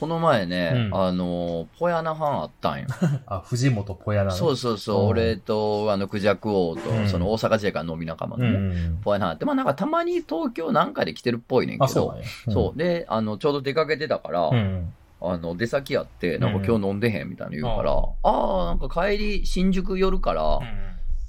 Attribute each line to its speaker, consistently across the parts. Speaker 1: この前ね、
Speaker 2: うん
Speaker 1: あの、ポヤナ藩あったんよ。
Speaker 2: あ、藤本ポヤなの。
Speaker 1: そうそうそう、
Speaker 2: うん
Speaker 1: 俺と、あの、クジャク王と、
Speaker 2: うん
Speaker 1: その大阪時代から飲み仲間
Speaker 2: う
Speaker 1: の
Speaker 2: ん
Speaker 1: ね、
Speaker 2: うん。
Speaker 1: ポヤナ藩って、まあなんかたまに東京なんかで来てるっぽいねん
Speaker 2: あ、
Speaker 1: け
Speaker 2: そう
Speaker 1: ど
Speaker 2: な、んや。
Speaker 1: そう。で、あの、ちょうど出かけてたから、
Speaker 2: うん。うん。
Speaker 1: あの、出先やって、なん
Speaker 2: うん
Speaker 1: か今日飲んでへんみたいな言うから、
Speaker 2: あー
Speaker 1: ああ、なんか帰り、新宿寄るから、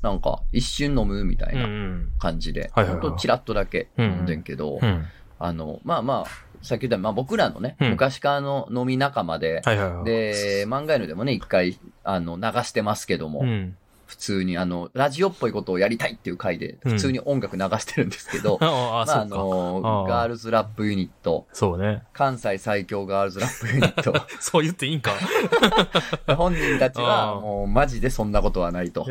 Speaker 1: なんか一瞬飲むみたい
Speaker 2: うんう。
Speaker 1: なん感じで、
Speaker 2: はいはい
Speaker 1: ほ
Speaker 2: は
Speaker 1: ん
Speaker 2: い
Speaker 1: とチラッとだけ飲んでんけど、
Speaker 2: うん。
Speaker 1: あの、まあまあ、さっき言ったように、まあ僕らのね、
Speaker 2: うん
Speaker 1: 昔からの飲み仲間で、
Speaker 2: はいはいはい。、
Speaker 1: で、漫画犬でもね、一回、あの、流してますけども、
Speaker 2: うん。
Speaker 1: 普通に、あの、ラジオっぽいことをやりたいっていう回で、
Speaker 2: うん
Speaker 1: 普通に音楽流してるんですけど、
Speaker 2: ああ、
Speaker 1: まあ、
Speaker 2: そ
Speaker 1: あ
Speaker 2: うか。
Speaker 1: の
Speaker 2: あー
Speaker 1: ガールズラップユニット、
Speaker 2: そうね。
Speaker 1: 関西最強ガールズラップユニット、
Speaker 2: そう言っていいんか。
Speaker 1: 本人たちは、
Speaker 2: あー
Speaker 1: もうマジでそんなことはない と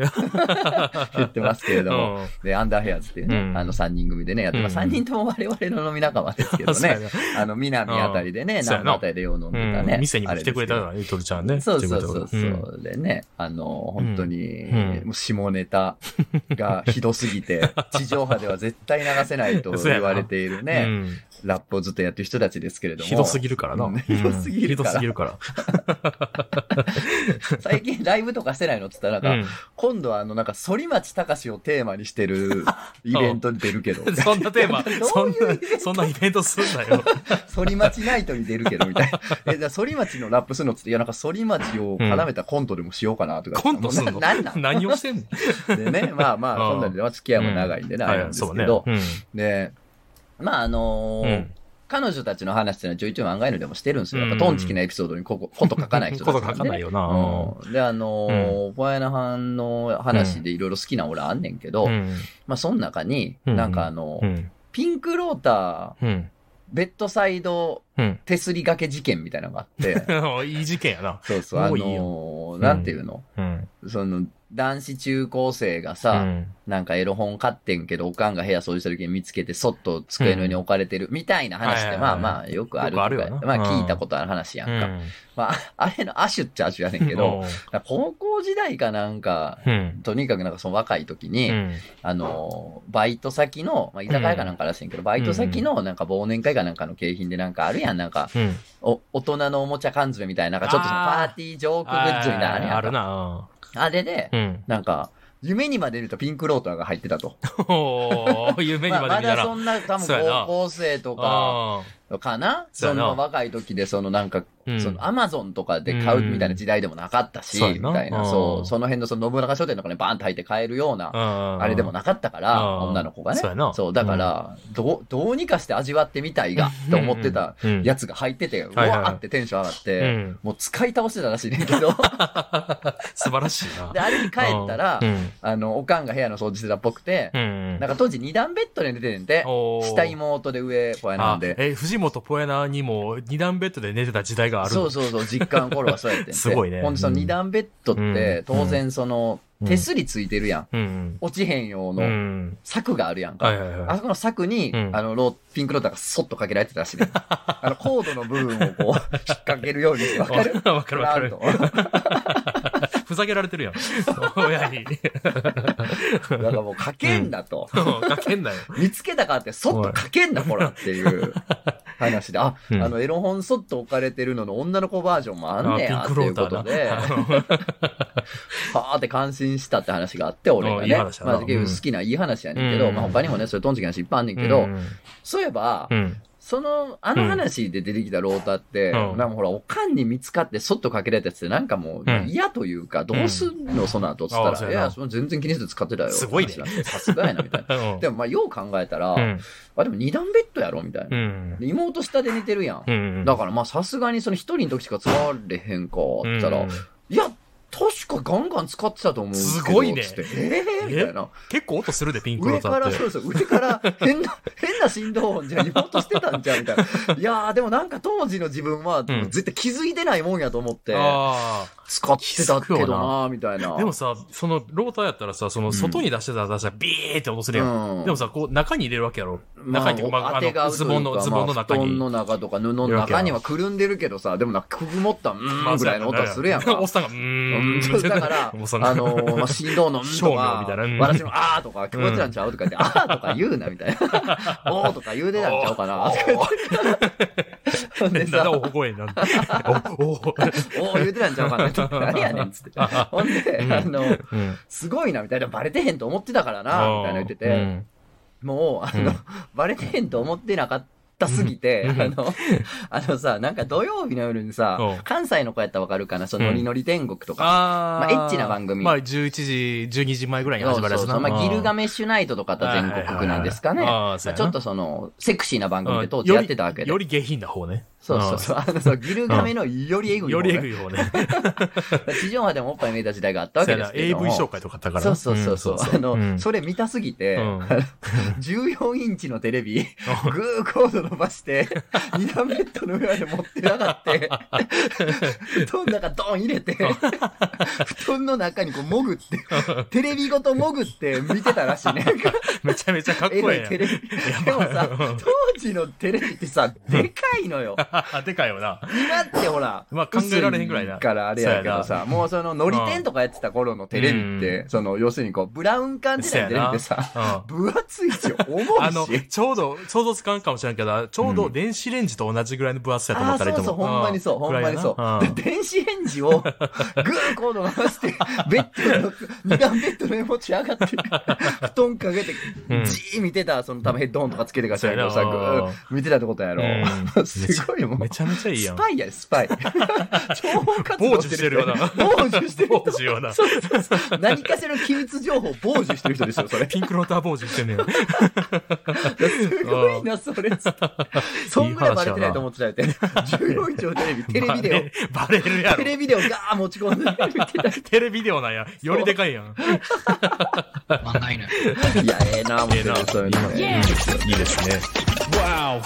Speaker 1: 言ってますけれ
Speaker 2: う
Speaker 1: ども、
Speaker 2: ん。
Speaker 1: で、アンダーヘアーズっていうね、
Speaker 2: うん
Speaker 1: あの3人組でね、やってます。
Speaker 2: うん
Speaker 1: 3人とも我々の飲み仲間ですけど
Speaker 2: あ そうや
Speaker 1: ね、
Speaker 2: な
Speaker 1: あの、南あたりでね、
Speaker 2: うんそうや
Speaker 1: 南
Speaker 2: な
Speaker 1: あたりでよう飲んでた
Speaker 2: う
Speaker 1: ね。
Speaker 2: ん。店にも来てくれた
Speaker 1: あ
Speaker 2: からね、トルちゃん
Speaker 1: れで
Speaker 2: ね。
Speaker 1: すけどそうそうそう
Speaker 2: 自
Speaker 1: そう
Speaker 2: 分のとこ
Speaker 1: そう。でね、あの、本当に、
Speaker 2: うん
Speaker 1: もう下ネタがひどすぎ て、地上波では絶対流せないと言われている
Speaker 2: ろうん
Speaker 1: ね、ラップをずっとやってる人たちですけれ
Speaker 2: うん
Speaker 1: ども。
Speaker 2: ひどすぎるからな。
Speaker 1: うんひどすぎるから
Speaker 2: うんひどすぎるから。
Speaker 1: 最近ライブとかしてないのって言ったら、なんか、
Speaker 2: うん
Speaker 1: 今度はあの、なんか、反町隆史をテーマにして るイベントに出るけ ど、
Speaker 2: そんなテーマ
Speaker 1: どういう、
Speaker 2: そん
Speaker 1: イベン
Speaker 2: な、そんなイベントすんな よ。
Speaker 1: 反町ナイトに出るけど、みたいな。え、じゃあ反町のラップするのっつって、いや、なんか反町を絡めたコントでもしようかな、とか。
Speaker 2: コントすんの
Speaker 1: もうななんなん
Speaker 2: 何をしてんの
Speaker 1: でね、まあまあ、
Speaker 2: うん
Speaker 1: そんなにね、まあ付き合いも長いんでね、あれなんですけど
Speaker 2: は、いはい
Speaker 1: で、まああの
Speaker 2: そう
Speaker 1: ー
Speaker 2: ね。
Speaker 1: 彼女たちの話っていうのはちょいちょい漫画犬でもしてるんですよ。やっぱ
Speaker 2: うん
Speaker 1: トンチキなエピソードにこここと書かない
Speaker 2: うん。
Speaker 1: 人
Speaker 2: こ
Speaker 1: た
Speaker 2: と
Speaker 1: ちなん
Speaker 2: 書
Speaker 1: で
Speaker 2: か
Speaker 1: ね
Speaker 2: ないよな。
Speaker 1: うんで、あのー、フォアヤナハンの話でいろいろ好きな俺あんねんけど、
Speaker 2: うん。
Speaker 1: まあその中に、
Speaker 2: うん
Speaker 1: なんかあの、
Speaker 2: うん。
Speaker 1: ピンクローター、
Speaker 2: うん。
Speaker 1: ベッドサイド
Speaker 2: うん。
Speaker 1: 手すり掛け事件みたいなのがあっ て、
Speaker 2: いい事件やな。
Speaker 1: そうそう、あの
Speaker 2: もういい
Speaker 1: ーなんていうの、
Speaker 2: うん。
Speaker 1: その、男子中高生がさ、
Speaker 2: うん
Speaker 1: なんかエロ本買ってんけど、おかんが部屋掃除した時に見つけて、そっと机の上に置かれてるみたいな話っ
Speaker 2: は
Speaker 1: て、
Speaker 2: いはい
Speaker 1: ま
Speaker 2: は
Speaker 1: あ
Speaker 2: い
Speaker 1: まあ、よくある
Speaker 2: よくあるよな
Speaker 1: とかまあ
Speaker 2: うん
Speaker 1: 聞いたことある話やん
Speaker 2: う
Speaker 1: か。
Speaker 2: ん。
Speaker 1: まあ、あれの亜種っちゃ亜種やねんけど、
Speaker 2: おう、
Speaker 1: 高校時代かなんか、
Speaker 2: うん。
Speaker 1: とにかくなんかその若い時に、
Speaker 2: うん
Speaker 1: あの、バイト先の、まあ、居酒屋かなんからしいんけど、バイト先のなんか忘年会かなんかの景品でなんかあるやん、なんか、
Speaker 2: うん。
Speaker 1: お大人のおもちゃ缶詰みたいな、なんかちょっとその
Speaker 2: あー
Speaker 1: パーティージョークグッズみたいなのあるや
Speaker 2: あ
Speaker 1: んか。
Speaker 2: るな。
Speaker 1: あれで、
Speaker 2: うん。
Speaker 1: なんか、夢にまで出るとピンクローターが入ってたと。
Speaker 2: おー 夢に
Speaker 1: まあ
Speaker 2: まで
Speaker 1: ま
Speaker 2: 見た
Speaker 1: だ
Speaker 2: ら。
Speaker 1: そんな多分
Speaker 2: そうやな
Speaker 1: 高校生とか
Speaker 2: あ
Speaker 1: かな
Speaker 2: そ
Speaker 1: そ
Speaker 2: うや
Speaker 1: ん
Speaker 2: な
Speaker 1: な若い時でそのなんか、
Speaker 2: うん
Speaker 1: そのアマゾンとかで買うみたいな時代でもなかったし、
Speaker 2: うん
Speaker 1: みたいな、
Speaker 2: そうやな
Speaker 1: そうう、
Speaker 2: ん
Speaker 1: その辺のその信長書店とかね、バーンと入って買えるような、
Speaker 2: あ
Speaker 1: あれでも
Speaker 2: な
Speaker 1: なかったから、
Speaker 2: うん
Speaker 1: 女の子がね。
Speaker 2: そうやな
Speaker 1: そう、だから、どう、どうにかして味わってみたいが、と思ってたや
Speaker 2: つ。
Speaker 1: つが入ってて、う
Speaker 2: はいはい
Speaker 1: わーってテンション上がっ
Speaker 2: う
Speaker 1: て、
Speaker 2: ん。
Speaker 1: もう使い倒してたらしいねんけど、
Speaker 2: 素晴らしい な。
Speaker 1: で、あれに帰ったら
Speaker 2: う、ん。
Speaker 1: あの、おかんが部屋の掃除してたっぽくて、
Speaker 2: うん。
Speaker 1: なんか当時二段ベッドで寝ててんて、
Speaker 2: おー
Speaker 1: 下妹で上、こうやな
Speaker 2: あ
Speaker 1: んで。
Speaker 2: え、藤本ポエナーにも二段ベッドで寝てた時代がある
Speaker 1: そうそうそう、実家の頃はそうやってんて。
Speaker 2: すごいね
Speaker 1: ほんで、その二段ベッドっ
Speaker 2: う
Speaker 1: て
Speaker 2: ん、
Speaker 1: 当然その
Speaker 2: う、ん
Speaker 1: 手すりついてるやん。
Speaker 2: うん。
Speaker 1: 落ちへん用
Speaker 2: う
Speaker 1: の
Speaker 2: ん。
Speaker 1: 柵があるやん
Speaker 2: はい
Speaker 1: か。
Speaker 2: はい
Speaker 1: あ
Speaker 2: はい。
Speaker 1: そこの柵に、
Speaker 2: うん
Speaker 1: あの、ローピンクローターがそっとかけられてたらしい ね。あの、コードの部分をこう、引っ掛けるようにして、わかる
Speaker 2: わかるわかる
Speaker 1: ブラウンと
Speaker 2: ふざけられて るやん。親 に。
Speaker 1: だからもう、かけんなと。
Speaker 2: かけんなよ。
Speaker 1: 見つけたからって、そっとかけんな、ほらっていう話で、あ、
Speaker 2: うん
Speaker 1: あの、エロ本そっと置かれてるのの女の子バージョンもあんねや、
Speaker 2: あ
Speaker 1: って
Speaker 2: ピンクロ
Speaker 1: い
Speaker 2: ー
Speaker 1: う
Speaker 2: タ
Speaker 1: こ
Speaker 2: ーだ
Speaker 1: とで、はーって感心したって話があって、俺が
Speaker 2: あ
Speaker 1: ね。
Speaker 2: いい話やな
Speaker 1: まあ、結局好きないい話やねんけど、
Speaker 2: うん
Speaker 1: まあ他にもね、それトンチキな話いっぱいあんねんけ
Speaker 2: う
Speaker 1: ど、
Speaker 2: ん
Speaker 1: そういえば、
Speaker 2: うん。
Speaker 1: その、あの話で出てきたローターって、
Speaker 2: うん
Speaker 1: なんかほら、おかんに見つかってそっとかけられたやつってなんかもう
Speaker 2: うん
Speaker 1: 嫌というか、どうすんのその後っつった
Speaker 2: あそ
Speaker 1: ら、
Speaker 2: う
Speaker 1: い
Speaker 2: やな
Speaker 1: や、その全然気にせず使ってたよ。
Speaker 2: すごいね
Speaker 1: って話なんでさすがやな、みたいな。
Speaker 2: うん
Speaker 1: でもまあ、よう考えたら、
Speaker 2: うん。
Speaker 1: あ、でも二段ベッドやろみたいな。
Speaker 2: うん。
Speaker 1: で妹下で寝てるやん。
Speaker 2: うん。
Speaker 1: だからまあさすがにその一人の時しか使われへんか、って言ったら、
Speaker 2: うん
Speaker 1: いや、確かガンガン使ってたと思うけど。
Speaker 2: すごいね
Speaker 1: つってえー、みたいな。
Speaker 2: 結構音するで、ピンクロ
Speaker 1: 上
Speaker 2: ータ
Speaker 1: か
Speaker 2: ー
Speaker 1: ら、
Speaker 2: って
Speaker 1: そ。うそう、上から変な、変な振動音じゃん妹してたんじゃんみたい な。いやー、でもなんか当時の自分は、
Speaker 2: ん
Speaker 1: 絶対気づいてないもんやと思って、
Speaker 2: あ
Speaker 1: 使ってたけどなー、みたいな。
Speaker 2: あ。でもさ、そのローターやったらさ、その外に出してたらさ、ビーって音するやん。
Speaker 1: うん
Speaker 2: でもさ、こう中に入れるわけやろ。中にっていうか、まあ、あ
Speaker 1: 当てが合
Speaker 2: の、
Speaker 1: うというか
Speaker 2: ズボンの、ズボンの中
Speaker 1: まあ布団。
Speaker 2: に
Speaker 1: の中とか布の中にはくるんでるけどさ、でもなんかくぐもった、うーんぐらいの音はするやんか。
Speaker 2: おっさんが、う
Speaker 1: うん
Speaker 2: ー
Speaker 1: そ
Speaker 2: ん。
Speaker 1: うだから、あ
Speaker 2: おっさんが
Speaker 1: のー、まあ、振動の、うん
Speaker 2: 照
Speaker 1: と
Speaker 2: 明み
Speaker 1: か
Speaker 2: たいなうん、
Speaker 1: 私も、あーとか、聞こえてたんちゃうとか言って、あーとか言うな、みたいな。おーとか言うてたんちゃうかな。ほんで
Speaker 2: な
Speaker 1: さ、
Speaker 2: んで大声になる お、お、
Speaker 1: おお言うてたんちゃうかなって。何やねんっつって。ほんで、
Speaker 2: うん
Speaker 1: あの、
Speaker 2: うん。
Speaker 1: すごいな、みたいな。バレてへんと思ってたからな、みたいな言ってて、
Speaker 2: うん
Speaker 1: もう、あの、
Speaker 2: うん
Speaker 1: バレてへんと思ってなかったすぎて、
Speaker 2: うん
Speaker 1: あの、あのさ、なんか土曜日の夜にさ
Speaker 2: うん、
Speaker 1: 関西の子やったらわかるかな、そのノリノリ天国とか。
Speaker 2: あー
Speaker 1: まあエッチな番組
Speaker 2: まあ、11時、12時前ぐらいに
Speaker 1: そう
Speaker 2: 始まる
Speaker 1: そ
Speaker 2: や
Speaker 1: う
Speaker 2: つ
Speaker 1: そ
Speaker 2: な。
Speaker 1: う。まあ、ギルガメッシュナイトとかと全国区なんですかね。
Speaker 2: はいは
Speaker 1: ま
Speaker 2: いはいはいあー
Speaker 1: あ
Speaker 2: そうやな
Speaker 1: ちょっとその、セクシーな番組で当時
Speaker 2: うん
Speaker 1: やってたわけで
Speaker 2: よ。りより下品な方ね。
Speaker 1: そうそうそう。あの、そうギルガメのよりエグい
Speaker 2: よ
Speaker 1: 方
Speaker 2: り
Speaker 1: ね。
Speaker 2: エグい方ね。
Speaker 1: 地上波でもおっぱい見えた時代があったわ
Speaker 2: そう
Speaker 1: け
Speaker 2: や
Speaker 1: で
Speaker 2: な
Speaker 1: すけれ
Speaker 2: AV
Speaker 1: ども。
Speaker 2: 紹介とかあったから
Speaker 1: そう
Speaker 2: な。
Speaker 1: そうそうそう。あ
Speaker 2: ん
Speaker 1: の、
Speaker 2: うん
Speaker 1: それ見たすぎて、
Speaker 2: うん
Speaker 1: 14インチのテレビ、グーコード伸ばして、2段ベッドの上まで持ってながって、布団の中ドン入れて、布団の中にこう潜って、テレビごと潜って見てたらしいね。
Speaker 2: めちゃめちゃかっこ
Speaker 1: エロ
Speaker 2: え
Speaker 1: いテ
Speaker 2: え
Speaker 1: レビ。でもさ、当時のテレビってさ、でかいのよ。
Speaker 2: やん。でかいよな。
Speaker 1: 今ってほら、
Speaker 2: まあ考えられへんぐらいな
Speaker 1: 薄からあれやけどさ、もうその、のり店とかやってた頃のテレビって、
Speaker 2: う
Speaker 1: その、要するにこう、ブラウン管時代のテレビってさ、
Speaker 2: そうやなうん
Speaker 1: 分厚いし、重いし。
Speaker 2: あの、ちょうど、想像つかんかもしれんけど、ちょうど電子レンジと同じぐらいの分厚さやと思
Speaker 1: あ
Speaker 2: っ
Speaker 1: あ
Speaker 2: た
Speaker 1: ー、
Speaker 2: らいい
Speaker 1: そ
Speaker 2: と
Speaker 1: う
Speaker 2: 思
Speaker 1: そう、
Speaker 2: う。
Speaker 1: ほんまにそう、ほんまにそう。で電子レンジを、グーコード回 して、ベッドの、二段ベッドの上持ち上がって、布団かけて、
Speaker 2: うん
Speaker 1: じー見てた、その多分ヘッドホンとかつけてからしらんけどさ、
Speaker 2: そう
Speaker 1: グ
Speaker 2: やな
Speaker 1: ー見てたってことやろ。
Speaker 2: う ん
Speaker 1: すごいも
Speaker 2: うん
Speaker 1: う
Speaker 2: め。ちゃめちゃいいや
Speaker 1: ス
Speaker 2: ん。
Speaker 1: パイやで、スパイ。情報活
Speaker 2: 傍
Speaker 1: 動
Speaker 2: 受してるよな。
Speaker 1: 傍受してる人
Speaker 2: 傍受よな。
Speaker 1: 何かしらの機密情報を傍受してる人ですよ、それ。
Speaker 2: ピンクローター傍受してんねん。
Speaker 1: すごいな、そ れ。そんぐらいバレてないと思ってたよって。14インチのテレビ、 テレビデ
Speaker 2: バレバレるや
Speaker 1: オ、
Speaker 2: ろ
Speaker 1: テ。レビデオガー持ち込んで見てた
Speaker 2: テレビデオなんや。よりでかいやん。
Speaker 3: 漫画犬。
Speaker 1: いや、ええな、思ってる、そういうのね。
Speaker 2: いいですね。Wow!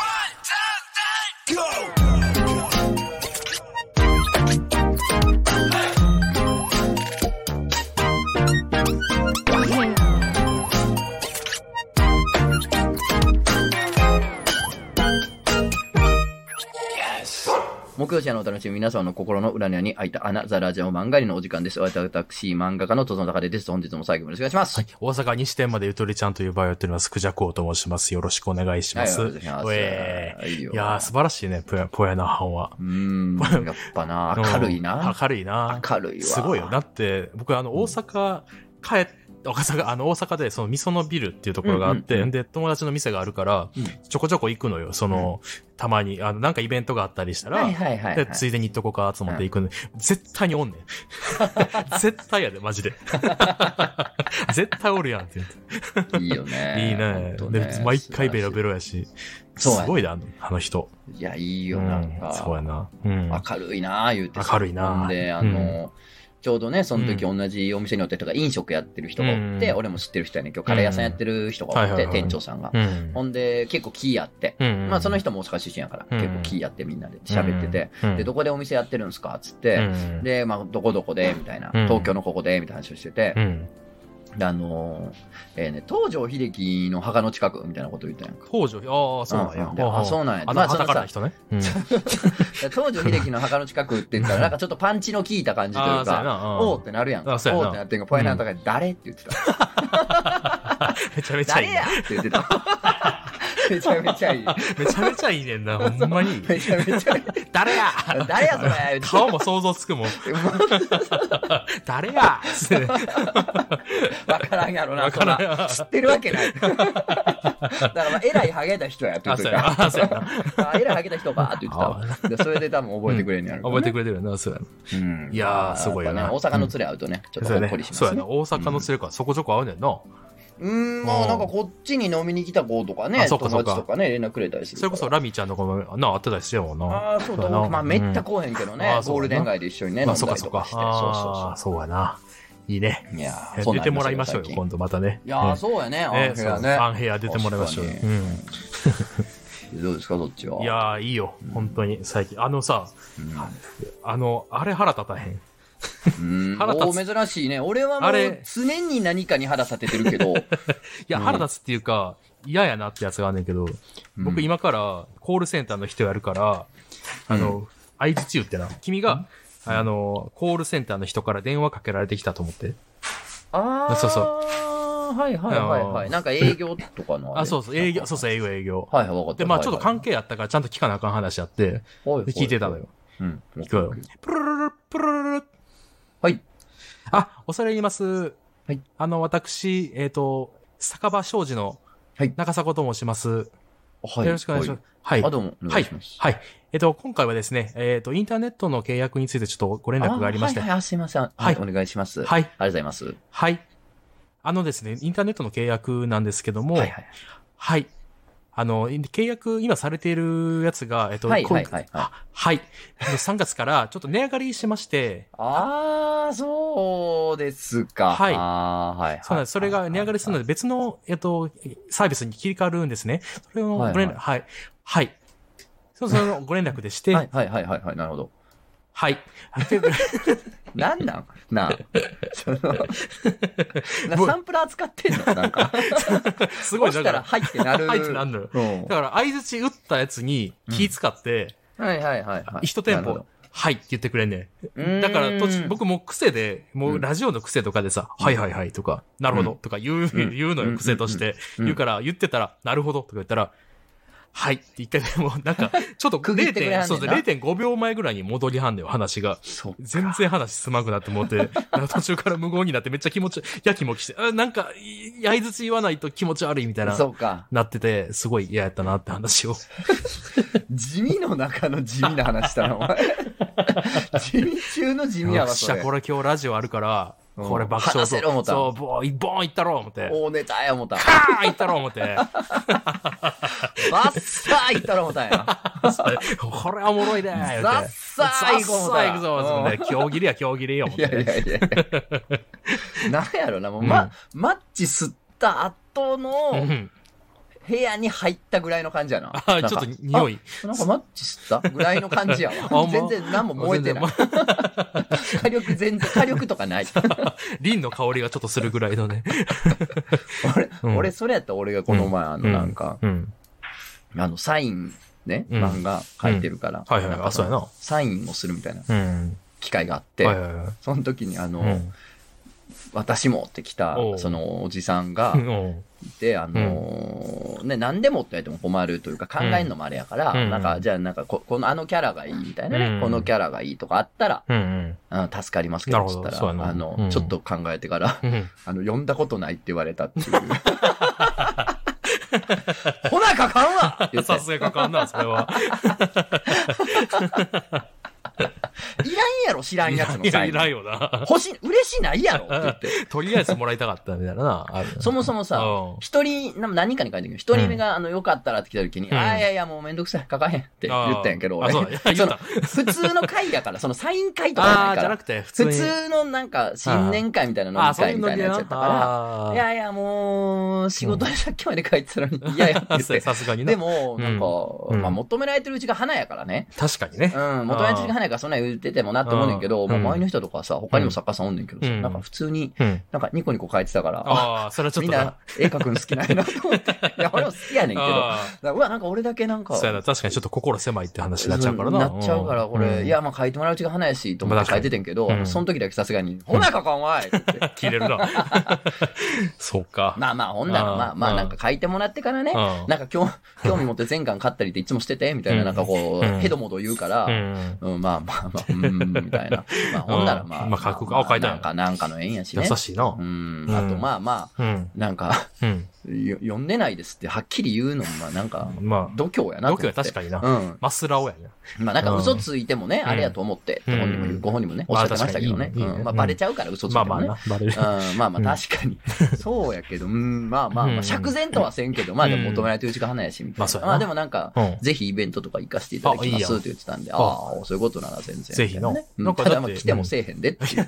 Speaker 1: 木曜日のお楽しみ、皆様の心の裏に開いた穴、ザラジオ漫画にのお時間です。私、漫画家の戸野隆です。本日も最後までお願いします。はい。
Speaker 2: 大阪西店までゆとりちゃんという場合をやっております。クジャクオと申します。よろしくお願いします。
Speaker 1: お願いします。
Speaker 2: うえー
Speaker 1: いいよ
Speaker 2: いやー、素晴らしいね、ぽや、ぽやな班は。
Speaker 1: うーん、やっぱ な、明るいな。
Speaker 2: 明るいな。
Speaker 1: 明るいわ。
Speaker 2: すごいよ。だって、僕、あの、大阪、帰っ大阪あの大阪でそのみそのビルっていうところがあって、
Speaker 1: うんうんうん
Speaker 2: で友達の店があるから、
Speaker 1: うん
Speaker 2: ちょこちょこ行くのよその、たまにあのなんかイベントがあったりしたら、
Speaker 1: はいはいはい、は
Speaker 2: で
Speaker 1: い。
Speaker 2: ついでに行っとこうかと思って行くの、絶対におんねん 絶対やでマジで絶対おるやんって言って
Speaker 1: いいよね。
Speaker 2: いい
Speaker 1: ほん
Speaker 2: ね
Speaker 1: と
Speaker 2: で毎回ベロベ
Speaker 1: ロ。
Speaker 2: ロやしす
Speaker 1: そうやね
Speaker 2: ごいなあのあの人
Speaker 1: いや、いいよ、なん
Speaker 2: うん、そう
Speaker 1: か。
Speaker 2: やな、うん、
Speaker 1: 明るいな、言うてさ。
Speaker 2: 明るいな
Speaker 1: ほんで、あの、ちょうどね、その時同じお店におってとか、飲食やってる人がおって、
Speaker 2: うん
Speaker 1: 俺も知ってる人やねん。今日カレー屋さんやってる人がお
Speaker 2: うん
Speaker 1: っ
Speaker 2: はい
Speaker 1: て、
Speaker 2: はいはい
Speaker 1: 店長さんが。
Speaker 2: うん
Speaker 1: ほんで、結構キーあって。
Speaker 2: うん
Speaker 1: まあ、その人も大阪出身やから、
Speaker 2: うん
Speaker 1: 結構キーやってみんなで喋ってて。、
Speaker 2: うん
Speaker 1: で、どこでお店やってるんですかつっ
Speaker 2: う
Speaker 1: て。
Speaker 2: ん、
Speaker 1: で、まあ、どこどこで、みたいな。
Speaker 2: うん
Speaker 1: 東京のここで、みたいな話をしてて
Speaker 2: う。ん、
Speaker 1: であのー、えーね、東条英機の墓の近く、みたいなこと言ったやんか。
Speaker 2: 北条ああそうなん
Speaker 1: う
Speaker 2: や
Speaker 1: んであそうなんや
Speaker 2: あ
Speaker 1: まあ
Speaker 2: の
Speaker 1: そのさ
Speaker 2: 裸の人ね うん
Speaker 1: 東条英機の墓の近くって言ったら、なんかちょっとパンチの効いた感じという
Speaker 2: あーそうや
Speaker 1: か、
Speaker 2: なうん
Speaker 1: おーってなるやん。お
Speaker 2: あそう
Speaker 1: ーっ
Speaker 2: やな
Speaker 1: てなってんか、ポエナの中で誰って言っ てた。
Speaker 2: めちゃめちゃい
Speaker 1: 誰
Speaker 2: い
Speaker 1: や
Speaker 2: ね
Speaker 1: って言ってた。めちゃめちゃいい。
Speaker 2: めちゃめちゃいいねんなほんまに
Speaker 1: めちゃめちゃいい。
Speaker 2: 誰や
Speaker 1: 誰やそれ
Speaker 2: 顔も想像つく もん誰 や
Speaker 1: わからんやろな、
Speaker 2: わ
Speaker 1: そ
Speaker 2: からん
Speaker 1: ら。知ってるわけない。だから、まあ、えらいハゲた人やって言
Speaker 2: あ
Speaker 1: って
Speaker 2: そう
Speaker 1: た
Speaker 2: や
Speaker 1: か
Speaker 2: なあそうやな
Speaker 1: ら。あえらいハゲた人ばーって言ってたわ。でそれで多分覚えてくれんやろ
Speaker 2: 覚えて
Speaker 1: く
Speaker 2: くれてるよなそうやな
Speaker 1: れ。うん
Speaker 2: いやー
Speaker 1: まあ
Speaker 2: すごいよな
Speaker 1: やっぱね大阪の連れ合うとね、ちょっと
Speaker 2: そう
Speaker 1: ほ
Speaker 2: や
Speaker 1: っこり
Speaker 2: ね
Speaker 1: します
Speaker 2: そう
Speaker 1: ね
Speaker 2: やな大阪の連れかそこちょこ合うねんな
Speaker 1: うーん、まあなんかこっちに飲みに来た子とかね、
Speaker 2: あそ
Speaker 1: 友
Speaker 2: っかそっか
Speaker 1: 達とかね、連絡くれたりする
Speaker 2: それこそラミちゃんの子もな会ってたりしてたもんな
Speaker 1: ああー、そう
Speaker 2: そ
Speaker 1: だ
Speaker 2: うやな
Speaker 1: まあめったこうへんけど
Speaker 2: うん
Speaker 1: ね
Speaker 2: あ、ーそうや
Speaker 1: ゴ
Speaker 2: な
Speaker 1: ールデン街で一緒にね、飲ん
Speaker 2: ま
Speaker 1: だ
Speaker 2: あ
Speaker 1: りと
Speaker 2: そう
Speaker 1: か
Speaker 2: か
Speaker 1: して。
Speaker 2: そ
Speaker 1: そう
Speaker 2: うかあ
Speaker 1: そ
Speaker 2: あそうやないいね
Speaker 1: うそう。いやー、そう
Speaker 2: 出
Speaker 1: なんです
Speaker 2: てもらいましょう
Speaker 1: 最
Speaker 2: よ
Speaker 1: 近
Speaker 2: 今度またね
Speaker 1: いやー、
Speaker 2: うん
Speaker 1: そうやね、あの
Speaker 2: ね
Speaker 1: 部
Speaker 2: そう
Speaker 1: 屋ね。
Speaker 2: アンヘア出てもらいましょうよ
Speaker 1: 確
Speaker 2: う
Speaker 1: か
Speaker 2: ん
Speaker 1: にどうですか、そっちは。
Speaker 2: いやー、いいよ。本当に、最近。あのさ、あの、あれ腹立たへん。
Speaker 1: うん、うん
Speaker 2: 腹立
Speaker 1: お
Speaker 2: つ
Speaker 1: 珍しいね。俺はも
Speaker 2: あ
Speaker 1: う
Speaker 2: れ
Speaker 1: 常に何かに腹立ててるけど、
Speaker 2: いや、
Speaker 1: うん
Speaker 2: 腹立つっていうか、嫌やなってやつがあんねんけど、
Speaker 1: う
Speaker 2: 僕
Speaker 1: ん
Speaker 2: 今からコールセンターの人やるから、あの、相槌中ってな、君が、あの、コールセンターの人から電話かけられてきたと思って。
Speaker 1: ああ、。
Speaker 2: そうそう
Speaker 1: ああ、はいはいはいは
Speaker 2: う
Speaker 1: い。
Speaker 2: ん
Speaker 1: なんか営業とかのれ
Speaker 2: あ、そうそう、営業、そうそう、営業、営業。
Speaker 1: はいはい、わかった。
Speaker 2: で、まあちょっと関
Speaker 1: 係
Speaker 2: 係あったからちゃんと聞かなあかん話あって、で聞いてたの。よ。
Speaker 1: うん。
Speaker 2: 聞くわよ。プルルルル、プルルルル。
Speaker 1: はい。
Speaker 2: あ、恐れ入ります。
Speaker 1: はい。
Speaker 2: あの、私、えっ、と、酒場庄司の
Speaker 1: はい
Speaker 2: 中迫と申します。
Speaker 1: はい。
Speaker 2: よろしくお願いします。はい。
Speaker 1: あ、どうも、お
Speaker 2: は
Speaker 1: 願い
Speaker 2: い
Speaker 1: します。。
Speaker 2: はい。えっ、と、今回はですね、えっ、と、インターネットの契約についてちょっとご連絡がありまして。
Speaker 1: あはい
Speaker 2: はい、
Speaker 1: はい、あすいません。はい、
Speaker 2: はい
Speaker 1: お願いします。
Speaker 2: は
Speaker 1: あり
Speaker 2: い。
Speaker 1: がとうございます。は
Speaker 2: あのですね、インターネットの契約なんですけども、
Speaker 1: い
Speaker 2: は、
Speaker 1: はいい。
Speaker 2: あの、契約、今されているやつが、えっ、と、
Speaker 1: はい
Speaker 2: こう
Speaker 1: はいはいはい
Speaker 2: あはい。あの3月からちょっと値上がりし まして、
Speaker 1: ああ、そうですか。
Speaker 2: はい
Speaker 1: あーはいはい。
Speaker 2: そうなんです。それが値上がりするので、別の、えっと、サービスに切り替わるんですね。それを
Speaker 1: はいはい
Speaker 2: ご連絡、はい。はい。そうそのご連絡でして、
Speaker 1: は
Speaker 2: はい
Speaker 1: い。はいはいはいはい、なるほど。
Speaker 2: はい。
Speaker 1: なんなんな あ。その、なサンプラー使ってん のなんか。
Speaker 2: すごい、
Speaker 1: そした
Speaker 2: だか
Speaker 1: ら
Speaker 2: ら、
Speaker 1: 入ってなる。
Speaker 2: 入ってなんのよ。
Speaker 1: うん
Speaker 2: だから、相槌打ったやつに気使って、
Speaker 1: はいはいはいはい。
Speaker 2: 一店
Speaker 1: なるほ
Speaker 2: 舗、はいって言ってくれんね
Speaker 1: ど。
Speaker 2: ん。だから、途
Speaker 1: うー
Speaker 2: 中
Speaker 1: ん、
Speaker 2: 僕も癖で、も
Speaker 1: うん
Speaker 2: うラジオの癖とかでさ、はいはいはいとか、なるほどとか言う、
Speaker 1: ん
Speaker 2: 言うの
Speaker 1: う
Speaker 2: よ、
Speaker 1: ん
Speaker 2: 癖として。
Speaker 1: うん
Speaker 2: 言うから、言ってたら、なるほどとか言ったら、はいって一回でも、な んか、ちょっと
Speaker 1: 区切ってくれはんねんな
Speaker 2: 0.5そうそう0.5秒前ぐらいに戻りはんねん、話が。
Speaker 1: そう
Speaker 2: 全然話すまんくなって思 って、なんか途中から無言になってめっちゃ気持ち、やきもきして、あなんか、い相づち言わないと気持ち悪いみたいな、
Speaker 1: そうか。
Speaker 2: なってて、すごい嫌やったなって話を。
Speaker 1: 地味の中の地味な話だな、お前。地味中の地味
Speaker 2: よ
Speaker 1: や
Speaker 2: っ
Speaker 1: わ、
Speaker 2: し
Speaker 1: そ
Speaker 2: ゃ、
Speaker 1: れ
Speaker 2: こ。れ今日ラジオあるから、
Speaker 1: うん
Speaker 2: これ爆笑
Speaker 1: 話せろ思った
Speaker 2: そう、ボーン、ボーンいったろ、思って。
Speaker 1: 大ネタや思った。
Speaker 2: カーンいったろ、思って。
Speaker 1: バッサー言ったら思ったんや。
Speaker 2: これはおもろいで
Speaker 1: ザ
Speaker 2: ー
Speaker 1: ッサー行こう思
Speaker 2: さ
Speaker 1: ったん
Speaker 2: あ
Speaker 1: や
Speaker 2: 行くぞ、思って。今日切りや、今日切りよ、思っ
Speaker 1: いやい
Speaker 2: て。
Speaker 1: やい やいや。なんやろな、もう、ま、マッチ吸った後
Speaker 2: う
Speaker 1: の
Speaker 2: ん
Speaker 1: 部屋に入ったぐらいの感じやな。
Speaker 2: あ
Speaker 1: なん
Speaker 2: ちょっ
Speaker 1: か
Speaker 2: と匂い。
Speaker 1: なんかマッチしたぐらいの感じ や
Speaker 2: ほ
Speaker 1: わ。
Speaker 2: んま
Speaker 1: 全然何も燃えてない。火力全 然、火力とかない。
Speaker 2: リンの香りがちょっとするぐらいのね。
Speaker 1: 俺、
Speaker 2: うん
Speaker 1: 俺、それやったら俺がこの前、あの、なんか、
Speaker 2: うん。
Speaker 1: あの、サイン、ね、
Speaker 2: うん
Speaker 1: 漫画書いてるから。
Speaker 2: はいはい、
Speaker 1: なんか
Speaker 2: あ、そうやな。
Speaker 1: サインをするみたいな
Speaker 2: うん。
Speaker 1: 機会があっ
Speaker 2: は
Speaker 1: て、
Speaker 2: いはいはい。
Speaker 1: その時に、あの、
Speaker 2: うん
Speaker 1: 私もって来た
Speaker 2: お、う
Speaker 1: そのおじさんが
Speaker 2: う、ん
Speaker 1: で、あのーね、何でもって言われても困るというか考えんのもあれやから、
Speaker 2: うん
Speaker 1: なんか、じゃあなんかこ、この、あのキャラがいいみたいなね、
Speaker 2: うん
Speaker 1: このキャラがいいとかあったら、
Speaker 2: うん。
Speaker 1: あ助かりますけど、
Speaker 2: なる
Speaker 1: つ
Speaker 2: ほ
Speaker 1: っ
Speaker 2: ど
Speaker 1: たら、
Speaker 2: そうやな
Speaker 1: あの、
Speaker 2: うん
Speaker 1: ちょっと考えてから、
Speaker 2: うん。
Speaker 1: あの、呼んだことないって言われたっていう。 ほなかかんわって言って
Speaker 2: さすがかかん な、それは。
Speaker 1: いらんやろ、知らんやつの
Speaker 2: いや、
Speaker 1: サイ
Speaker 2: い
Speaker 1: ン。
Speaker 2: らんよな。
Speaker 1: 欲しい、嬉しないやろって言って。
Speaker 2: とりあえずもらいたかったみたいなな。ある
Speaker 1: そもそもさ、
Speaker 2: うん
Speaker 1: 一人、な何人かに書いてるけど、一人目が、あの、よかったらって来た時に、
Speaker 2: うん
Speaker 1: ああ、いやいや、もうめんどくさい、書かへんって言ったんやけど、
Speaker 2: あ
Speaker 1: 俺。
Speaker 2: そうだ言った。
Speaker 1: 普通の会やから、そのサイン会とか
Speaker 2: ああ、
Speaker 1: じ
Speaker 2: じ
Speaker 1: ゃな
Speaker 2: ゃないく
Speaker 1: から。
Speaker 2: て、普通
Speaker 1: 普
Speaker 2: に。
Speaker 1: 通のなんか、新年会みたいな飲
Speaker 2: あ
Speaker 1: み
Speaker 2: あ、そうい
Speaker 1: 会
Speaker 2: う
Speaker 1: み
Speaker 2: の
Speaker 1: たい
Speaker 2: に
Speaker 1: な
Speaker 2: な
Speaker 1: やつやったか
Speaker 2: あ
Speaker 1: ら、
Speaker 2: ー
Speaker 1: いやいや、もう、仕事でさっきまで書いてたのに嫌やって 言って。
Speaker 2: さすがにな
Speaker 1: で。も、なんか
Speaker 2: う、ん
Speaker 1: まあ、求められてるうちが花やからね。
Speaker 2: 確かにね
Speaker 1: う。ん、求められてるうちが花やから、そんなん言っててもなって思うねんけど、
Speaker 2: うん
Speaker 1: もう前の人とかはさ、他にも作家さんおんねんけどさ、
Speaker 2: うん
Speaker 1: なんか普通に、
Speaker 2: うん。
Speaker 1: なんかニコニコ書いてたから、あ
Speaker 2: ああ、それはちょっ
Speaker 1: み
Speaker 2: と
Speaker 1: ん
Speaker 2: な。
Speaker 1: な絵描くん好きなんやなと思って。 いや、俺も好きやねんけど。だか
Speaker 2: あ
Speaker 1: らうわ、なんか俺だけなん
Speaker 2: あ、
Speaker 1: か。
Speaker 2: そうやな。確かにちょっと心狭いって話になっちゃうからな。
Speaker 1: なっちゃうから、これ、いや、まあ書いてもらううちが花やし、と思
Speaker 2: ま
Speaker 1: っ
Speaker 2: あ
Speaker 1: て書
Speaker 2: 確か
Speaker 1: い
Speaker 2: に
Speaker 1: ててんけど、
Speaker 2: うん
Speaker 1: その時だけさすがに、ほなかかんわいって 言って。
Speaker 2: 切れるな。 そうか。
Speaker 1: まあまあ、ほんなら、
Speaker 2: あー
Speaker 1: まあまあ、
Speaker 2: うん
Speaker 1: なんか書いてもらってからね、
Speaker 2: うん
Speaker 1: なんか興興味持って全巻買ったりっていつもしてて、みたいな、
Speaker 2: うん
Speaker 1: なんかこう、
Speaker 2: うん
Speaker 1: ヘドモド言うから、
Speaker 2: うん。
Speaker 1: うん、まあまあまあ、うーん、みたいな。まあ、ほんならまあ、
Speaker 2: うんまあ書くかあ書いたんや
Speaker 1: なんか、なんかの縁やしね。
Speaker 2: 優しいな
Speaker 1: う。ん、
Speaker 2: うん
Speaker 1: あとまあまあ、
Speaker 2: うん。
Speaker 1: なんか、
Speaker 2: うん。
Speaker 1: よ読んでないですってはっきり言うのも、まあなんか、
Speaker 2: まあ、
Speaker 1: 度胸やなと思
Speaker 2: 度
Speaker 1: って。
Speaker 2: 胸は確かにな。
Speaker 1: うん。
Speaker 2: マスラオやね。
Speaker 1: まあなんか
Speaker 2: うん
Speaker 1: 嘘ついてもね、
Speaker 2: ん
Speaker 1: あれやと思って、って本人も言う
Speaker 2: うん
Speaker 1: ご本人もね、おっしゃってましたけどね
Speaker 2: まあ確。かにいいねいいね
Speaker 1: うんまあバレちゃうから嘘つい
Speaker 2: ま
Speaker 1: て
Speaker 2: あま
Speaker 1: も
Speaker 2: あ
Speaker 1: ね
Speaker 2: な。。バレる。
Speaker 1: うん、まあまあ確か に。そうやけど、うん、まあまあま
Speaker 2: う
Speaker 1: あ、
Speaker 2: ん
Speaker 1: 釈然とはせんけど、まあでも
Speaker 2: うん
Speaker 1: 求められてるうちが花やし、みた
Speaker 2: ま
Speaker 1: い
Speaker 2: あそう
Speaker 1: な。ま
Speaker 2: やな
Speaker 1: あでもなんか
Speaker 2: うん、
Speaker 1: ぜひイベントとか行かせていただき
Speaker 2: あい
Speaker 1: ま
Speaker 2: いや
Speaker 1: す
Speaker 2: ん
Speaker 1: って言ってたんで、ああ、そういうことなら全然。
Speaker 2: ぜひの
Speaker 1: ねうん
Speaker 2: なんか
Speaker 1: ただ
Speaker 2: だっ
Speaker 1: まあ
Speaker 2: て
Speaker 1: 来てもせえへんでっ ていう。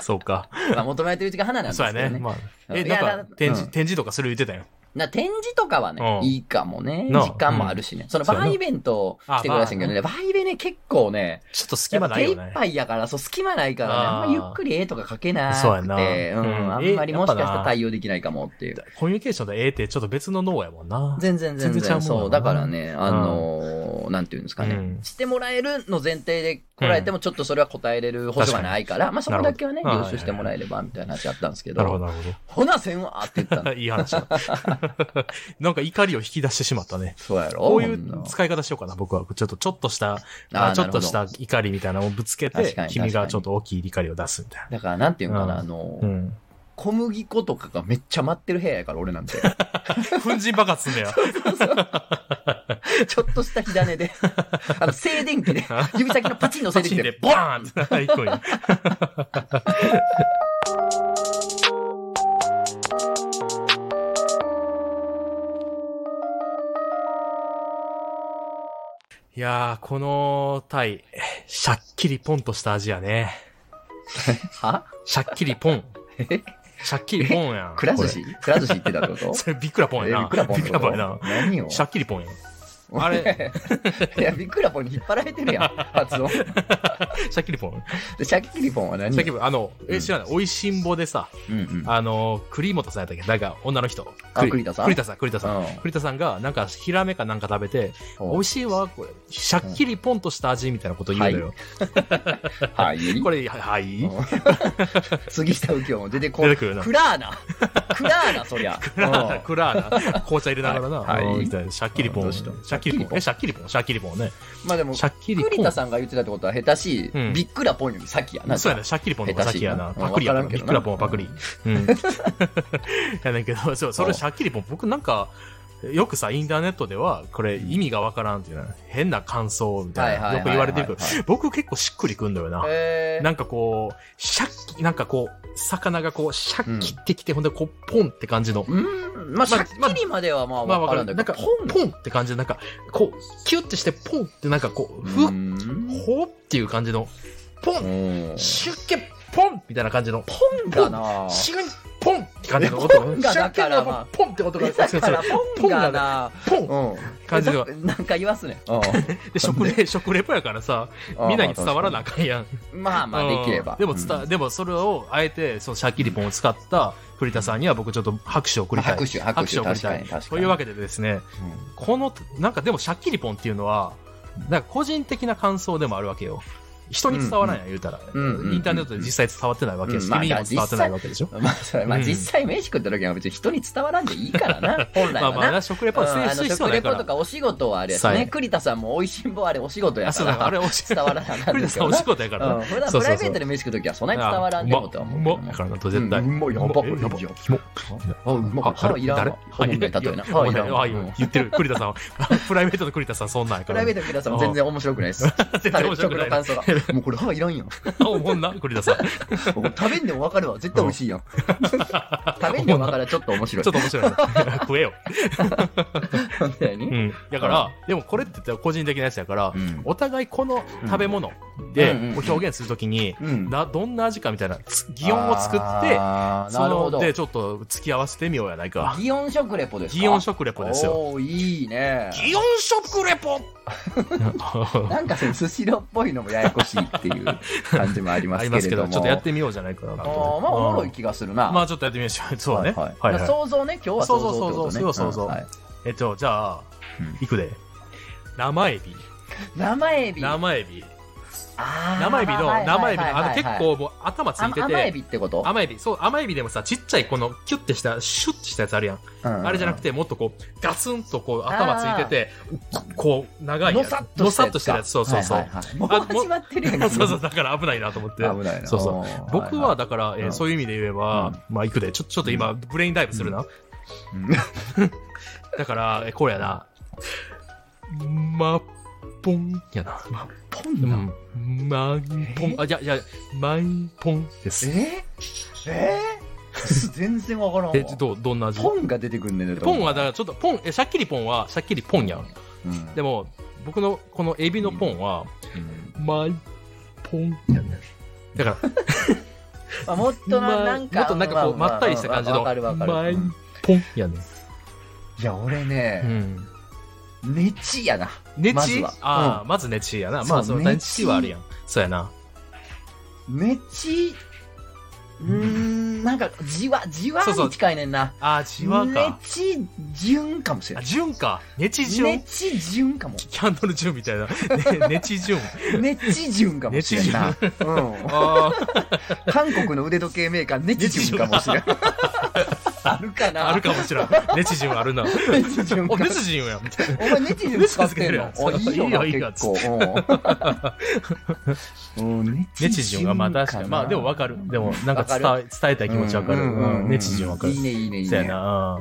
Speaker 2: そうか。
Speaker 1: まあ求められてるうちが花なんです
Speaker 2: そう
Speaker 1: け
Speaker 2: や
Speaker 1: どね。
Speaker 2: ね。まあ。
Speaker 1: う
Speaker 2: え、
Speaker 1: んいや
Speaker 2: なん
Speaker 1: だ
Speaker 2: か、展
Speaker 1: う
Speaker 2: 示、
Speaker 1: ん
Speaker 2: 展示とかする言ってたよ。
Speaker 1: な展示とかはね、
Speaker 2: うん
Speaker 1: いいかもね。
Speaker 2: なあ
Speaker 1: 時間もあるしね。その
Speaker 2: そうや
Speaker 1: バ
Speaker 2: な
Speaker 1: ーイベント来てくださいけどね、バーイベね、結構ね、
Speaker 2: ちょっと隙
Speaker 1: やっぱ
Speaker 2: 間な
Speaker 1: 手
Speaker 2: い
Speaker 1: 一
Speaker 2: よね。
Speaker 1: 杯やから、そう、隙間ないからね、あ
Speaker 2: あー
Speaker 1: んまゆっくり絵とか描けなくて、
Speaker 2: そうやな
Speaker 1: うん、
Speaker 2: うん
Speaker 1: あんまり
Speaker 2: え
Speaker 1: もしかした
Speaker 2: やっぱ
Speaker 1: ら
Speaker 2: な
Speaker 1: 対応できないかもっていう。
Speaker 2: コミュニケーションでええってちょっと別の脳やもんな。
Speaker 1: 全然全
Speaker 2: 全然ちゃう
Speaker 1: 然、
Speaker 2: もんな
Speaker 1: そう、だからね、あのーなんていうんですかね、
Speaker 2: うん
Speaker 1: してもらえるの前提で来られてもちょっとそれは答えれる補助がないから、まあそこだけはね、
Speaker 2: なるほど
Speaker 1: 領収してもらえればみたいな話あったんですけ
Speaker 2: なるほ
Speaker 1: ど、
Speaker 2: ど、なる
Speaker 1: ほなせんわって言った
Speaker 2: ほど。
Speaker 1: の。
Speaker 2: いい話だ。 なんか怒りを引き出してしまったね。
Speaker 1: そうやろ
Speaker 2: こうい
Speaker 1: ほんな
Speaker 2: う使い方しようかな、僕は。ちょっと、ちょっとした、
Speaker 1: あー
Speaker 2: ちょっとし
Speaker 1: な
Speaker 2: た
Speaker 1: るほ
Speaker 2: 怒りみたいなのをぶつけ
Speaker 1: 確
Speaker 2: て
Speaker 1: か、に
Speaker 2: 君
Speaker 1: 確か
Speaker 2: が
Speaker 1: に
Speaker 2: ちょっと大きい怒りを出すみたい
Speaker 1: だから、なんていうのかな、
Speaker 2: うん
Speaker 1: あの
Speaker 2: な。う、ん。
Speaker 1: 小麦粉とかがめっちゃ待ってる部屋やから、俺なん て。
Speaker 2: 粉塵爆発すんだよ。
Speaker 1: ちょっとした火種 で、あの、静電気で、指先のパチンの静
Speaker 2: パ
Speaker 1: 電
Speaker 2: チ
Speaker 1: 気
Speaker 2: ン
Speaker 1: で
Speaker 2: で、、ボーン って行くんや。いやー、このタイ、しゃっきりポンとした味やね。
Speaker 1: は
Speaker 2: しゃっきりポン。
Speaker 1: え
Speaker 2: しゃっきりポ ンやん。
Speaker 1: くら寿
Speaker 2: こ
Speaker 1: 司くら寿司行ってたってこと
Speaker 2: れ それびっくらポン
Speaker 1: え
Speaker 2: やな。
Speaker 1: ビクラポン
Speaker 2: び
Speaker 1: っ
Speaker 2: ってく
Speaker 1: こ
Speaker 2: ら
Speaker 1: と
Speaker 2: ポンやな。
Speaker 1: 何を
Speaker 2: しゃっきりポンや ん。あれ
Speaker 1: いや、ビクラポンに引っ張られてるやん、発 音。
Speaker 2: しゃっきりポン。
Speaker 1: でシャッキリポンは何
Speaker 2: しゃっきりポン。あの、
Speaker 1: う
Speaker 2: え、
Speaker 1: ん
Speaker 2: 知らない。おいしんぼでさ、
Speaker 1: うんうん。
Speaker 2: あの、栗本さんやったっけなんか、女の人。
Speaker 1: あ栗田さん
Speaker 2: 栗田さん、栗田さん。
Speaker 1: うん
Speaker 2: 栗田さんが、なんか、ヒラメかなんか食べて、美味しいわ、これ。しゃっきりポンとした味みたいなこと言うのよ。
Speaker 1: はい。
Speaker 2: これ、ははい、
Speaker 1: うん 杉下右京も出てこ
Speaker 2: 出てくるな
Speaker 1: クラーナ。クラーナ、そりゃ。
Speaker 2: クラーナ、クラーナ、紅茶入れながらな、
Speaker 1: はいはい
Speaker 2: うんみたいな、しゃっきりポ
Speaker 1: ど
Speaker 2: ン、
Speaker 1: う
Speaker 2: し
Speaker 1: した
Speaker 2: ゃっきりポン、え、しゃっきりポン、しゃっきりポンね。
Speaker 1: うんまあでも
Speaker 2: し、ゃっきりポ
Speaker 1: 栗
Speaker 2: ン
Speaker 1: 田。さんが言ってたってことは下手しい、
Speaker 2: うん
Speaker 1: ビックラポンより先やな。
Speaker 2: そうやな、シャッキリポンの
Speaker 1: 下手
Speaker 2: 先
Speaker 1: しい
Speaker 2: や
Speaker 1: な
Speaker 2: な。
Speaker 1: うん
Speaker 2: パクリやな。
Speaker 1: わからんけ
Speaker 2: ビ
Speaker 1: どな
Speaker 2: ックラポンはパクリ。うん。 やねんけど、そう、それシャッキリポン、僕なんか、よくさ、インターネットでは、これ意味がわからんっていうな、変な感想みたい
Speaker 1: は
Speaker 2: な、
Speaker 1: いはいはいはい
Speaker 2: よく言われてるけど、僕結構しっくりくんだよな。
Speaker 1: えー
Speaker 2: なんかこう、シャッキ、なんかこう、魚がこう、シャッキってきて、ほんでこう、ポンって感じの。
Speaker 1: うん、まあ、シャッキリまではまあ
Speaker 2: まあ
Speaker 1: わ
Speaker 2: わか
Speaker 1: から
Speaker 2: る。
Speaker 1: ん
Speaker 2: な
Speaker 1: だ
Speaker 2: ん
Speaker 1: け
Speaker 2: か、
Speaker 1: ど、
Speaker 2: ポンって感じで、なんか、こう、キュッてして、ポンってなんかこう、ふわっ、
Speaker 1: ン
Speaker 2: ほーっていう感じの、ポン
Speaker 1: うん
Speaker 2: シュッケポンみたいな感じの、ポン
Speaker 1: だな
Speaker 2: シュンポンって感じの音
Speaker 1: ポンがだからまあ
Speaker 2: ポンって音が、
Speaker 1: だからポンがな
Speaker 2: ポン
Speaker 1: うん
Speaker 2: 感じでは
Speaker 1: なんか言わす ね。うん
Speaker 2: で、食レ、食レポやからさ、みんなに伝わらなあかんやん。
Speaker 1: まあまあ、
Speaker 2: う
Speaker 1: で
Speaker 2: ん
Speaker 1: きれば。
Speaker 2: でも伝、でもそれを、あえて、そのシャキリポンを使った栗田さんには僕ちょっと拍手を送りたい。
Speaker 1: 拍手、拍手、
Speaker 2: を送り
Speaker 1: 確
Speaker 2: た
Speaker 1: か
Speaker 2: い
Speaker 1: に、。確か
Speaker 2: と
Speaker 1: に。
Speaker 2: いうわけでですね、この、なんかでもシャッキリポンっていうのは、なんか個人的な感想でもあるわけよ。人に伝わらんやん、言うたら。
Speaker 1: うんうんうん
Speaker 2: インターネットで実際伝わってないわけやし、
Speaker 1: うんまあ
Speaker 2: 君にも伝わってないわけでしょ。
Speaker 1: まあ、それ、まあ、
Speaker 2: うん
Speaker 1: 実際、飯食った時は別に人に伝わらんでいいからな、本来
Speaker 2: ま
Speaker 1: は
Speaker 2: あまあ
Speaker 1: な。
Speaker 2: な、食レポ
Speaker 1: うん
Speaker 2: は制
Speaker 1: あの
Speaker 2: 止しては
Speaker 1: 食
Speaker 2: ない
Speaker 1: レ
Speaker 2: か
Speaker 1: ポ
Speaker 2: ら
Speaker 1: と。かお仕事はあれやし
Speaker 2: は
Speaker 1: ね、
Speaker 2: い
Speaker 1: 栗田さんもおいしんぼあれお仕事や
Speaker 2: あ、
Speaker 1: か
Speaker 2: そうだ、あれ
Speaker 1: ら、
Speaker 2: おし
Speaker 1: 伝わらなあかん で
Speaker 2: 栗田
Speaker 1: す
Speaker 2: さん
Speaker 1: よ
Speaker 2: お
Speaker 1: な。
Speaker 2: 仕事やか
Speaker 1: う
Speaker 2: ら
Speaker 1: ん、。普段
Speaker 2: そう
Speaker 1: プ
Speaker 2: そうそ
Speaker 1: ラ
Speaker 2: う
Speaker 1: イベートで飯食う時はそんなに伝わらんでもとは思う
Speaker 2: う
Speaker 1: けど
Speaker 2: まっ
Speaker 1: な
Speaker 2: だからなと絶対。
Speaker 1: うんうまいやば
Speaker 2: えやば
Speaker 1: いやあ、
Speaker 2: キモ
Speaker 1: うま
Speaker 2: あ
Speaker 1: い。腹いらんわ。
Speaker 2: は
Speaker 1: おもんない
Speaker 2: い
Speaker 1: 例えな。
Speaker 2: あいや
Speaker 1: わ
Speaker 2: あいや言ってる。栗田さんは。プライベートの栗田さんそんなんや
Speaker 1: プ
Speaker 2: か
Speaker 1: ラ
Speaker 2: ら。
Speaker 1: イベートの皆さんも全然面白くないです。
Speaker 2: 全然面白くないな。
Speaker 1: 食の感想が。もうこれ歯いらんやん。
Speaker 2: おもんな、栗田さん。ち
Speaker 1: もう食べんでも分かるわ。絶対美味しい やん。食べんでも分かるわ。ちょっと面白
Speaker 2: ょ
Speaker 1: い
Speaker 2: っ。と面白いな。食えよ。
Speaker 1: 本当や
Speaker 2: う
Speaker 1: に
Speaker 2: ん。だから、でもこれって言ったら個人的なやつやから
Speaker 1: う、ん。
Speaker 2: お互いこの食べ物で
Speaker 1: うん
Speaker 2: こう表現するときに、
Speaker 1: うん。
Speaker 2: な、どんな味かみたいな、つ擬音を作って、
Speaker 1: あー
Speaker 2: そ
Speaker 1: なるほ
Speaker 2: の
Speaker 1: ど。
Speaker 2: でちょっと付き合わせてみようやないか。
Speaker 1: 擬音食レポですか
Speaker 2: 擬音食レポですよ。
Speaker 1: おー、いいね。
Speaker 2: 祇園食レ ポ
Speaker 1: なんかそのスシローっぽいのもややこしいっていう感じもありま
Speaker 2: あり
Speaker 1: す
Speaker 2: ま
Speaker 1: け
Speaker 2: す
Speaker 1: れ
Speaker 2: け
Speaker 1: ど
Speaker 2: ど、
Speaker 1: も。
Speaker 2: ちょっとやってみようじゃないかなと
Speaker 1: あーまあ、おもろい気がする
Speaker 2: う
Speaker 1: な。
Speaker 2: んまあ、ちょっとやってみましょう。 そう
Speaker 1: は
Speaker 2: ね。
Speaker 1: い
Speaker 2: は
Speaker 1: はいい
Speaker 2: はい
Speaker 1: 想像ね、今日は想像ってことね。
Speaker 2: そうそうそうそう
Speaker 1: うんはい
Speaker 2: えっと、じゃあ
Speaker 1: うん、
Speaker 2: いくで。生エビ。
Speaker 1: 生エビ。
Speaker 2: 生エビ。
Speaker 1: あー
Speaker 2: 生エビの、
Speaker 1: はいはい
Speaker 2: 生
Speaker 1: はい
Speaker 2: エビの、あの、結構もう頭ついて
Speaker 1: あ甘エ
Speaker 2: て、
Speaker 1: ビってこと
Speaker 2: 甘エビ、そう、甘エビでもさ、ちっちゃいこの、キュッてした、シュッてしたやつあるやん。あれじゃなく
Speaker 1: て
Speaker 2: て、もっとこう、ガツンとこう、頭ついてて、こう、長いや
Speaker 1: の
Speaker 2: つ
Speaker 1: さっとした
Speaker 2: のさっとしてるやつ。そうそうそ。
Speaker 1: はいうはいはいもう
Speaker 2: あもう
Speaker 1: 始まってるやん
Speaker 2: そうそう、だから危ないなと思って。
Speaker 1: 危ないな
Speaker 2: そうそう
Speaker 1: おー
Speaker 2: 僕
Speaker 1: い
Speaker 2: はいだから、えー
Speaker 1: うん
Speaker 2: そういう意味で言えば、まあいくでちょちょっと今ブレインダイブするな、
Speaker 1: うん
Speaker 2: だからえこれやなまっぽんやな
Speaker 1: ポン
Speaker 2: う
Speaker 1: なん
Speaker 2: まんぽんあいやいやまんぽんです
Speaker 1: えーえーす全然わからんわ
Speaker 2: えどうどんな味
Speaker 1: ポンが出てくんねん
Speaker 2: ポンはだからちょっとポンえシャッキリポンはシャッキリポンやん
Speaker 1: うん
Speaker 2: でも僕のこのエビのポンは、まんぽんやねだから
Speaker 1: まあもっとな
Speaker 2: ま
Speaker 1: なんか
Speaker 2: もっとなんかこう
Speaker 1: まあ
Speaker 2: まったりした感じの
Speaker 1: わかるわかる
Speaker 2: ま
Speaker 1: うんん
Speaker 2: ぽんやね
Speaker 1: いや俺
Speaker 2: う
Speaker 1: ね
Speaker 2: ん
Speaker 1: ネチやな
Speaker 2: ネ
Speaker 1: ま
Speaker 2: チ
Speaker 1: ずは
Speaker 2: ああ、まずネチやな。
Speaker 1: そう
Speaker 2: まあ、その
Speaker 1: ネチ
Speaker 2: ネチはあるやん。そうやな。
Speaker 1: ネチうーん、なんか、じわ、じわ
Speaker 2: そうそう
Speaker 1: に近いねんな。
Speaker 2: あ、じわ
Speaker 1: ね
Speaker 2: か。
Speaker 1: ちじゅんかもしれ
Speaker 2: あ、
Speaker 1: ない。
Speaker 2: じゅんか。ねちじゅん
Speaker 1: ね。ちじゅんかも。
Speaker 2: キャンドルじゅんみたいな。 ねねちじゅん。
Speaker 1: ねちじゅんかもしれんな。うん。
Speaker 2: あ
Speaker 1: 韓国の腕時計メーカー、ねちじゅんかもしれん。あるか
Speaker 2: あ、
Speaker 1: な
Speaker 2: あるかもしれん。ねちじゅんあるな。
Speaker 1: ねちじゅん
Speaker 2: お、
Speaker 1: か
Speaker 2: ねちじゅんや。みたいな
Speaker 1: お前ネチジュン使ってん の
Speaker 2: ネチジュン使ってるやん
Speaker 1: あいいよな、結
Speaker 2: そう
Speaker 1: 構。うんうん
Speaker 2: ねちじゅんはまあ確かに。まあでもわかる。でもなんか伝
Speaker 1: わ
Speaker 2: え伝えたい気持ちわかる。
Speaker 1: うんうんうん
Speaker 2: うんねちじゅんわかる
Speaker 1: いい。ね、いいね、いい
Speaker 2: そうや
Speaker 1: ね。
Speaker 2: な。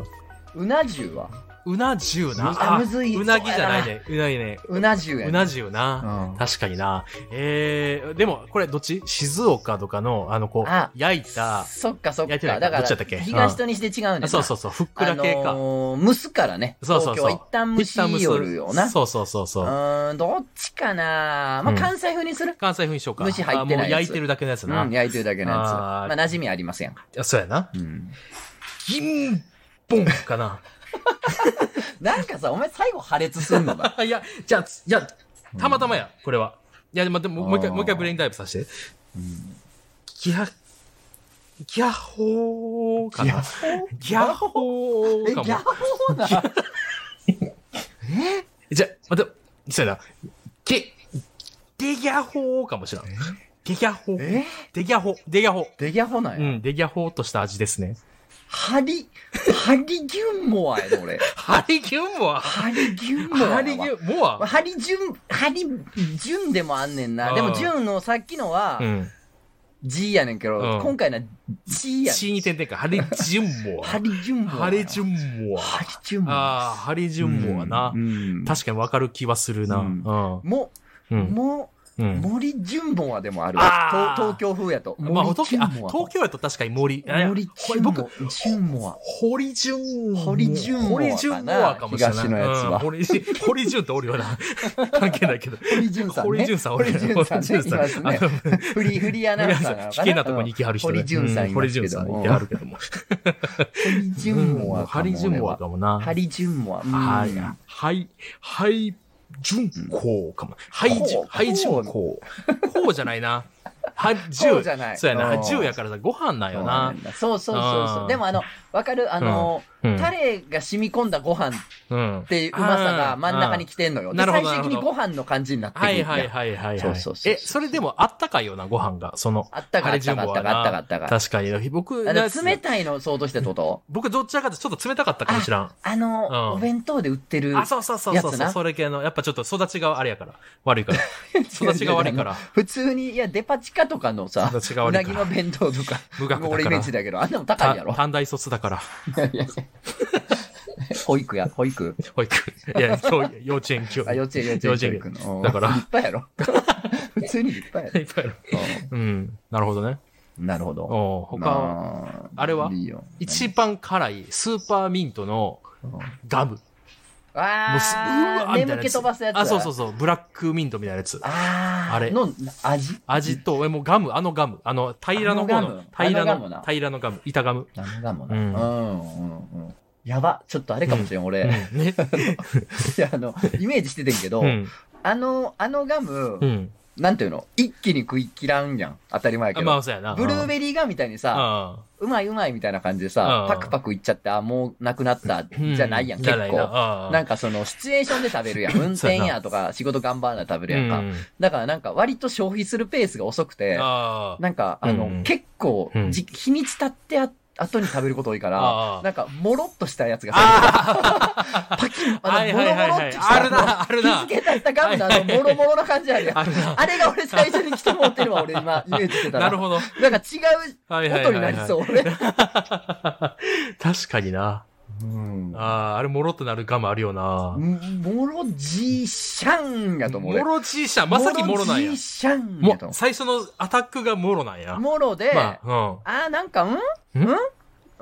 Speaker 2: うん
Speaker 1: うな重は
Speaker 2: うな重な。
Speaker 1: あ
Speaker 2: あ
Speaker 1: むずいう
Speaker 2: なぎじゃないね。うなぎね。
Speaker 1: うな重やね
Speaker 2: うな重な。
Speaker 1: うん
Speaker 2: 確かにな。えー、でも、これどっち静岡とかの、あの、こ
Speaker 1: あ
Speaker 2: う、焼いた、あ
Speaker 1: そっかそっ
Speaker 2: や
Speaker 1: か。
Speaker 2: ってない
Speaker 1: だか
Speaker 2: かどっちやった
Speaker 1: ら
Speaker 2: っけ、
Speaker 1: 東と西で違うんです
Speaker 2: そうそうそう、ふっくら系
Speaker 1: あ
Speaker 2: か。
Speaker 1: のー蒸すからね。
Speaker 2: そうそ
Speaker 1: 東
Speaker 2: う
Speaker 1: 京
Speaker 2: そう。
Speaker 1: は一旦蒸しよるよな。
Speaker 2: そうそうそうそうう。
Speaker 1: ーん、どっちかなまあ
Speaker 2: うん
Speaker 1: 関西風にする
Speaker 2: 関西風にしようか。
Speaker 1: 蒸し入ってないやつ
Speaker 2: あもう焼いてるだけのやつな。
Speaker 1: うん、
Speaker 2: い
Speaker 1: 焼いてるだけのやつ。
Speaker 2: あー
Speaker 1: まあ馴染みありません。
Speaker 2: やそうやな。
Speaker 1: うん。
Speaker 2: 銀本かな。
Speaker 1: なんかさ、お前最後破裂すんのだ。
Speaker 2: いや、じゃあ、いや、たまたまや、これは。いや、でも、でももう一回、
Speaker 1: あー
Speaker 2: もう一回ブレインダイブさせて。ギャ、ギャホーかな。ギャホ
Speaker 1: え、
Speaker 2: ー
Speaker 1: ギ
Speaker 2: か
Speaker 1: ャ
Speaker 2: も。
Speaker 1: ホーな。え
Speaker 2: じゃあ、待って、そうやな。ゲ、デギャホーかもしれん。デギャホー。
Speaker 1: え
Speaker 2: デギャホー。デギャホー。
Speaker 1: デギャホなん
Speaker 2: う
Speaker 1: や。
Speaker 2: ん、デギャホーっとした味ですね。
Speaker 1: ハリ、ハリギュンモアやで、俺。
Speaker 2: ハリギュンモア。
Speaker 1: ハリギュンモアやわ。
Speaker 2: ハリギュンモア。
Speaker 1: ハリジュン、ハリジュンでもあんねん
Speaker 2: あ
Speaker 1: な。
Speaker 2: ー
Speaker 1: でもジュンのさっきのは
Speaker 2: う、ん。
Speaker 1: G やねんけど、
Speaker 2: うん
Speaker 1: 今回のは G やね
Speaker 2: 死に点々か。ハリジュンモ
Speaker 1: ん。
Speaker 2: ア。
Speaker 1: ハリジュンモア。
Speaker 2: ハリジ
Speaker 1: ュン
Speaker 2: ュンモア。
Speaker 1: ハリジュンモア。
Speaker 2: ああ、ハリジュンモアな
Speaker 1: う。ん。
Speaker 2: 確かにわかる気はするな。
Speaker 1: う
Speaker 2: うんん。
Speaker 1: も、
Speaker 2: うん。
Speaker 1: も、
Speaker 2: うん
Speaker 1: 森ジュンモアでもある
Speaker 2: あ
Speaker 1: わ。
Speaker 2: ー
Speaker 1: と東京風やと。
Speaker 2: まあ、
Speaker 1: 森
Speaker 2: 東
Speaker 1: ジュ
Speaker 2: 京、あ
Speaker 1: ンモア。
Speaker 2: 東京やと確かに森。あいや
Speaker 1: 森
Speaker 2: こ
Speaker 1: ジ
Speaker 2: れ
Speaker 1: ュンモ
Speaker 2: 僕、
Speaker 1: ア。ジュンモア。
Speaker 2: 堀潤
Speaker 1: 堀潤
Speaker 2: モア。堀潤モアかもしれない。
Speaker 1: 東のやつは
Speaker 2: うん堀潤堀潤っておるよな。関係ないけど。
Speaker 1: 堀潤さんね。
Speaker 2: 堀潤さんおる
Speaker 1: 堀
Speaker 2: よね
Speaker 1: 潤さんね。いますね
Speaker 2: あ。の
Speaker 1: フリー、フリーアナウンサーなのかな。
Speaker 2: 危険なとこに行きはる人ね
Speaker 1: 堀潤さん
Speaker 2: う
Speaker 1: いま
Speaker 2: 堀
Speaker 1: すけど
Speaker 2: 潤さん
Speaker 1: も。
Speaker 2: いてはるけども。
Speaker 1: 堀潤もは。
Speaker 2: ハリジュンモアかもな。
Speaker 1: ハリ潤もは。うん
Speaker 2: はい。はい。はい。順光かも。はいじゅ
Speaker 1: こう
Speaker 2: はい順光。こうじゃないな。は、
Speaker 1: こ
Speaker 2: 十
Speaker 1: うじゃない
Speaker 2: そうや
Speaker 1: う
Speaker 2: な。
Speaker 1: ん
Speaker 2: 十やからさ、ご飯なんよな。
Speaker 1: そうそうそうそうう。
Speaker 2: ん
Speaker 1: でもあの、わかるあの、
Speaker 2: うん
Speaker 1: タレが染み込んだご飯っ
Speaker 2: うん。
Speaker 1: ていううまさが真ん中に来てんのよ。
Speaker 2: うん
Speaker 1: で、
Speaker 2: なるほ
Speaker 1: 最
Speaker 2: ど
Speaker 1: 終的に
Speaker 2: なる
Speaker 1: ご
Speaker 2: ほ
Speaker 1: 飯の感じになってく
Speaker 2: は
Speaker 1: る
Speaker 2: い
Speaker 1: やん。
Speaker 2: はいはいはいはい。
Speaker 1: そうそうそう
Speaker 2: え、それでもあったかいよな、ご飯が。その、
Speaker 1: あったかいあったかいあったかいあったかいあったかい
Speaker 2: 確かに。僕、
Speaker 1: あ
Speaker 2: な
Speaker 1: の冷たいの想像してってこと
Speaker 2: 僕どっちらかというとちょっと冷たかったかもしらん。
Speaker 1: あの、
Speaker 2: うん
Speaker 1: お弁当で売ってる。
Speaker 2: あ、そうそうそうそ
Speaker 1: や
Speaker 2: う
Speaker 1: つ
Speaker 2: そ
Speaker 1: な
Speaker 2: う。それ系の、やっぱちょっと育ちがあれやから。悪いから。育ちが悪いから
Speaker 1: 普通に、いや、デパ地下とかのさ、
Speaker 2: 育ちが
Speaker 1: う
Speaker 2: 悪
Speaker 1: ないぎ
Speaker 2: か
Speaker 1: の
Speaker 2: ら。
Speaker 1: 弁当とか、
Speaker 2: 無学だから
Speaker 1: 俺イメージだけど、あんなも高いやろ
Speaker 2: た。短大卒だから。
Speaker 1: いやいや保育や、保育。
Speaker 2: 保育。いや、教育幼稚園教育。
Speaker 1: あ、幼稚園、幼稚園。
Speaker 2: 幼稚園
Speaker 1: 保育のうん
Speaker 2: だから
Speaker 1: 立派やろ。普通に立派や
Speaker 2: いっぱいある。
Speaker 1: ろ。
Speaker 2: うん。なるほどね。
Speaker 1: うんなるほど。
Speaker 2: おう他は、
Speaker 1: 他
Speaker 2: あれはい
Speaker 1: いよ
Speaker 2: 一番辛いスーパーミントの
Speaker 1: うん
Speaker 2: ガム。もうすう
Speaker 1: あ
Speaker 2: わ
Speaker 1: あ、
Speaker 2: ーみたいな
Speaker 1: 眠
Speaker 2: やつ
Speaker 1: 気飛ばすやつ。
Speaker 2: あ、そうそうそう。ブラックミントみたいなやつ。
Speaker 1: あー
Speaker 2: あれ
Speaker 1: の味
Speaker 2: 味と、え、もうガム、あのガム。あの、平らの方
Speaker 1: あのガ
Speaker 2: の
Speaker 1: ム、
Speaker 2: 平
Speaker 1: あの
Speaker 2: ら
Speaker 1: ガムな
Speaker 2: の、平らのガム。板ガム。
Speaker 1: なんかもな。う
Speaker 2: うんん
Speaker 1: うんうん。やば。ちょっとあれかもしれん、
Speaker 2: うん
Speaker 1: 俺。
Speaker 2: ね。
Speaker 1: い や、あの、イメージしててんけど
Speaker 2: う、ん。
Speaker 1: あの、あのガム
Speaker 2: う、ん。
Speaker 1: なんていうの一気に食い切らんやん。当たり前やけ
Speaker 2: ま
Speaker 1: ど
Speaker 2: あ、。そうやな。
Speaker 1: ブルーベリーがみたいにさ、
Speaker 2: あ
Speaker 1: うまいうまいみたいな感じでさ
Speaker 2: う、ん
Speaker 1: パクパクいっちゃって、あ、もうなくなった、
Speaker 2: うん
Speaker 1: じゃないやん、
Speaker 2: じ
Speaker 1: 結
Speaker 2: ゃないな
Speaker 1: 構。
Speaker 2: あ
Speaker 1: なんんかその、シチュエーションで食べ るやん。運転やとか、仕事頑張らな食べるやんか。
Speaker 2: うん
Speaker 1: だからなんか、割と消費するペースが遅くて、
Speaker 2: ああ。
Speaker 1: なんか、あの、
Speaker 2: うん
Speaker 1: 結構、
Speaker 2: うん
Speaker 1: じ日にち経ってあ後に食べること多いから
Speaker 2: あ、ー
Speaker 1: なんか、もろっとしたやつがさ、
Speaker 2: あ
Speaker 1: パキッ、
Speaker 2: あ
Speaker 1: あ
Speaker 2: は
Speaker 1: の、
Speaker 2: い
Speaker 1: も
Speaker 2: はい
Speaker 1: ろも
Speaker 2: はい
Speaker 1: ろっ
Speaker 2: は
Speaker 1: て
Speaker 2: い。
Speaker 1: き
Speaker 2: ある
Speaker 1: た。
Speaker 2: な、ある
Speaker 1: 日
Speaker 2: な。
Speaker 1: 付経ったガムのあの、もろもろの感じあるやん。
Speaker 2: あるな。
Speaker 1: あれが俺最初に来てもってるわ、俺今、イメージしてたら。
Speaker 2: なるほど。
Speaker 1: なんか違
Speaker 2: はいうはいはいはい。
Speaker 1: 音になりそう、俺。
Speaker 2: 確かにな。
Speaker 1: うん
Speaker 2: ああ、あれ、もろっとなるガムあるよな。
Speaker 1: もろじシャンやと思う
Speaker 2: も
Speaker 1: 俺。
Speaker 2: ろじいしゃ、まさにもろなんや
Speaker 1: じ。シャン
Speaker 2: も
Speaker 1: やと思
Speaker 2: 最初のアタックがもろなんや。
Speaker 1: う。もろで、
Speaker 2: ま
Speaker 1: あ
Speaker 2: あ、
Speaker 1: ー、
Speaker 2: うん。
Speaker 1: なんか、んん
Speaker 2: ん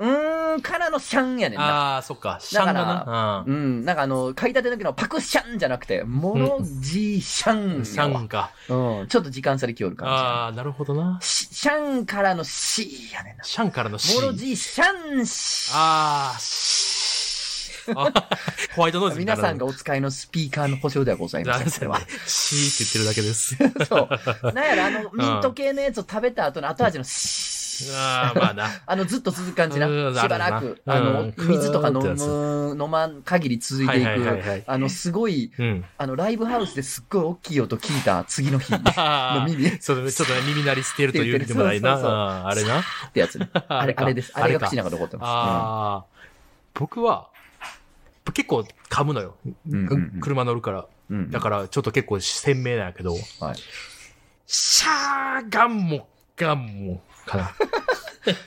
Speaker 1: うーん、からのシャンやねんな。
Speaker 2: ああ、そっか。シャンが
Speaker 1: だ
Speaker 2: な。う
Speaker 1: うん、なんかあの、買い立ての時のパクシャンじゃなくて、もろじシャン
Speaker 2: ん。シャ
Speaker 1: やわ
Speaker 2: ンか。
Speaker 1: うん、ちょっと時間差で来よる感じやな。
Speaker 2: ああ、なるほどな。
Speaker 1: しシャンからのシーやねんな。
Speaker 2: シャンからの C
Speaker 1: もろじシャンシ
Speaker 2: ああ、シあホワイトノイズみた
Speaker 1: 皆
Speaker 2: いな。
Speaker 1: さんがお使いのスピーカーの故障ではございません。それは。
Speaker 2: シーって言ってるだけです。
Speaker 1: そう。なんやろ、あの、ミント系のやつを食べた後の後味のシー。
Speaker 2: あーまあな。
Speaker 1: あの、ずっと続く感じな。
Speaker 2: うん
Speaker 1: しばらく、
Speaker 2: あ
Speaker 1: あ
Speaker 2: るな
Speaker 1: の、
Speaker 2: うん
Speaker 1: 水とか飲
Speaker 2: くーって
Speaker 1: む、飲まん限り続い
Speaker 2: は
Speaker 1: てい
Speaker 2: いはいはい
Speaker 1: く。
Speaker 2: はい。
Speaker 1: あの、すごい、
Speaker 2: うん。
Speaker 1: あの、ライブハウスですっごい大きい音聞いた次の日 の
Speaker 2: あー
Speaker 1: 耳っ
Speaker 2: それちょっとね耳鳴りしてるという意味でもないな。
Speaker 1: そうそうそう
Speaker 2: あーあれな。
Speaker 1: てやつね。あれ、
Speaker 2: か
Speaker 1: あれです。あれが
Speaker 2: か
Speaker 1: 口の中残ってま
Speaker 2: ああ、僕は、結構噛むのよ。
Speaker 1: すうん。うん
Speaker 2: 車乗るから。
Speaker 1: うんうん
Speaker 2: だから、ちょっと結構鮮明なんやけど、
Speaker 1: はい
Speaker 2: シャーガンモガンモかな。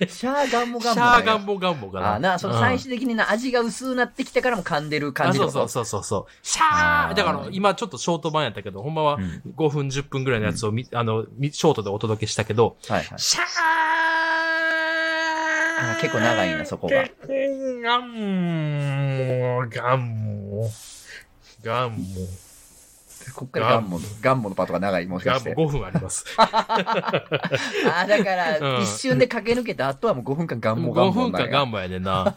Speaker 1: シャーガンモ
Speaker 2: シ
Speaker 1: ガンモなんや。
Speaker 2: ャーガンモガンモかな。
Speaker 1: あーな、その
Speaker 2: うん
Speaker 1: 最終的にな、味が薄くなってきてからも噛んでる感
Speaker 2: あ
Speaker 1: じ
Speaker 2: そ
Speaker 1: と
Speaker 2: うそう
Speaker 1: か。
Speaker 2: そうそうそう。シャ
Speaker 1: あ
Speaker 2: ー
Speaker 1: ー
Speaker 2: だから今ちょっとショート版やったけど、ほんまは
Speaker 1: うん
Speaker 2: 5分10分ぐらいのやつをみ、あの、みショートでお届けしたけど、
Speaker 1: はいはい。
Speaker 2: シャー
Speaker 1: あ結構長いなそこが。
Speaker 2: ガンモガンモガンモ
Speaker 1: こっからガンモの、ガンモのパートが長い、もしか
Speaker 2: ガ
Speaker 1: して
Speaker 2: ン。モ5分あります。
Speaker 1: ああ、だか
Speaker 2: う
Speaker 1: ら、
Speaker 2: ん
Speaker 1: 一瞬で駆け抜けた後はもう5分間ガンモガン
Speaker 2: 5
Speaker 1: モ
Speaker 2: 分
Speaker 1: なん
Speaker 2: 間
Speaker 1: や
Speaker 2: ガンモやねんな。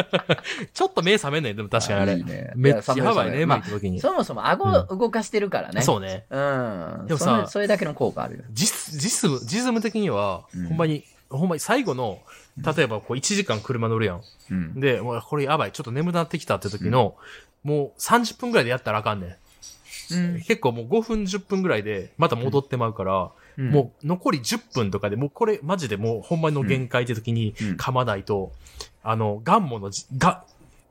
Speaker 2: ちょっと目覚めんねん、でも確かにあれ。
Speaker 1: いいね
Speaker 2: めっちゃ
Speaker 1: いや
Speaker 2: やばい
Speaker 1: 寒
Speaker 2: ね、ま
Speaker 1: い
Speaker 2: あ、時に。
Speaker 1: そもそも顎を動かしてるからね。
Speaker 2: そうね。
Speaker 1: うん。
Speaker 2: でもさ
Speaker 1: そのそれだけの効果あるよ。
Speaker 2: ジス、ジスム、ジズム的には、
Speaker 1: うん
Speaker 2: ほんまに、ほんまに最後の、例えばこう1時間車乗るやん。
Speaker 1: うん。
Speaker 2: で、もうこれやばい、ちょっと眠くなってきたって時の、もう30分ぐらいでやったらあかんねん。結構もう5分、10分ぐらいで、また戻ってまうから、
Speaker 1: うん
Speaker 2: もう残り10分とかでもうこれマジでもうほんまの限界って時に
Speaker 1: うん
Speaker 2: 噛まないと、あの、ガンモのじ、が、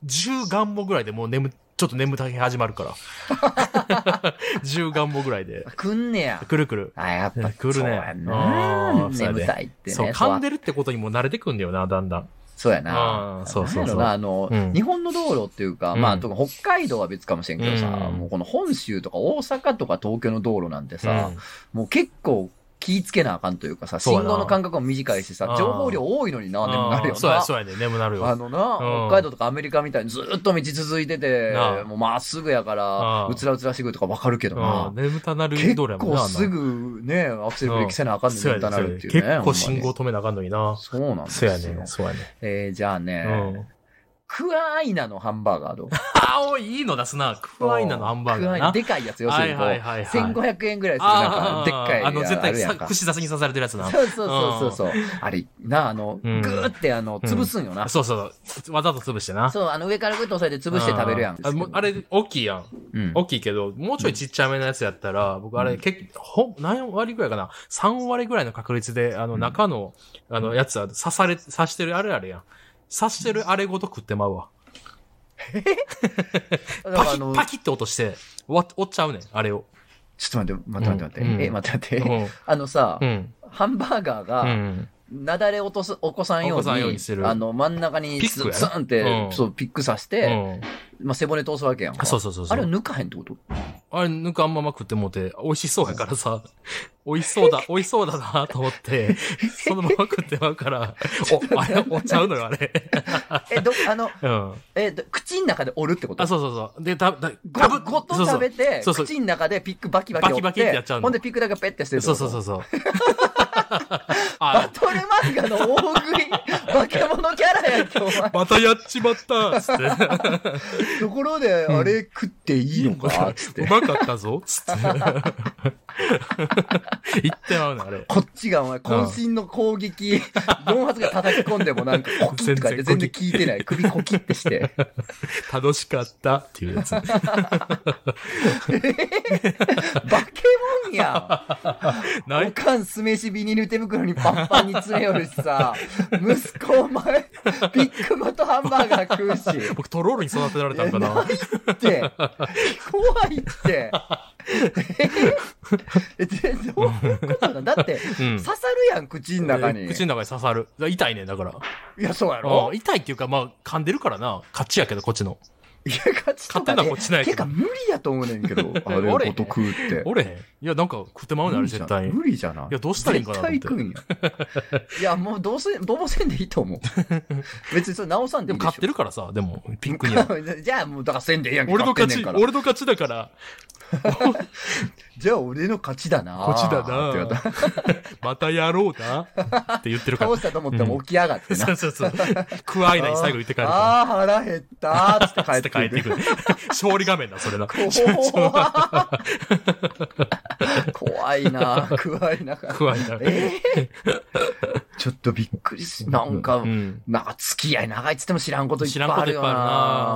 Speaker 2: 10ガンモぐらいでもう眠、ちょっと眠たき始まるから。10ガン モぐらいで。
Speaker 1: くんねや。
Speaker 2: くるくる。
Speaker 1: あ、やっぱ
Speaker 2: くるね
Speaker 1: そうやん
Speaker 2: あ
Speaker 1: な。
Speaker 2: ーそうやね
Speaker 1: 眠たいってね。
Speaker 2: そう、噛んでるってことにも慣れてくんだよな、だんだん。
Speaker 1: そうやな
Speaker 2: あ。ーそうそ
Speaker 1: な
Speaker 2: うそう
Speaker 1: んやろなあの、
Speaker 2: うん
Speaker 1: 日本の道路っていうか、
Speaker 2: うん
Speaker 1: まあ、とか北海道は別かもしれんけどさ、
Speaker 2: うん
Speaker 1: もうこの本州とか大阪とか東京の道路なんてさ、もう結構気ぃつけなあかんというかさ、
Speaker 2: そう
Speaker 1: 信
Speaker 2: やな
Speaker 1: 号の間隔も短いしさ
Speaker 2: あ、ー
Speaker 1: 情報量多いのにな、
Speaker 2: う
Speaker 1: でもなるよな。
Speaker 2: あーそうや、そうやね。眠なるよ。
Speaker 1: あのな、
Speaker 2: うん
Speaker 1: 北海道とかアメリカみたいにずーっと道続いてて
Speaker 2: なあ、
Speaker 1: もうまっすぐやから
Speaker 2: あ、あ
Speaker 1: うつらうつらしてくるとかわかるけど
Speaker 2: う、。
Speaker 1: なん
Speaker 2: 眠たなる
Speaker 1: 結
Speaker 2: 道路やもんな。
Speaker 1: 構すぐね、アクセルブレーキせなあか
Speaker 2: あんなんん
Speaker 1: ねん
Speaker 2: そうやね
Speaker 1: たな
Speaker 2: そうや
Speaker 1: る
Speaker 2: ね
Speaker 1: っていうね。
Speaker 2: 結構信号止めなあかんのにな。
Speaker 1: ほんまにそうなんです
Speaker 2: そう
Speaker 1: よ
Speaker 2: や。ね。そうやね。
Speaker 1: えー、じゃあね、
Speaker 2: うん。
Speaker 1: クアアイナのハンバーガーどう
Speaker 2: あおいいの出すな。クワイナのハンバー
Speaker 1: クア
Speaker 2: ガ
Speaker 1: アイ
Speaker 2: ー
Speaker 1: ナ
Speaker 2: な。
Speaker 1: でかいやつ、要するにこう、
Speaker 2: はいはいはいはい
Speaker 1: 1500円ぐらいする、な
Speaker 2: あ
Speaker 1: んか、で
Speaker 2: ー
Speaker 1: っかい
Speaker 2: あの、絶
Speaker 1: あ
Speaker 2: 対
Speaker 1: るやん
Speaker 2: さ
Speaker 1: か。
Speaker 2: 串刺しに刺されてるやつな。
Speaker 1: そうそうそうそう。そうあれ、な、あの、ぐ
Speaker 2: うん
Speaker 1: ーってあの、潰すんよな。
Speaker 2: そうそう。わざと潰してな。
Speaker 1: そう、あの、上からぐっと押さえて潰して食べるやん。
Speaker 2: あもうあれ、大きいやん。
Speaker 1: うん、
Speaker 2: 大きいけど、もうちょいちっちゃめのやつやったら、僕あれ、結構、ほん、何割ぐらいかな ?3 割ぐらいの確率で、あの、中の、あの、やつは、刺され、刺してるあれあれやん。刺してるあれごと食ってまうわ。
Speaker 1: だか
Speaker 2: パ
Speaker 1: ら
Speaker 2: キ
Speaker 1: あ
Speaker 2: ッ、
Speaker 1: の、
Speaker 2: パキッと落として、わ、折っちゃうねん、あれを。
Speaker 1: ちょっと待って、待って待って待って。
Speaker 2: うん
Speaker 1: え、待って待って。
Speaker 2: うん。
Speaker 1: あのさ、
Speaker 2: うん。
Speaker 1: ハンバーガー
Speaker 2: う
Speaker 1: が、
Speaker 2: ん。
Speaker 1: なだれ落とす、お子さんよう
Speaker 2: お子さんよう
Speaker 1: に
Speaker 2: にす、る
Speaker 1: あの、真ん中に
Speaker 2: ピック
Speaker 1: ス
Speaker 2: やね
Speaker 1: スンって、
Speaker 2: うん
Speaker 1: そう、ピックさし
Speaker 2: う
Speaker 1: て、
Speaker 2: ん。
Speaker 1: まあ、背骨通すわけやんか。
Speaker 2: あそうそうそうそ
Speaker 1: あれを
Speaker 2: う。
Speaker 1: 抜かへんってこと
Speaker 2: あれ、ぬかあんまま食ってもうて、美味しそうやからさ、 美味しそうだ、美味しそうだなと 思って、そのまま食ってまうから、お、あれ、折っちゃうのよ、あれ。
Speaker 1: え、ど、あの、
Speaker 2: うん。
Speaker 1: え、ど口の中で折るってこと
Speaker 2: あ、そうそうそう。で、だ、だ、
Speaker 1: ご
Speaker 2: ぶ
Speaker 1: ごと食べて、
Speaker 2: そうそう
Speaker 1: 口の中でピックバキバキ折
Speaker 2: バキバキってやっちゃうの
Speaker 1: ほんでピックだけペッてしてるって
Speaker 2: そ
Speaker 1: こ
Speaker 2: う
Speaker 1: と
Speaker 2: そうそうそうそう。
Speaker 1: バ
Speaker 2: あ、
Speaker 1: トル漫画の大食い、化け物キャラやんけ、お前。
Speaker 2: またやっちまったつって。
Speaker 1: ところで、あれ食っていいのかつっ
Speaker 2: う
Speaker 1: て。
Speaker 2: まかったぞつって。 言ってまうの、あれ。
Speaker 1: こっちがお前、渾身の攻撃、4発が叩き込んでもなんか、コキッとか言って全
Speaker 2: 全
Speaker 1: 然
Speaker 2: 然
Speaker 1: 効いてない。首コキって して。
Speaker 2: 楽しかったっていうやつ。
Speaker 1: 化け物や。
Speaker 2: なん
Speaker 1: おかん酢飯ビニール手袋にパンパンに詰めよるしさ、息子お前、ピックごとハンバーガー食うし。
Speaker 2: 僕トロールに育てられたんか
Speaker 1: いや
Speaker 2: な。
Speaker 1: いって。怖いって。えでどういうことなのだって、
Speaker 2: うん
Speaker 1: 刺さるやん、口の中に。
Speaker 2: 口の中に刺さる。痛いね、だから。
Speaker 1: いや、そうや
Speaker 2: あ
Speaker 1: ろ。
Speaker 2: 痛いっていうか、まあ、噛んでるからな。勝ちやけど、こっちの。
Speaker 1: いや、勝ちとか、
Speaker 2: 勝手なこっちない
Speaker 1: て
Speaker 2: けど
Speaker 1: か、無理やと思うねんけ ど、あれ、
Speaker 2: おれへん
Speaker 1: お得って。
Speaker 2: おれへん。いや、なんか食ってまうね、あれ、絶対。い
Speaker 1: 無理じゃない。
Speaker 2: や、どうしたらいいんかなと思っ
Speaker 1: 絶対行
Speaker 2: て。
Speaker 1: くんや。いや、もうどうせ、どうもせんでいいと 思う。別にそれ直さんで
Speaker 2: で
Speaker 1: いいで
Speaker 2: も、
Speaker 1: しょ。
Speaker 2: 買ってるからさ、でも、ピッ クには。
Speaker 1: るじゃあもうだからせんでええやんけ
Speaker 2: 俺の勝
Speaker 1: 買ってんねん
Speaker 2: ち、
Speaker 1: から
Speaker 2: 俺の勝ちだから、
Speaker 1: じゃあ俺の勝ちだな
Speaker 2: こっちだ
Speaker 1: って言われた
Speaker 2: な。 またやろうな。って言っ てるから
Speaker 1: 倒。したと思っても起き上がってな
Speaker 2: そうそうそう。クワイナに最後言って帰るか
Speaker 1: ああ、腹減ったーっつって帰
Speaker 2: ら。
Speaker 1: っ
Speaker 2: つっ
Speaker 1: て
Speaker 2: て帰
Speaker 1: くる。
Speaker 2: ってくる。 勝利画面だ、それな。
Speaker 1: 怖い怖いな、怖いな。
Speaker 2: クワイナ。
Speaker 1: えーちょっとびっくりし、なんか、
Speaker 2: うん。
Speaker 1: まあ、付き合い長いっつっても知らんこといっ
Speaker 2: 知
Speaker 1: ぱい
Speaker 2: らん
Speaker 1: あ
Speaker 2: こと
Speaker 1: る
Speaker 2: いっ
Speaker 1: よ
Speaker 2: ぱいある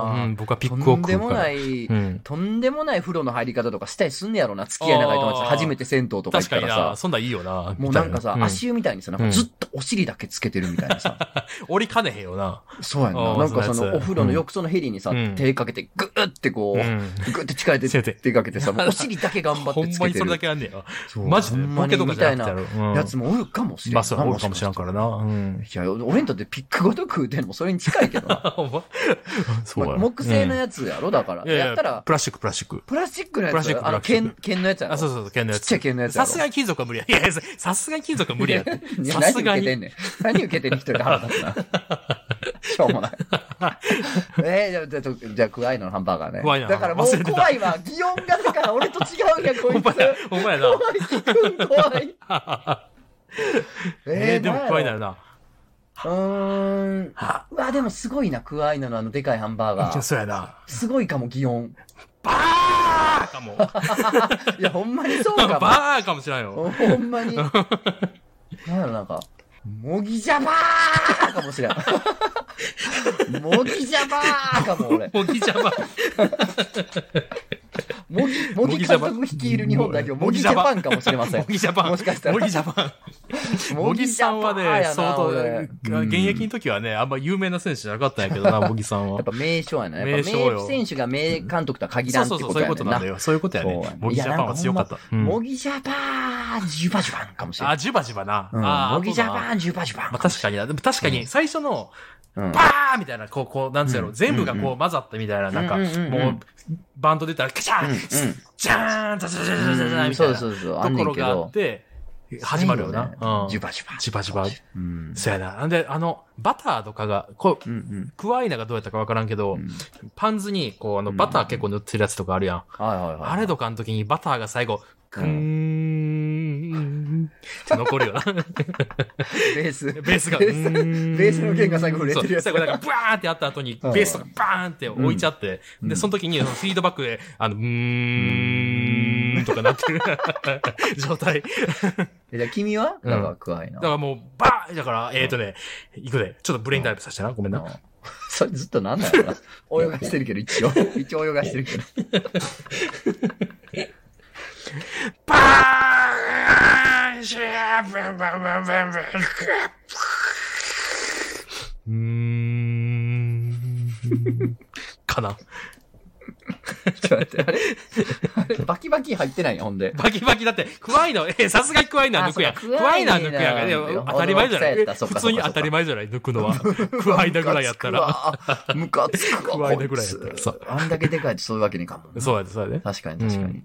Speaker 2: な。う、
Speaker 1: なん
Speaker 2: 僕はピック
Speaker 1: と
Speaker 2: を
Speaker 1: ん
Speaker 2: 食
Speaker 1: で
Speaker 2: う
Speaker 1: も
Speaker 2: から。
Speaker 1: ない、
Speaker 2: うん。
Speaker 1: とんでもない風呂の入り方とかしたりすんねやろな。付き合い長い友達と初めて銭湯とか行っ
Speaker 2: 確
Speaker 1: た
Speaker 2: かに
Speaker 1: ら
Speaker 2: な、
Speaker 1: さ。
Speaker 2: そんなんいいよな。
Speaker 1: もうなんかさ、
Speaker 2: みたいな
Speaker 1: 足湯みたいにさ、なんかずっとお尻だけつけてるみたいなさ。
Speaker 2: うん折りかねへんよな。
Speaker 1: そうやん
Speaker 2: あ
Speaker 1: な。
Speaker 2: ー
Speaker 1: なんかそ
Speaker 2: そんなや
Speaker 1: のお
Speaker 2: つ
Speaker 1: 風呂の浴槽のヘリにさ、
Speaker 2: うん
Speaker 1: 手かけてグーってこう、
Speaker 2: うん
Speaker 1: グーって力で
Speaker 2: せやて
Speaker 1: 手かけてさ、もうお尻だけ頑張っ
Speaker 2: ほ
Speaker 1: て
Speaker 2: ん
Speaker 1: つ
Speaker 2: ま
Speaker 1: け
Speaker 2: に
Speaker 1: て
Speaker 2: それだ
Speaker 1: る。
Speaker 2: けあんねや。
Speaker 1: そう
Speaker 2: マジで
Speaker 1: ほんま
Speaker 2: ボ
Speaker 1: に
Speaker 2: ケとか
Speaker 1: み
Speaker 2: じ
Speaker 1: た
Speaker 2: ゃ
Speaker 1: い
Speaker 2: なく
Speaker 1: な
Speaker 2: てやろ。
Speaker 1: やつもおるかもしれん。
Speaker 2: バスはおるかもし
Speaker 1: れ
Speaker 2: らんからな。うん。
Speaker 1: いや、俺にとってピックごと食うてんのもそれに近いけどな。
Speaker 2: ほんま そう
Speaker 1: ま
Speaker 2: や
Speaker 1: あ
Speaker 2: ろ。
Speaker 1: 木製の
Speaker 2: や
Speaker 1: やつやろだから。
Speaker 2: いやい
Speaker 1: やったら、
Speaker 2: プラスチック、プラスチック。
Speaker 1: プラスチックの
Speaker 2: プ
Speaker 1: や
Speaker 2: ラスチ
Speaker 1: つ
Speaker 2: ック
Speaker 1: あの、
Speaker 2: プラスチッ
Speaker 1: 剣、剣のやつやろ
Speaker 2: あ、そうそうそう、剣のや
Speaker 1: ちっ
Speaker 2: つ。
Speaker 1: ちゃい剣のやつやろ
Speaker 2: さすがに金属は無理や。いやいや、さすがに金属は無理やっ て。
Speaker 1: いや
Speaker 2: さ
Speaker 1: 何
Speaker 2: す
Speaker 1: 受
Speaker 2: が
Speaker 1: けて
Speaker 2: に。
Speaker 1: んねん。何受けてんねん、一人で腹立つ な。しょうもない。 えー、じゃあ、じゃあちょ、じゃあ、クワイのハンバーガーね。
Speaker 2: クワイのハ
Speaker 1: だ
Speaker 2: ン
Speaker 1: からも
Speaker 2: バーガー
Speaker 1: う
Speaker 2: 忘れてた
Speaker 1: 怖いわ。擬音がだから俺と違うんや、こ
Speaker 2: ほ
Speaker 1: い
Speaker 2: ん
Speaker 1: つ。怖
Speaker 2: ま
Speaker 1: い
Speaker 2: や、ほんまやな。、
Speaker 1: 怖い。
Speaker 2: えー、でも怖いな
Speaker 1: る。
Speaker 2: るな。
Speaker 1: うーん。うわ、でもすごいな、クワイナのあの、でかいハンバーガ
Speaker 2: じゃ
Speaker 1: ー。
Speaker 2: そうやな。
Speaker 1: すごいかも、擬音。
Speaker 2: バーかも。バ
Speaker 1: いや、ほんまにそうかも。
Speaker 2: ーかもしれん
Speaker 1: ほ
Speaker 2: よ。
Speaker 1: んまに。なんやろ、なんか、もぎじゃばーかもしれん。 もぎじゃばーかも、俺。
Speaker 2: もぎジャバ。
Speaker 1: もぎ、もぎ監督率いる日本代表、もぎジャパンかもしれません
Speaker 2: も。ぎジャパン。
Speaker 1: もしかしたら
Speaker 2: もぎジャパン。茂木さんはね、相当、現役の時はね、あんま有名な選手じゃなかったんやけどな、茂木さん
Speaker 1: や
Speaker 2: は
Speaker 1: っ。ぱ名将やな。やっぱ
Speaker 2: 名将
Speaker 1: 名
Speaker 2: よ
Speaker 1: 選手が名監督とは限
Speaker 2: そ
Speaker 1: ら
Speaker 2: うん
Speaker 1: って
Speaker 2: そうそ
Speaker 1: こと
Speaker 2: う、そういう
Speaker 1: や
Speaker 2: こ
Speaker 1: ね
Speaker 2: と
Speaker 1: ん
Speaker 2: な
Speaker 1: な。
Speaker 2: んだよ。そういうことや
Speaker 1: そうや
Speaker 2: ね
Speaker 1: ね。
Speaker 2: 茂木ジャパンは強かった。うん
Speaker 1: もぎジャパン、ジュバジュバンかもしれな
Speaker 2: あ、
Speaker 1: い。
Speaker 2: ジュバジュバな。
Speaker 1: うん
Speaker 2: あ
Speaker 1: もぎジャ
Speaker 2: あとな
Speaker 1: パン、ジュバジュバン。
Speaker 2: まあ確かにな。でも確かに、最初の、
Speaker 1: うん
Speaker 2: バーみたいな、こう、こう、なんつうやろ、
Speaker 1: うん
Speaker 2: 全部がこう混ざったみたいな、なんか、
Speaker 1: うんうんうんうん
Speaker 2: もう、バンド出たら、カシャ
Speaker 1: うんう
Speaker 2: ン
Speaker 1: ん
Speaker 2: ジャーンザザザザザザ
Speaker 1: うん
Speaker 2: みたい
Speaker 1: そう
Speaker 2: な
Speaker 1: そ
Speaker 2: と
Speaker 1: うそう、あんね
Speaker 2: こ
Speaker 1: ん
Speaker 2: ろ
Speaker 1: け
Speaker 2: があっ
Speaker 1: ど。
Speaker 2: て、始まるよ
Speaker 1: 最後
Speaker 2: な。
Speaker 1: ね
Speaker 2: うん
Speaker 1: ジュバジュバン。
Speaker 2: ジュバジュバン
Speaker 1: うん。
Speaker 2: そうやな。なんで、あの、バターとかが、こう
Speaker 1: う、んうん。
Speaker 2: クワイナがどうやったかわからんけど、
Speaker 1: ん
Speaker 2: パンズに、こう、あの、バター結構塗ってるやつとかあるやん。
Speaker 1: はいはいはい。
Speaker 2: あれとかの時にバターが最後、
Speaker 1: う
Speaker 2: くーん、って残る よな。
Speaker 1: ベース。ベ
Speaker 2: ベースが、
Speaker 1: ベース
Speaker 2: うーん
Speaker 1: ベースの弦が最後触れてるやつ
Speaker 2: そう最後なんか、ブワーンってあった後に、ベ
Speaker 1: うん
Speaker 2: ースがバーンって置いちゃって、
Speaker 1: うん
Speaker 2: で、その時に、そのフィードバックで、あの、うーん、とかなってる 状態。
Speaker 1: じゃあ君は
Speaker 2: うん
Speaker 1: だからクワイナ
Speaker 2: だか。らもう、バーンだから、えーとね、いくで、ちょっとブレインダイブさせてな、ごめんな。
Speaker 1: それずっとなんだろうな。泳がしてるけど、一応。一応泳がしてるけど。
Speaker 2: バーンシャーブンブンブンブンブンうーん。かな。
Speaker 1: ちょっと待って、あれあれバキバキ入ってないよ、ほんで。
Speaker 2: バキバキだって、クワイナ、え、さすがにクワイナ抜くやん。
Speaker 1: あ
Speaker 2: ク
Speaker 1: そうか
Speaker 2: ワイナ抜くやん。
Speaker 1: クワイナ
Speaker 2: いや当たり前じゃない。
Speaker 1: 俺の大きさやったそう
Speaker 2: 普
Speaker 1: か
Speaker 2: 通
Speaker 1: そ
Speaker 2: に
Speaker 1: うか
Speaker 2: 当たり前じゃない、抜く のは。クワイナぐらいやったら。
Speaker 1: ら。ムカつくわ。
Speaker 2: クワイナぐらいやったら
Speaker 1: こつ
Speaker 2: そう
Speaker 1: あんだけでかいとそういうわけにいかんもんな。
Speaker 2: そうやで、そうやで。
Speaker 1: 確かに確かに。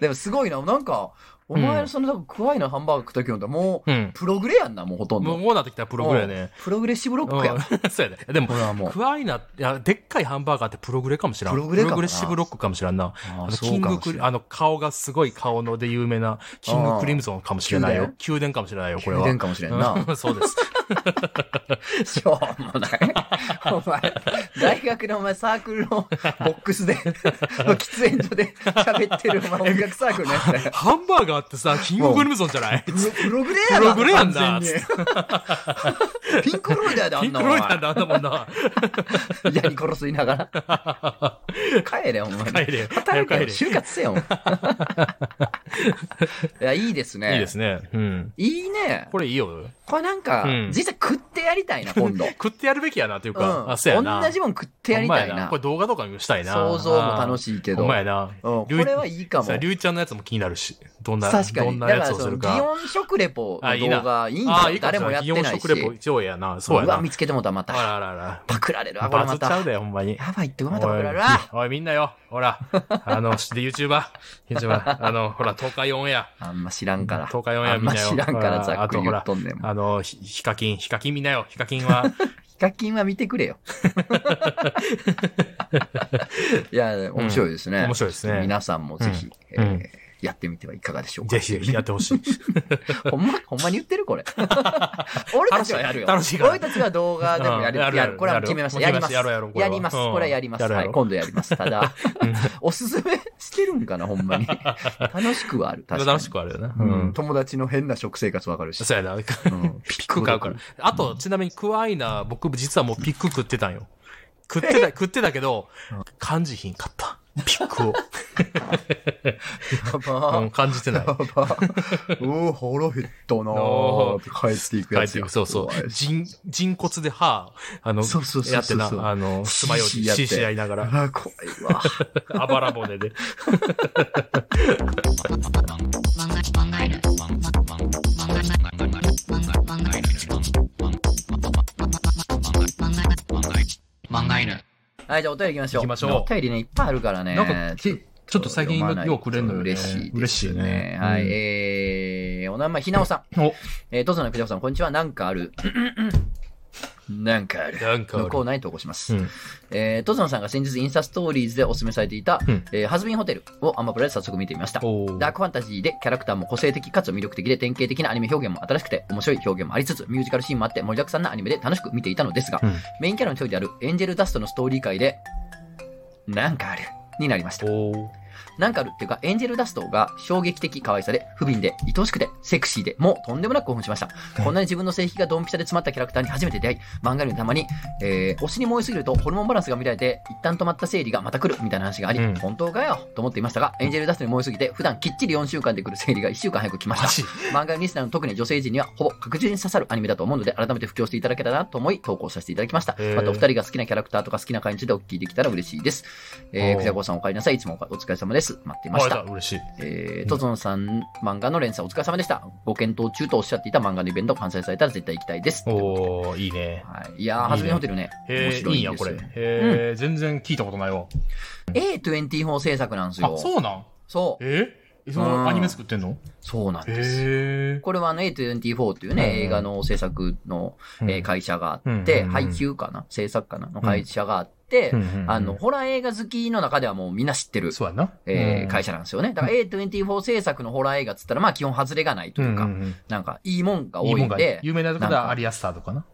Speaker 1: でもすごいな、なんか、お前のその多分クワイのハンバーグ食った時のともう、
Speaker 2: うん。
Speaker 1: プログレやんな、もうほとん
Speaker 2: もう
Speaker 1: ど。
Speaker 2: こうなってきたらプログレやね。
Speaker 1: うんプログレッシブロックやん。
Speaker 2: うんそうやで。でも
Speaker 1: こ、れはもう。
Speaker 2: クワイナ、いや、でっかいハンバーガーってプログレかもしらん。
Speaker 1: プログレかもな
Speaker 2: ッシブロックかもしらん
Speaker 1: あ
Speaker 2: な。
Speaker 1: ー
Speaker 2: あの、
Speaker 1: そう
Speaker 2: キン
Speaker 1: か
Speaker 2: グ
Speaker 1: もし
Speaker 2: ク
Speaker 1: れ
Speaker 2: リ、
Speaker 1: ない
Speaker 2: あの、顔がすごい顔ので有名な、キングクリムゾンかもしれない
Speaker 1: あ
Speaker 2: よ
Speaker 1: ー。
Speaker 2: 宮殿かもしれないよ、これは。
Speaker 1: 宮殿かもしれんな
Speaker 2: うん。そうです。
Speaker 1: しょうもない。お前、大学のお前サークルのボックスで、喫煙所で喋ってるお前音楽サークルのやつだよ。
Speaker 2: ハンバーガーって さ、キングクリムゾンじゃない
Speaker 1: プロプログレやな。
Speaker 2: プログレやんな
Speaker 1: 完全にピンクロイダーであ
Speaker 2: ピン
Speaker 1: んな
Speaker 2: ク
Speaker 1: お
Speaker 2: ロ
Speaker 1: 前
Speaker 2: イダーだ、あんなもんな。
Speaker 1: 嫌に殺すいながら。帰れ、お前。
Speaker 2: 帰れよ。
Speaker 1: 働けよ。
Speaker 2: 帰れよ。
Speaker 1: 就活 せよ。お前いや、いいですね。
Speaker 2: いいですね。うん。
Speaker 1: いいね。
Speaker 2: これいいよ。
Speaker 1: これなんか
Speaker 2: うん、
Speaker 1: 実際食ってやりたいな、今度。うん。
Speaker 2: 食ってやるべきやなというか、あ、そうやな。
Speaker 1: 同じもん食ってやりたい
Speaker 2: ほんまや
Speaker 1: な
Speaker 2: こ。れ動画とかにしたいな。
Speaker 1: 想像も楽しいけど。
Speaker 2: お前な。
Speaker 1: うん、こ
Speaker 2: りゅう
Speaker 1: れはいいかも
Speaker 2: さ。あ、りゅうちゃんのやつも気になるし。どんな、
Speaker 1: 確か
Speaker 2: ど
Speaker 1: に。
Speaker 2: ん
Speaker 1: だ
Speaker 2: な
Speaker 1: か
Speaker 2: や
Speaker 1: ら
Speaker 2: つをす
Speaker 1: その、
Speaker 2: る
Speaker 1: 擬
Speaker 2: か。
Speaker 1: 音食レポ
Speaker 2: あいい
Speaker 1: の
Speaker 2: な
Speaker 1: 動画、いいんじ
Speaker 2: あ
Speaker 1: ゃ
Speaker 2: あ、い
Speaker 1: ん
Speaker 2: いか
Speaker 1: 誰も
Speaker 2: も
Speaker 1: やって
Speaker 2: な。擬音
Speaker 1: ないし。
Speaker 2: 食レポ上位やな。そうや
Speaker 1: うわ、
Speaker 2: な。
Speaker 1: 見つけてもうた、ま
Speaker 2: あら
Speaker 1: た。
Speaker 2: あらあら。
Speaker 1: パクられるわ、これ
Speaker 2: バズ
Speaker 1: ま
Speaker 2: っちゃ
Speaker 1: た
Speaker 2: う。で、ほんまに。
Speaker 1: やばいって、またパ
Speaker 2: お
Speaker 1: ク
Speaker 2: い
Speaker 1: られるわ。
Speaker 2: おい、みんなよ。ほら。あの、で、YouTuber。YouTuber。あの、ほら、東海オンエア。
Speaker 1: あんま知らんから。
Speaker 2: 東海オンエ
Speaker 1: あ
Speaker 2: ア
Speaker 1: ん
Speaker 2: みん
Speaker 1: ま
Speaker 2: なよ。
Speaker 1: 知らんから、ざっ
Speaker 2: あ
Speaker 1: く
Speaker 2: と
Speaker 1: り
Speaker 2: ほ
Speaker 1: 言っ
Speaker 2: ら、
Speaker 1: とんねん。
Speaker 2: あの、ひヒカキン、ヒカキンみんなよ。ヒカキ ンは、
Speaker 1: ヒカキンは見てく れよ。いや、面白いですね。
Speaker 2: 面白いですね
Speaker 1: 皆さんもぜひ、
Speaker 2: うん
Speaker 1: えーやってみてはいかがでしょうか
Speaker 2: ぜ。ひぜひやってほしい。
Speaker 1: ほんま、ほんまに言ってる これ。俺たちはやるよ。
Speaker 2: 楽しいから
Speaker 1: 俺たちは動画でもやる。
Speaker 2: うんやる
Speaker 1: やる。これは決めました。やります。
Speaker 2: やろうやろうこれ
Speaker 1: や
Speaker 2: は
Speaker 1: ります。
Speaker 2: うん
Speaker 1: これはやります。
Speaker 2: やろう
Speaker 1: は
Speaker 2: や
Speaker 1: い。
Speaker 2: ろう
Speaker 1: 今度やります。ただ、 おすすめしてるんかな、ほん まに。楽しくはある。確かに。
Speaker 2: 楽しくはあるよね。う
Speaker 1: うん
Speaker 2: ん。
Speaker 1: 友達の変な食生活わかるし。
Speaker 2: そうやな。
Speaker 1: うんピ
Speaker 2: ピック買うから。。あと、ちなみにクワイナー、僕実はもうピック食ってたんよ。食っ てた、食ってたけど、感じひんかった。ピッ ク
Speaker 1: や
Speaker 2: を。う
Speaker 1: ば
Speaker 2: ん、感じてない
Speaker 1: や。ば。うお腹減ったな
Speaker 2: お
Speaker 1: ぁ。帰っていく
Speaker 2: 帰
Speaker 1: や
Speaker 2: っ
Speaker 1: つ
Speaker 2: てい
Speaker 1: や。
Speaker 2: く。そうそう。人、人骨で歯、あの、
Speaker 1: そうそうそうそう
Speaker 2: やってな、あの、つまよう
Speaker 1: シーシ
Speaker 2: じ、
Speaker 1: ーやって
Speaker 2: シーシーやりな が
Speaker 1: あ
Speaker 2: ら、
Speaker 1: ら、怖いわ。
Speaker 2: あばら骨で。
Speaker 3: 漫画犬。
Speaker 1: はい、じゃあお便り行きましょう。
Speaker 2: 行きましょう
Speaker 1: お便りね、いっぱいあるからね。
Speaker 2: なんかちちょっと最近
Speaker 1: 読まない
Speaker 2: ようくれんのよね
Speaker 1: 嬉しいです。
Speaker 2: 嬉しいね
Speaker 1: はい、
Speaker 2: うん
Speaker 1: えー、お名前、ひなおさん。
Speaker 2: お、
Speaker 1: えー、どうぞのくじゃこさん、こんにちは。なんかある。 なんかある。
Speaker 2: なんかある
Speaker 1: 向こうないと起こします。
Speaker 2: うん。
Speaker 1: えー、とぞのさんが先日インスタストーリーズでお勧めされていた、
Speaker 2: うん
Speaker 1: えーハズビンホテルをアマプラで早速見てみました。
Speaker 2: おー
Speaker 1: ダークファンタジーでキャラクターも個性的かつ魅力的で典型的なアニメ表現も新しくて面白い表現もありつつミュージカルシーンもあって盛りだくさんなアニメで楽しく見ていたのですが、
Speaker 2: うん
Speaker 1: メインキャラの一人であるエンジェルダストのストーリー界で、なんかある。になりました。
Speaker 2: おー
Speaker 1: なんかあるっていうか、エンジェルダストが衝撃的可愛さで、不憫で、愛おしくて、セクシーで、もうとんでもなく興奮しました。こんなに自分の性癖がドンピシャで詰まったキャラクターに初めて出会い、漫画にたまに、えー、推しに燃えすぎるとホルモンバランスが乱れて、一旦止まった生理がまた来るみたいな話があり、
Speaker 2: うん
Speaker 1: 本当かよと思っていましたが、エンジェルダストに燃えすぎて、普段きっちり4週間で来る生理が1週間早く来ま
Speaker 2: マ
Speaker 1: し
Speaker 2: ジ
Speaker 1: た。漫画リスナーの特に女性陣にはほぼ確実に刺さるアニメだと思うので、改めて布教していただけたらなと思い、投稿させていただきました。
Speaker 2: へー
Speaker 1: またお二人が好きなキャラクターとか好きな回についてお聞きできたら嬉しいです。えー、
Speaker 2: おー
Speaker 1: くじゃこさんお帰りなさい。いつもお疲れ様です。待っていまし
Speaker 2: あ
Speaker 1: た
Speaker 2: れだ、。嬉しい。
Speaker 1: えー、トゾンさん漫画の連載お疲れ様でした。ご検討中とおっしゃっていた漫画のイベントを完催されたら絶対行きたいです。
Speaker 2: おーいいね。
Speaker 1: はい、いやー、はじめホテルね。面
Speaker 2: へえ、
Speaker 1: 白
Speaker 2: いい
Speaker 1: い
Speaker 2: ん
Speaker 1: ん
Speaker 2: や、
Speaker 1: です
Speaker 2: こ
Speaker 1: よ
Speaker 2: れ。へえ、全然聞いたことないわ。
Speaker 1: A24 制作なんですよ
Speaker 2: あ、。そうなん
Speaker 1: そう。
Speaker 2: ええそのアニメ作ってんの
Speaker 1: そうなんです。
Speaker 2: へえ。
Speaker 1: これはあの A24 っていう
Speaker 2: うん
Speaker 1: ね、映画の制作の、えー会社があって、
Speaker 2: うん
Speaker 1: 配給かな制作かなの会社があって、あの、、ホラー映画好きの中ではもうみんな知ってる、
Speaker 2: そうやな。
Speaker 1: えー会社なんですよね。だから A24 制作のホラー映画っつったら、まあ基本外れがないというか、なんかいいもんが多いんで、
Speaker 2: 有名なところはアリアスターとかな。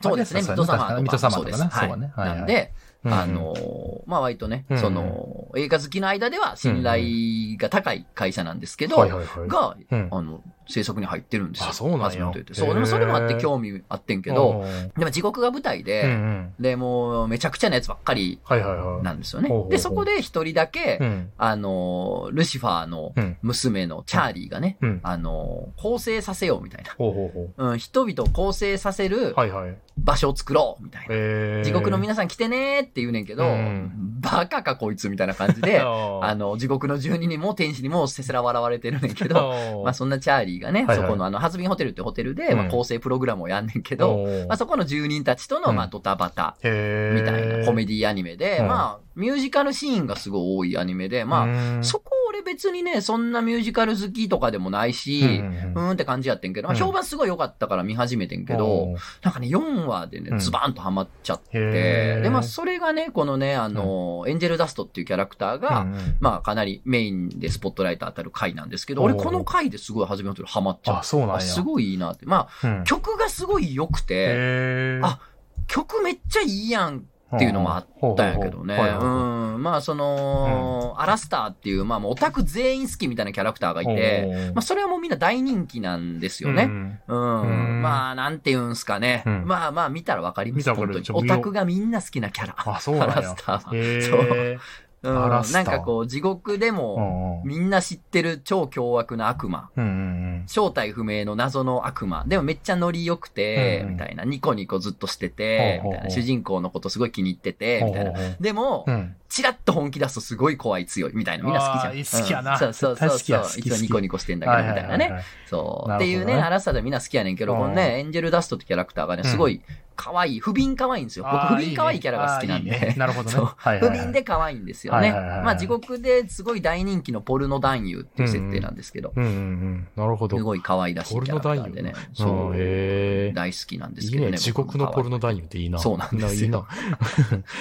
Speaker 1: そうですね、ミ
Speaker 2: そう
Speaker 1: ッド
Speaker 2: やね
Speaker 1: サマーとか。
Speaker 2: ミッドサマーとかね
Speaker 1: そうです
Speaker 2: そうだねはいはい
Speaker 1: なんで、あのー、まあ割とね、
Speaker 2: うんうん
Speaker 1: その、映画好きの間では信頼が高い会社なんですけど、
Speaker 2: はいはいはい
Speaker 1: が、
Speaker 2: うん
Speaker 1: あの、制作に入ってるんですよ。
Speaker 2: あそうなんや
Speaker 1: 松本ってそう、
Speaker 2: へー
Speaker 1: でもそれもあって興味あってんけど、、でも地獄が舞台
Speaker 2: うんう
Speaker 1: で、
Speaker 2: ん
Speaker 1: で、もうめちゃくちゃなやつばっかり
Speaker 2: はいはいはい。
Speaker 1: なんですよね
Speaker 2: ほうほうほ。う
Speaker 1: で、そこで一人だけ
Speaker 2: う、ん
Speaker 1: あのー、ルシファーの
Speaker 2: うん
Speaker 1: 娘のチャーリーがね、
Speaker 2: うん
Speaker 1: あのー、構成させようみたいな。
Speaker 2: ほうほうほ
Speaker 1: うん、人々を構成させる
Speaker 2: う。はいはい。
Speaker 1: 場所を作ろうみたいな。
Speaker 2: えー
Speaker 1: 地獄の皆さん来てねーって言うねんけど、
Speaker 2: うん
Speaker 1: バカかこいつみたいな感じ で、あ
Speaker 2: あ
Speaker 1: の、地獄の住人にも天使にもせせら笑われてるねんけ
Speaker 2: け
Speaker 1: ど、、まあそんなチャーリーがね、
Speaker 2: はいはい
Speaker 1: そこのあの、ハズビンホテルってホテルで、
Speaker 2: うん
Speaker 1: まあ構成プログラムをやんねんけ
Speaker 2: け
Speaker 1: ど、、まあそこの住人たちとの、
Speaker 2: うん
Speaker 1: まあドタバタ
Speaker 2: へ
Speaker 1: みたいなコメ
Speaker 2: デ
Speaker 1: ディアニメで、
Speaker 2: うん
Speaker 1: まあミュージカルシーンがすごい多いアニメで、
Speaker 2: ィ
Speaker 1: まあ、
Speaker 2: あ
Speaker 1: そこ俺別にね、そんなミュージカル好きとかでもないし、うんーんって感じやってんけど、まあ、
Speaker 2: うん
Speaker 1: 評判すごい良かったから見始めてんけど、、なんかね、4話で
Speaker 2: う
Speaker 1: ね、
Speaker 2: ん
Speaker 1: ズバーンとハマっちゃって、
Speaker 2: へー
Speaker 1: で、まあ、それがね、このね、あの、エンジェルダストっていうキャラクターが、まあ、かなりメインでスポットライト当たる回なんですけど、俺
Speaker 2: おう
Speaker 1: この回ですごい初めの頃ハマっちゃ
Speaker 2: あ、
Speaker 1: っ
Speaker 2: そう
Speaker 1: た。
Speaker 2: なん
Speaker 1: あ
Speaker 2: や。
Speaker 1: すごいいいなって。まあ、
Speaker 2: うん
Speaker 1: 曲がすごい良くて、
Speaker 2: へー
Speaker 1: あ曲めっちゃいいやんっていうのもあったんやけどね。
Speaker 2: ほうほうほうはいはい
Speaker 1: うん。まあ、その、アラスターっていう、まあ、もうオタク全員好きみたいなキャラクターがいて、
Speaker 2: ほうほう
Speaker 1: まあ、それはもうみんな大人気なんですよね。
Speaker 2: うん
Speaker 1: うん
Speaker 2: うん
Speaker 1: まあ、なんて言うんすかね。
Speaker 2: うん
Speaker 1: まあまあ、見たらわかります。
Speaker 2: 見たらわ
Speaker 1: 本
Speaker 2: か
Speaker 1: 当
Speaker 2: る
Speaker 1: に。オタクがみんな好きなキャラ。
Speaker 2: あ、そうなんや。
Speaker 1: アラスターは
Speaker 2: へー
Speaker 1: そううん
Speaker 2: アラスタ
Speaker 1: な
Speaker 2: ー
Speaker 1: んかこう、地獄で
Speaker 2: う
Speaker 1: も、
Speaker 2: んうん
Speaker 1: みんな知ってる超凶悪な悪魔。
Speaker 2: うんうん
Speaker 1: 正体不明の謎の悪魔。でもめっちゃノリ良くて、
Speaker 2: うん
Speaker 1: みたいな。ニコニコずっとしてて、
Speaker 2: ほうほうほう
Speaker 1: みたいな。主人公のことすごい気に入ってて、
Speaker 2: うん。
Speaker 1: みたいな
Speaker 2: ほう。ほうほ
Speaker 1: でも
Speaker 2: うう、ん
Speaker 1: チラッと本気出すとすごい怖い強い、みたいな。みんな好きじゃん。
Speaker 2: あー好きやな
Speaker 1: うんそうそうそう
Speaker 2: 絶対
Speaker 1: そ
Speaker 2: 好きや好
Speaker 1: う。
Speaker 2: き
Speaker 1: 一応ニコニコしてんだ
Speaker 2: は
Speaker 1: け
Speaker 2: い
Speaker 1: ど、
Speaker 2: は
Speaker 1: み
Speaker 2: い
Speaker 1: たい
Speaker 2: は
Speaker 1: ない
Speaker 2: は
Speaker 1: ね
Speaker 2: い。
Speaker 1: そう。
Speaker 2: な
Speaker 1: っ
Speaker 2: る
Speaker 1: て
Speaker 2: ほどね
Speaker 1: いうね、アラサーでみんな好きやねんけど、
Speaker 2: うん
Speaker 1: このね、エンジェルダストってキャラクターがね、すごい、可愛い、不憫可愛いんですよ。
Speaker 4: あー
Speaker 1: 僕、不憫可愛いキャラが好きなん
Speaker 4: い いねあーいいね
Speaker 1: で。
Speaker 4: なるほどね。
Speaker 1: そう
Speaker 4: はい
Speaker 1: 不
Speaker 4: はいはい
Speaker 1: 憫で可愛いんですよね。
Speaker 4: はいはいはいはい
Speaker 1: まあ、地獄ですごい大人気のポルノ男優っていう設定なんですけど、
Speaker 2: うんうんうん。なるほど。
Speaker 1: すごい可愛らしいキャラクターでね。
Speaker 2: そ
Speaker 1: そうう。
Speaker 2: へ
Speaker 1: 大好きなん
Speaker 2: え。
Speaker 1: です
Speaker 2: い
Speaker 1: け
Speaker 2: い
Speaker 1: どね。
Speaker 2: ね。地獄のポルノ男優っていいな。
Speaker 1: そうなんですよ
Speaker 2: いいな。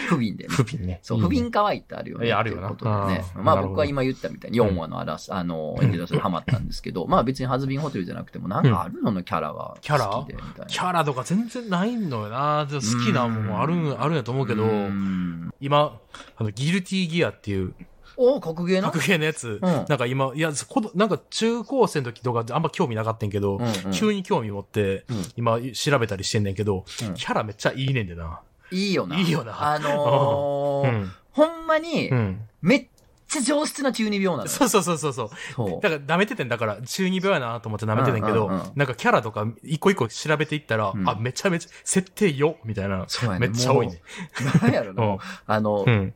Speaker 1: 不憫でね。
Speaker 2: 不憫ね。
Speaker 1: そう、
Speaker 2: いい
Speaker 1: 不
Speaker 2: ね
Speaker 1: 憫可愛いってあるよね。
Speaker 2: いやあるよな
Speaker 1: っていうことでね。
Speaker 2: うん
Speaker 1: まあ
Speaker 2: なるほど
Speaker 1: 僕は今言ったみたいに4話のあらす、あの、エンデラスにハマったんですけ ど、まあ別にハズビンホテルじゃなくてもなんかあるののキャラは好き
Speaker 2: キャラ
Speaker 1: でみたいな。
Speaker 2: キャラとか全然ないのよな。でも好きなもんある
Speaker 1: うん
Speaker 2: ん、あるんやと思うけど、
Speaker 1: うん
Speaker 2: 今、あの、ギルティギアっていう、
Speaker 1: お格ゲーな
Speaker 2: 格ゲーのやつ、
Speaker 1: うん
Speaker 2: なんか今、いや、このなんか中高生の時とかあんま興味なかったんやけど、
Speaker 1: うんうん
Speaker 2: 急に興味持って、
Speaker 1: うん
Speaker 2: 今調べたりしてんねんけど、
Speaker 1: うん
Speaker 2: キャラめっちゃいいねんでな。
Speaker 1: いいよな。
Speaker 2: いいよな
Speaker 1: あの
Speaker 2: う
Speaker 1: ー、
Speaker 2: ん。
Speaker 1: ほんまに
Speaker 2: う、ん。
Speaker 1: めっちゃ上質な中二病なのよ。
Speaker 2: そうそうそうそうそう。
Speaker 1: そう
Speaker 2: だから、舐めててんだから、中二病やなと思って舐めててんけど、
Speaker 1: うんうんうん
Speaker 2: なんかキャラとか一個一個調べていったら、
Speaker 1: うん
Speaker 2: あ、めちゃめちゃ、設定よみたいな。
Speaker 1: そうや
Speaker 2: め
Speaker 1: ね。
Speaker 2: っちゃ多いね。
Speaker 1: もう。なんやろ
Speaker 2: う
Speaker 1: な。
Speaker 2: ん。
Speaker 1: あの
Speaker 2: う、ん。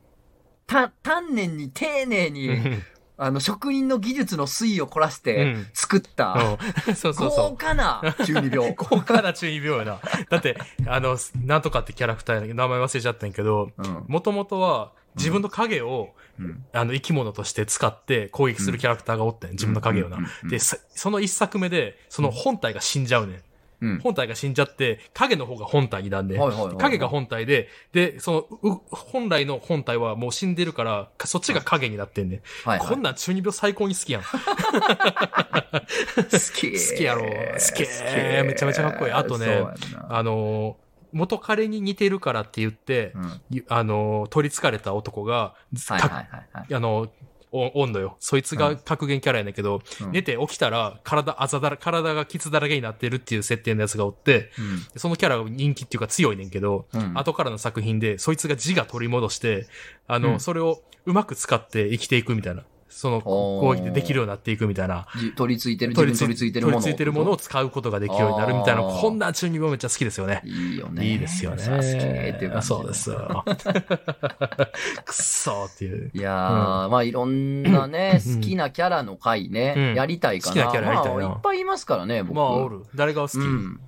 Speaker 1: た、丹念に丁寧
Speaker 2: う
Speaker 1: に、
Speaker 2: ん
Speaker 1: あの、職人の技術の推移を凝らして
Speaker 2: うん
Speaker 1: 作った、
Speaker 2: そうそうそう
Speaker 1: 豪。華な中二 病。
Speaker 2: 高価な中二病やな。だって、あの、なんとかってキャラクターやねんけど名前忘れちゃったんやけど、
Speaker 1: うん
Speaker 2: もともとは自分の影を、
Speaker 1: うん
Speaker 2: あの、生き物として使って攻撃するキャラクターがおってん、自分の影をな
Speaker 1: うんうんうんう。ん
Speaker 2: で、さその一作目で、その本体が死んじゃうねん。
Speaker 1: うん。
Speaker 2: 本体が死んじゃって、影の方が本体になんで、
Speaker 1: はいはいはいはい
Speaker 2: 影が本体で、で、その、う本来の本体はもう死んでるから、かそっちが影になってんねん。
Speaker 1: はいはい
Speaker 2: こんなん中二病最高に好きやん。
Speaker 1: 好き。
Speaker 2: 好きやろ好きめちゃめちゃかっこいいあとね
Speaker 1: そうやんな
Speaker 2: あのー元彼に似てるからって言って、
Speaker 1: うん。はい
Speaker 2: ゆあのー取り憑かれた男が、
Speaker 1: はい
Speaker 2: か
Speaker 1: はいはい。
Speaker 2: あのーおおんのよ。そいつが格言キャラやねんけど、
Speaker 1: うん
Speaker 2: 寝て起きたら体あざだら、体が傷だらけになってるっていう設定のやつがおって、そのキャラが人気っていうか強いねんけど、
Speaker 1: うん。うん
Speaker 2: 後からの作品で、そいつが自我取り戻して、あ
Speaker 1: う
Speaker 2: の、
Speaker 1: ん
Speaker 2: それをうまく使って生きていくみたいな。その
Speaker 1: おー
Speaker 2: 攻撃でできるようになっていくみたいな。
Speaker 1: じ取り付いてる、自分に取り付いてるものを。
Speaker 2: 取り付いてるものを使うことができるようになるみたいな、
Speaker 1: あー
Speaker 2: こんな中二病めっちゃ好きですよね。
Speaker 1: いいよね。
Speaker 2: いいですよね。
Speaker 1: 好きっていう感じ
Speaker 2: そうで。すよ。くっそーっていう。
Speaker 1: いやー、まあいろんなね、
Speaker 2: うん
Speaker 1: 好きなキャラの回ね、
Speaker 2: うん
Speaker 1: やりたいかな。
Speaker 2: 好きなキャラやりたいな
Speaker 1: まあ、いっぱいいますからね、僕。
Speaker 2: まあ、おる。誰が好き、
Speaker 1: うん。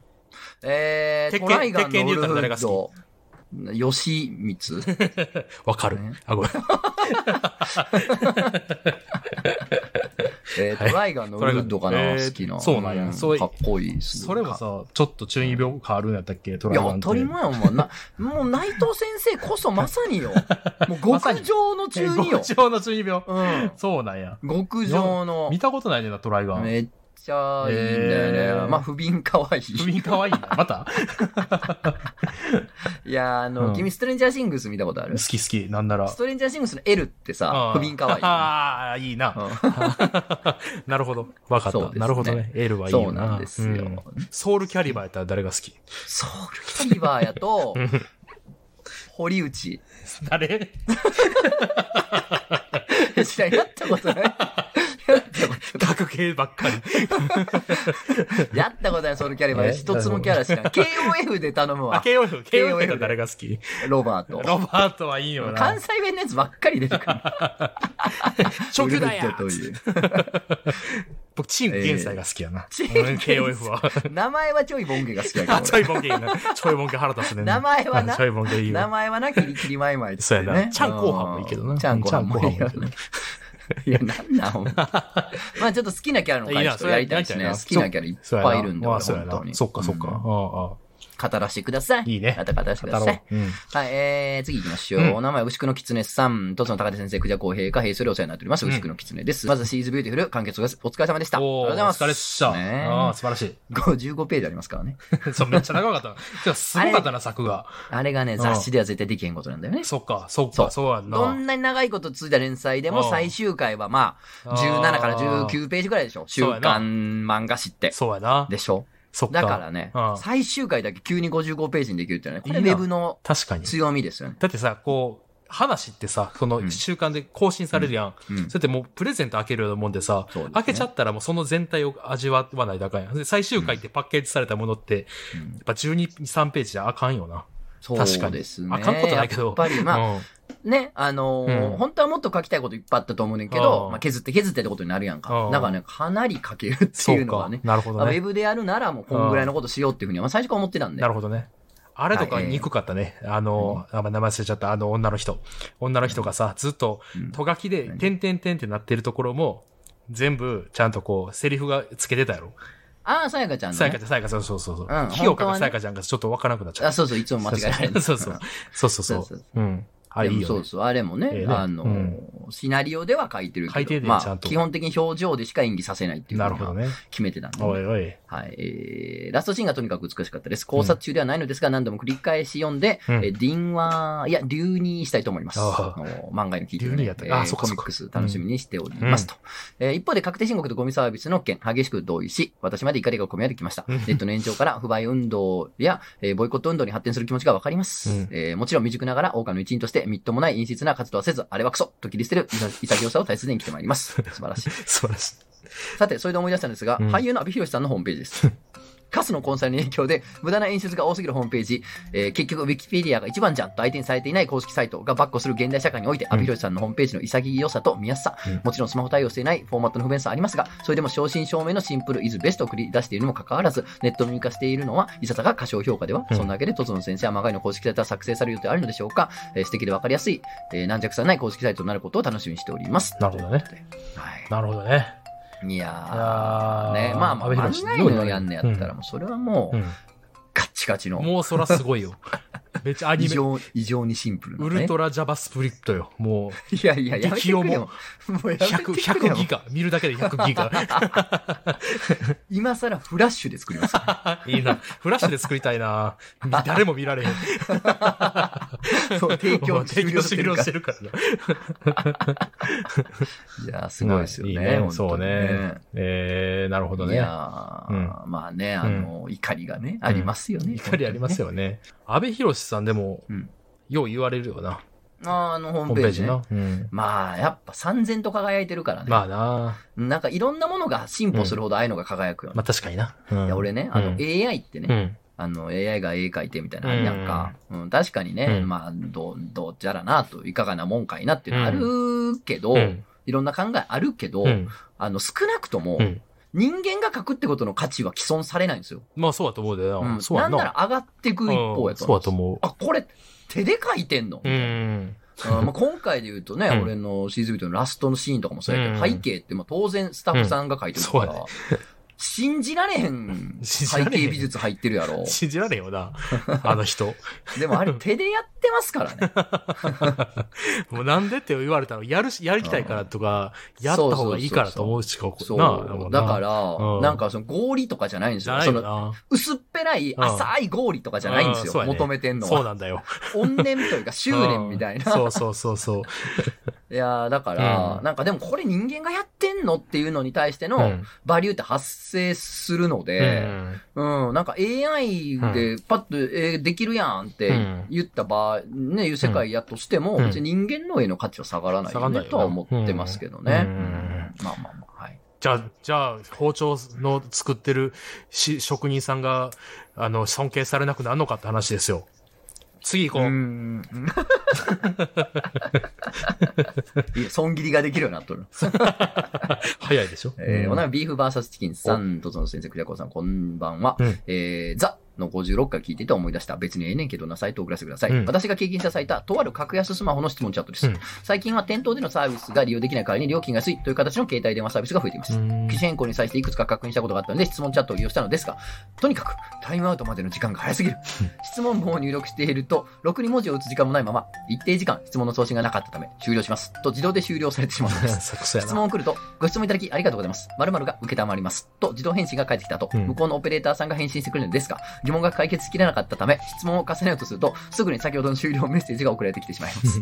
Speaker 1: えー、
Speaker 2: 鉄拳
Speaker 1: トライガンのウルフ
Speaker 2: 鉄拳で言ったら誰が
Speaker 1: ッド
Speaker 2: 好、
Speaker 1: 吉 光。
Speaker 2: わかる
Speaker 1: ね。
Speaker 2: あ、ごめん。
Speaker 1: えー、
Speaker 2: はい
Speaker 1: トライガンのウルフッドかな、
Speaker 2: トライガン
Speaker 1: 好きな。
Speaker 2: えーそうなんやそう
Speaker 1: かっこいいですね
Speaker 2: それもさ、ちょっと中二病変わるんやったっけト
Speaker 1: い
Speaker 2: ライ
Speaker 1: や、
Speaker 2: ガン
Speaker 1: 当
Speaker 2: って。
Speaker 1: たり前やもんな。もう内藤先生こそまさに よ。もう極上の中二よ。
Speaker 2: 極上の中二病。
Speaker 1: うん。
Speaker 2: そうなんや。
Speaker 1: 極上の
Speaker 2: 見。たことないねんな、トライガン。
Speaker 1: めっちゃいいんだよね。
Speaker 2: えー
Speaker 1: まあ、不憫可愛い。
Speaker 2: 不憫可 愛いな。また
Speaker 1: いやー、あの、
Speaker 2: うん
Speaker 1: 君、ストレンジャーシングス見たことあ
Speaker 2: 好
Speaker 1: る
Speaker 2: き好き。なんなら
Speaker 1: ス。トレンジャーシングスの L ってさ、
Speaker 2: う
Speaker 1: 不
Speaker 2: ん
Speaker 1: 憫可愛い。
Speaker 2: ああ、いいな。
Speaker 1: う
Speaker 2: なるほど。わかっ
Speaker 1: そうですね
Speaker 2: た。なるほどね。エール
Speaker 1: ん
Speaker 2: はいいよ
Speaker 1: そうなんです
Speaker 2: う
Speaker 1: よ
Speaker 2: ん。ソウルキャリバーやったら誰が好き
Speaker 1: ソウルキャリバーや と、堀内。
Speaker 2: 誰
Speaker 1: いや、やったこと ない。やったこ
Speaker 2: 格系ばっかり。
Speaker 1: とやったことない、ソウルキャリバー。
Speaker 2: え
Speaker 1: 一つもキャラし ない。KOF で頼む
Speaker 2: あ、
Speaker 1: わ。
Speaker 2: KOF、KOF やったら誰が好き
Speaker 1: ロバート。
Speaker 2: ロバートはいいよな。
Speaker 1: 関西弁のやつばっかり出てくる。
Speaker 2: 初級だよ
Speaker 1: ウルフッドという
Speaker 2: 僕、チーム現在が好きやな。
Speaker 1: チーム
Speaker 2: うん KOF は。
Speaker 1: 名前はちょいボンゲが好きやけど
Speaker 2: あ、
Speaker 1: 俺
Speaker 2: ちょいボンケいいな。ちょいボンケ腹立つねんな。
Speaker 1: 名前はな
Speaker 2: あちょいボンケいい
Speaker 1: 名
Speaker 2: わ。
Speaker 1: 前はな、キリキリマイマイっつ
Speaker 2: そ
Speaker 1: っ
Speaker 2: う
Speaker 1: て
Speaker 2: や
Speaker 1: ね
Speaker 2: な。。ちゃん後半もいいけどな。
Speaker 1: ちゃん後半もいい
Speaker 2: ちゃ
Speaker 1: よ
Speaker 2: ん後半もいいけどな。
Speaker 1: いや、なんなん、ほんままあちょっと好きなキャラの
Speaker 2: いい
Speaker 1: 回
Speaker 2: な
Speaker 1: ちょっとやりたいですね。
Speaker 2: それや
Speaker 1: 好
Speaker 2: りた
Speaker 1: き
Speaker 2: いな
Speaker 1: なキャラいっ
Speaker 2: そうや
Speaker 1: ぱ
Speaker 2: ない
Speaker 1: いるんで、
Speaker 2: まあ
Speaker 1: 俺
Speaker 2: そうや
Speaker 1: 本
Speaker 2: な
Speaker 1: 当に。
Speaker 2: そっかそっか。
Speaker 1: うん
Speaker 2: あ
Speaker 1: 語らせてください。
Speaker 2: いいね
Speaker 1: また語らせて
Speaker 2: あ
Speaker 1: く
Speaker 2: あ。
Speaker 1: だ
Speaker 2: 語
Speaker 1: さ
Speaker 2: ろ
Speaker 1: い。
Speaker 2: う。うん。
Speaker 1: はい、えー、次行きましょう。
Speaker 2: うん
Speaker 1: お名前、牛久の狐さん、とつの高手先生、クジャ公平か、平成でお世話になっております。
Speaker 2: うん
Speaker 1: 牛久の狐です。まず、シーズビューティフル、完結お疲れ様でした。ありがとう
Speaker 2: お
Speaker 1: ございま
Speaker 2: ーお疲れっ
Speaker 1: す。
Speaker 2: した。
Speaker 1: ね
Speaker 2: ああ、素晴らしい。
Speaker 1: 55ページありますからね。
Speaker 2: そう、めっちゃ長かった。てか、すごかったな、作が。
Speaker 1: あれがね、
Speaker 2: ん
Speaker 1: 雑誌では絶対できへんことなんだよね。
Speaker 2: そっか、そっ
Speaker 1: そ
Speaker 2: か、
Speaker 1: う
Speaker 2: そうやんな。
Speaker 1: どんなに長いこと続いた連載で
Speaker 2: う
Speaker 1: も
Speaker 2: ん
Speaker 1: 最終回はまあ、17から19ページぐらいでしょ。週
Speaker 2: そうやな
Speaker 1: 刊漫画誌って。
Speaker 2: そうやな。
Speaker 1: でしょ
Speaker 2: そっか。
Speaker 1: だからね
Speaker 2: うん、
Speaker 1: 最終回だけ急に55ページにできるっていうのはね、これ
Speaker 2: い
Speaker 1: ウ
Speaker 2: いな
Speaker 1: ェブの
Speaker 2: 確かに。
Speaker 1: 強みですよね。
Speaker 2: だってさ、こう、話ってさ、その週間で更新されるやん。
Speaker 1: うんうん
Speaker 2: それってもうプレゼント開けるようなもんでさ、
Speaker 1: そうですね
Speaker 2: 開けちゃったらもうその全体を味わわないだけやん。で最終回ってパッケージされたものって、
Speaker 1: うん
Speaker 2: やっぱ12、3ページじゃあかんよな。確
Speaker 1: そ
Speaker 2: か
Speaker 1: う
Speaker 2: に。
Speaker 1: ですね。
Speaker 2: あかんことないけど。
Speaker 1: やっぱり、まあ、
Speaker 2: うん
Speaker 1: ね、あのー
Speaker 2: うん
Speaker 1: 本当はもっと書きたいこといっぱいあったと思うねんけど、
Speaker 2: うん
Speaker 1: まあ、削って削ってってことになるやん
Speaker 2: う
Speaker 1: か。
Speaker 2: ん
Speaker 1: だからね、かなり書けるって
Speaker 2: そ
Speaker 1: いう
Speaker 2: う
Speaker 1: のは
Speaker 2: か
Speaker 1: ね。。
Speaker 2: なるほ
Speaker 1: ま
Speaker 2: ど
Speaker 1: あウ
Speaker 2: ね
Speaker 1: ェ。ブでやるならもうこんぐらいのことしようっていうふうには、まあ、最初から思ってたんで
Speaker 2: な。るほどね。あれとか
Speaker 1: はいええ
Speaker 2: 憎かったね。あの、あ名前忘れちゃった、あの女の人。女の人がさ、ずっと、
Speaker 1: うん
Speaker 2: とがきで、
Speaker 1: 何
Speaker 2: てんてんてんってなってるところも、全部、ちゃんとこう、セリフがつけてたやろ。
Speaker 1: ああ、さやかちゃんの、ね。
Speaker 2: さやかちゃん、さやかちゃん、そうそうそう
Speaker 1: うん。
Speaker 2: 清岡
Speaker 1: 本当は
Speaker 2: か
Speaker 1: ね
Speaker 2: さやかちゃんがちょっとわからなくなっちゃ
Speaker 1: あ、
Speaker 2: っ
Speaker 1: そうそう、いつも
Speaker 2: た。
Speaker 1: 間違えられる。
Speaker 2: そうそう。そうそうそう。
Speaker 1: そうそう
Speaker 2: うん。あ
Speaker 1: で
Speaker 2: れい
Speaker 1: も
Speaker 2: いよ
Speaker 1: そ
Speaker 2: ね
Speaker 1: う。そう、あれもね、
Speaker 2: ええね
Speaker 1: あの、
Speaker 2: う
Speaker 1: シナリオでは書いてるけど、
Speaker 2: 書いてるね
Speaker 1: ま
Speaker 2: ちゃん
Speaker 1: あ、
Speaker 2: と
Speaker 1: 基本的に表情でしか演技させないっていう
Speaker 2: なるほど
Speaker 1: のが
Speaker 2: ね。
Speaker 1: 決めてたんで、
Speaker 2: おいおい。
Speaker 1: はい。えーラストシーンがとにかく美しかったです。考察中ではないのですが、何度も繰り返し読んで、
Speaker 2: うん
Speaker 1: えー、輪話、いや、流にしたいと思います。
Speaker 2: あ
Speaker 1: あ
Speaker 2: あ
Speaker 1: の漫画の聞いてる、
Speaker 2: 流に
Speaker 1: ね、
Speaker 2: やったかあ
Speaker 1: えー
Speaker 2: そっか
Speaker 1: コ
Speaker 2: そ
Speaker 1: ミ
Speaker 2: っか
Speaker 1: ックス楽しみにしておりますと。えー一方で、確定申告とゴミサービスの件、激しく同意し、私まで怒りが込み上げてきました。
Speaker 2: うん
Speaker 1: ネットの炎上から不買運動や、えーボイコット運動に発展する気持ちがわかります、
Speaker 2: うん
Speaker 1: えーもちろん未熟ながら、王家の一員としてみっともない陰湿な活動はせず、あれはクソと切り捨てる潔さを大切に生きてまいります。素晴らしい。
Speaker 2: 素晴らしい。
Speaker 1: さて、それで思い出したんですが、
Speaker 2: うん
Speaker 1: 俳優の阿部寛さんのホームページです。 カスのコンサルの影響で、無駄な演出が多すぎるホームページ、えー結局、ウィキペディアが一番じゃんと相手にされていない公式サイトが跋扈する現代社会において、阿部寛さんのホームページの潔さと見やすさ、
Speaker 2: うん
Speaker 1: もちろんスマホ対応していないフォーマットの不便さはありますが、それでも正真正銘のシンプルイズベストを繰り出しているにもかかわらず、ネットの入化しているのは、いささか過小評価では、
Speaker 2: うん
Speaker 1: そんなわけで、とつの先生は、まがいの公式サイトは作成される予定あるのでしょうか、えー素敵でわかりやすい、えー軟弱さのない公式サイトになることを楽しみにしております。
Speaker 2: なるほどね。
Speaker 1: はい
Speaker 2: なるほどね。
Speaker 1: いや
Speaker 2: いやー
Speaker 1: ー、ね、まあまあ、
Speaker 2: 阿部寛
Speaker 1: 漫画犬をやんねやったら、もうそれはも
Speaker 2: う
Speaker 1: う、
Speaker 2: ん。
Speaker 1: カッチカチの、
Speaker 2: もうそらすごいよ。めっちゃアニ
Speaker 1: 異
Speaker 2: メ、
Speaker 1: 常、異常にシンプル
Speaker 2: ウ
Speaker 1: な、
Speaker 2: ル
Speaker 1: ね。
Speaker 2: トラジャバスプリットよ。もう、
Speaker 1: いやいや、やめてくれよ。
Speaker 2: 一 応
Speaker 1: もうやめて
Speaker 2: 100、
Speaker 1: くれ
Speaker 2: 100
Speaker 1: よ
Speaker 2: ギ。ガ。見るだけで100ギガ。
Speaker 1: 今更フラッシュで作ります。
Speaker 2: いいな。フラッシュで作りたいな。 誰も見られへん。
Speaker 1: そう、提供終
Speaker 2: 提
Speaker 1: 了
Speaker 2: 供
Speaker 1: して
Speaker 2: 終
Speaker 1: る
Speaker 2: 了
Speaker 1: から
Speaker 2: して。るからな。
Speaker 1: いやー、すごいですよね。
Speaker 2: いい
Speaker 1: 本当に
Speaker 2: そうね。。えー、なるほど
Speaker 1: い
Speaker 2: ね。
Speaker 1: やー、まあね、あの、怒りがね、ありますよね。
Speaker 2: 怒りあります
Speaker 1: よ。
Speaker 2: よね。安倍博さんでも
Speaker 1: うん、
Speaker 2: よう言われるよな。
Speaker 1: あーあの、ホー
Speaker 2: ホー
Speaker 1: ム
Speaker 2: ムペ
Speaker 1: ペ
Speaker 2: ー
Speaker 1: ージ
Speaker 2: ジ
Speaker 1: ね。
Speaker 2: な。うん
Speaker 1: まあ、やっぱ三千と輝いてるからね。
Speaker 2: まあな。
Speaker 1: なんかいろんなものが進歩するほどああいうのが輝くよね
Speaker 2: まあ確かにな。
Speaker 1: い
Speaker 2: い
Speaker 1: や、俺ね、あの、
Speaker 2: うん
Speaker 1: AI ってね、
Speaker 2: うん。
Speaker 1: あの、AI が絵描いてみたいな、
Speaker 2: うん
Speaker 1: なんか、うん、確かにね、
Speaker 2: うん
Speaker 1: まあ、どう、どうじゃらなと、いかがなもんかいなっていうのあるけど、
Speaker 2: うん
Speaker 1: いろんな考えあるけど、
Speaker 2: うん。
Speaker 1: あの、少なくとも、
Speaker 2: うん
Speaker 1: 人間が描くってことの価値は毀損されないんですよ。
Speaker 2: まあそうだと思うで
Speaker 1: う
Speaker 2: な。
Speaker 1: ん、
Speaker 2: そうや
Speaker 1: なんなら上がっていく一方
Speaker 2: う
Speaker 1: や
Speaker 2: ん
Speaker 1: と
Speaker 2: そう
Speaker 1: 思う
Speaker 2: だと思
Speaker 1: あ、これ、手で描いてんの、
Speaker 2: う。うん。
Speaker 1: うんまあ、今回で言うとね、
Speaker 2: うん
Speaker 1: 俺のシーズンビートのラストのシーンとかもそうやけど、
Speaker 2: うん
Speaker 1: 背景ってまあ当然スタッフさんが描いてるから、
Speaker 2: うんそうや
Speaker 1: 信じられへん
Speaker 2: 信じ
Speaker 1: 背
Speaker 2: られへん
Speaker 1: 景美術入ってるやろ。
Speaker 2: 信じられんよな。あの人。
Speaker 1: でもあ れ手でやってますからね。
Speaker 2: もうなんでって言われたの、やるし、やりたいからとか、やった方がいいからと思うしか、
Speaker 1: そ
Speaker 2: なあ
Speaker 1: う。だか、
Speaker 2: う
Speaker 1: ら、
Speaker 2: ん
Speaker 1: なんかその合理とかじゃないんです
Speaker 2: じゃ
Speaker 1: よ。
Speaker 2: ない
Speaker 1: そ
Speaker 2: よ
Speaker 1: の
Speaker 2: な。
Speaker 1: 薄っぺらい
Speaker 2: うん
Speaker 1: 浅い合理とかじゃないんです
Speaker 2: うんそう
Speaker 1: よ。
Speaker 2: やね
Speaker 1: 求めてんの
Speaker 2: そう
Speaker 1: は。
Speaker 2: なんだよ。
Speaker 1: 怨念というか執念みたいな。
Speaker 2: うんそうそうそうそ
Speaker 1: いやーだから
Speaker 2: う、ん
Speaker 1: なんかでもこれ人間がやってんのっていうのに対して
Speaker 2: う。
Speaker 1: のバリューって発生するので、うん、なんか AI でパッと、えーできるやんって
Speaker 2: うん
Speaker 1: 言った場合、ね、いう世界やとしても、
Speaker 2: うん
Speaker 1: 別に人間の絵の価値は下がらない
Speaker 2: 下が
Speaker 1: よ
Speaker 2: んな
Speaker 1: ね
Speaker 2: いよな
Speaker 1: とは思ってますけどね。
Speaker 2: う
Speaker 1: うんんまあまあまあ、はい。
Speaker 2: じゃあ、じゃあ、包丁の作ってるし職人さんが、あの、尊敬されなくなるのかって話ですよ。次行こう。
Speaker 1: ん。 いや、損切りができるようになっとる。
Speaker 2: 早いでしょ。
Speaker 1: えー、
Speaker 2: うん
Speaker 1: おなビーフバーサスチキンさん、とつの先生、クリアコさん、こんばんは。
Speaker 2: うん
Speaker 1: えー、ザの56回聞いてて思い出した。別にええねんけどなサイトを送らせてください。
Speaker 2: うん
Speaker 1: 私が経験したサイトは、とある格安スマホの質問チャットです。
Speaker 2: うん
Speaker 1: 最近は店頭でのサービスが利用できない代わりに料金が安いという形の携帯電話サービスが増えています。
Speaker 2: うん
Speaker 1: 機種変更に際していくつか確認したことがあったので質問チャットを利用したのですが、とにかくタイムアウトまでの時間が早すぎる。質問文を入力していると、ろくに文字を打つ時間もないまま、一定時間質問の送信がなかったため、終了します。と自動で終了されてしまうの です。
Speaker 2: 作戦や
Speaker 1: 質
Speaker 2: な。
Speaker 1: 問を送ると、ご質問いただきありがとうございます。〇〇が受けたまります。と自動返信が返ってきた後、
Speaker 2: うん
Speaker 1: 向こうのオペレーターさんが返信してくれるのですが、疑問が解決しきれなかったため、質問を重ねようとすると、すぐに先ほどの終了メッセージが送られてきてしまいます。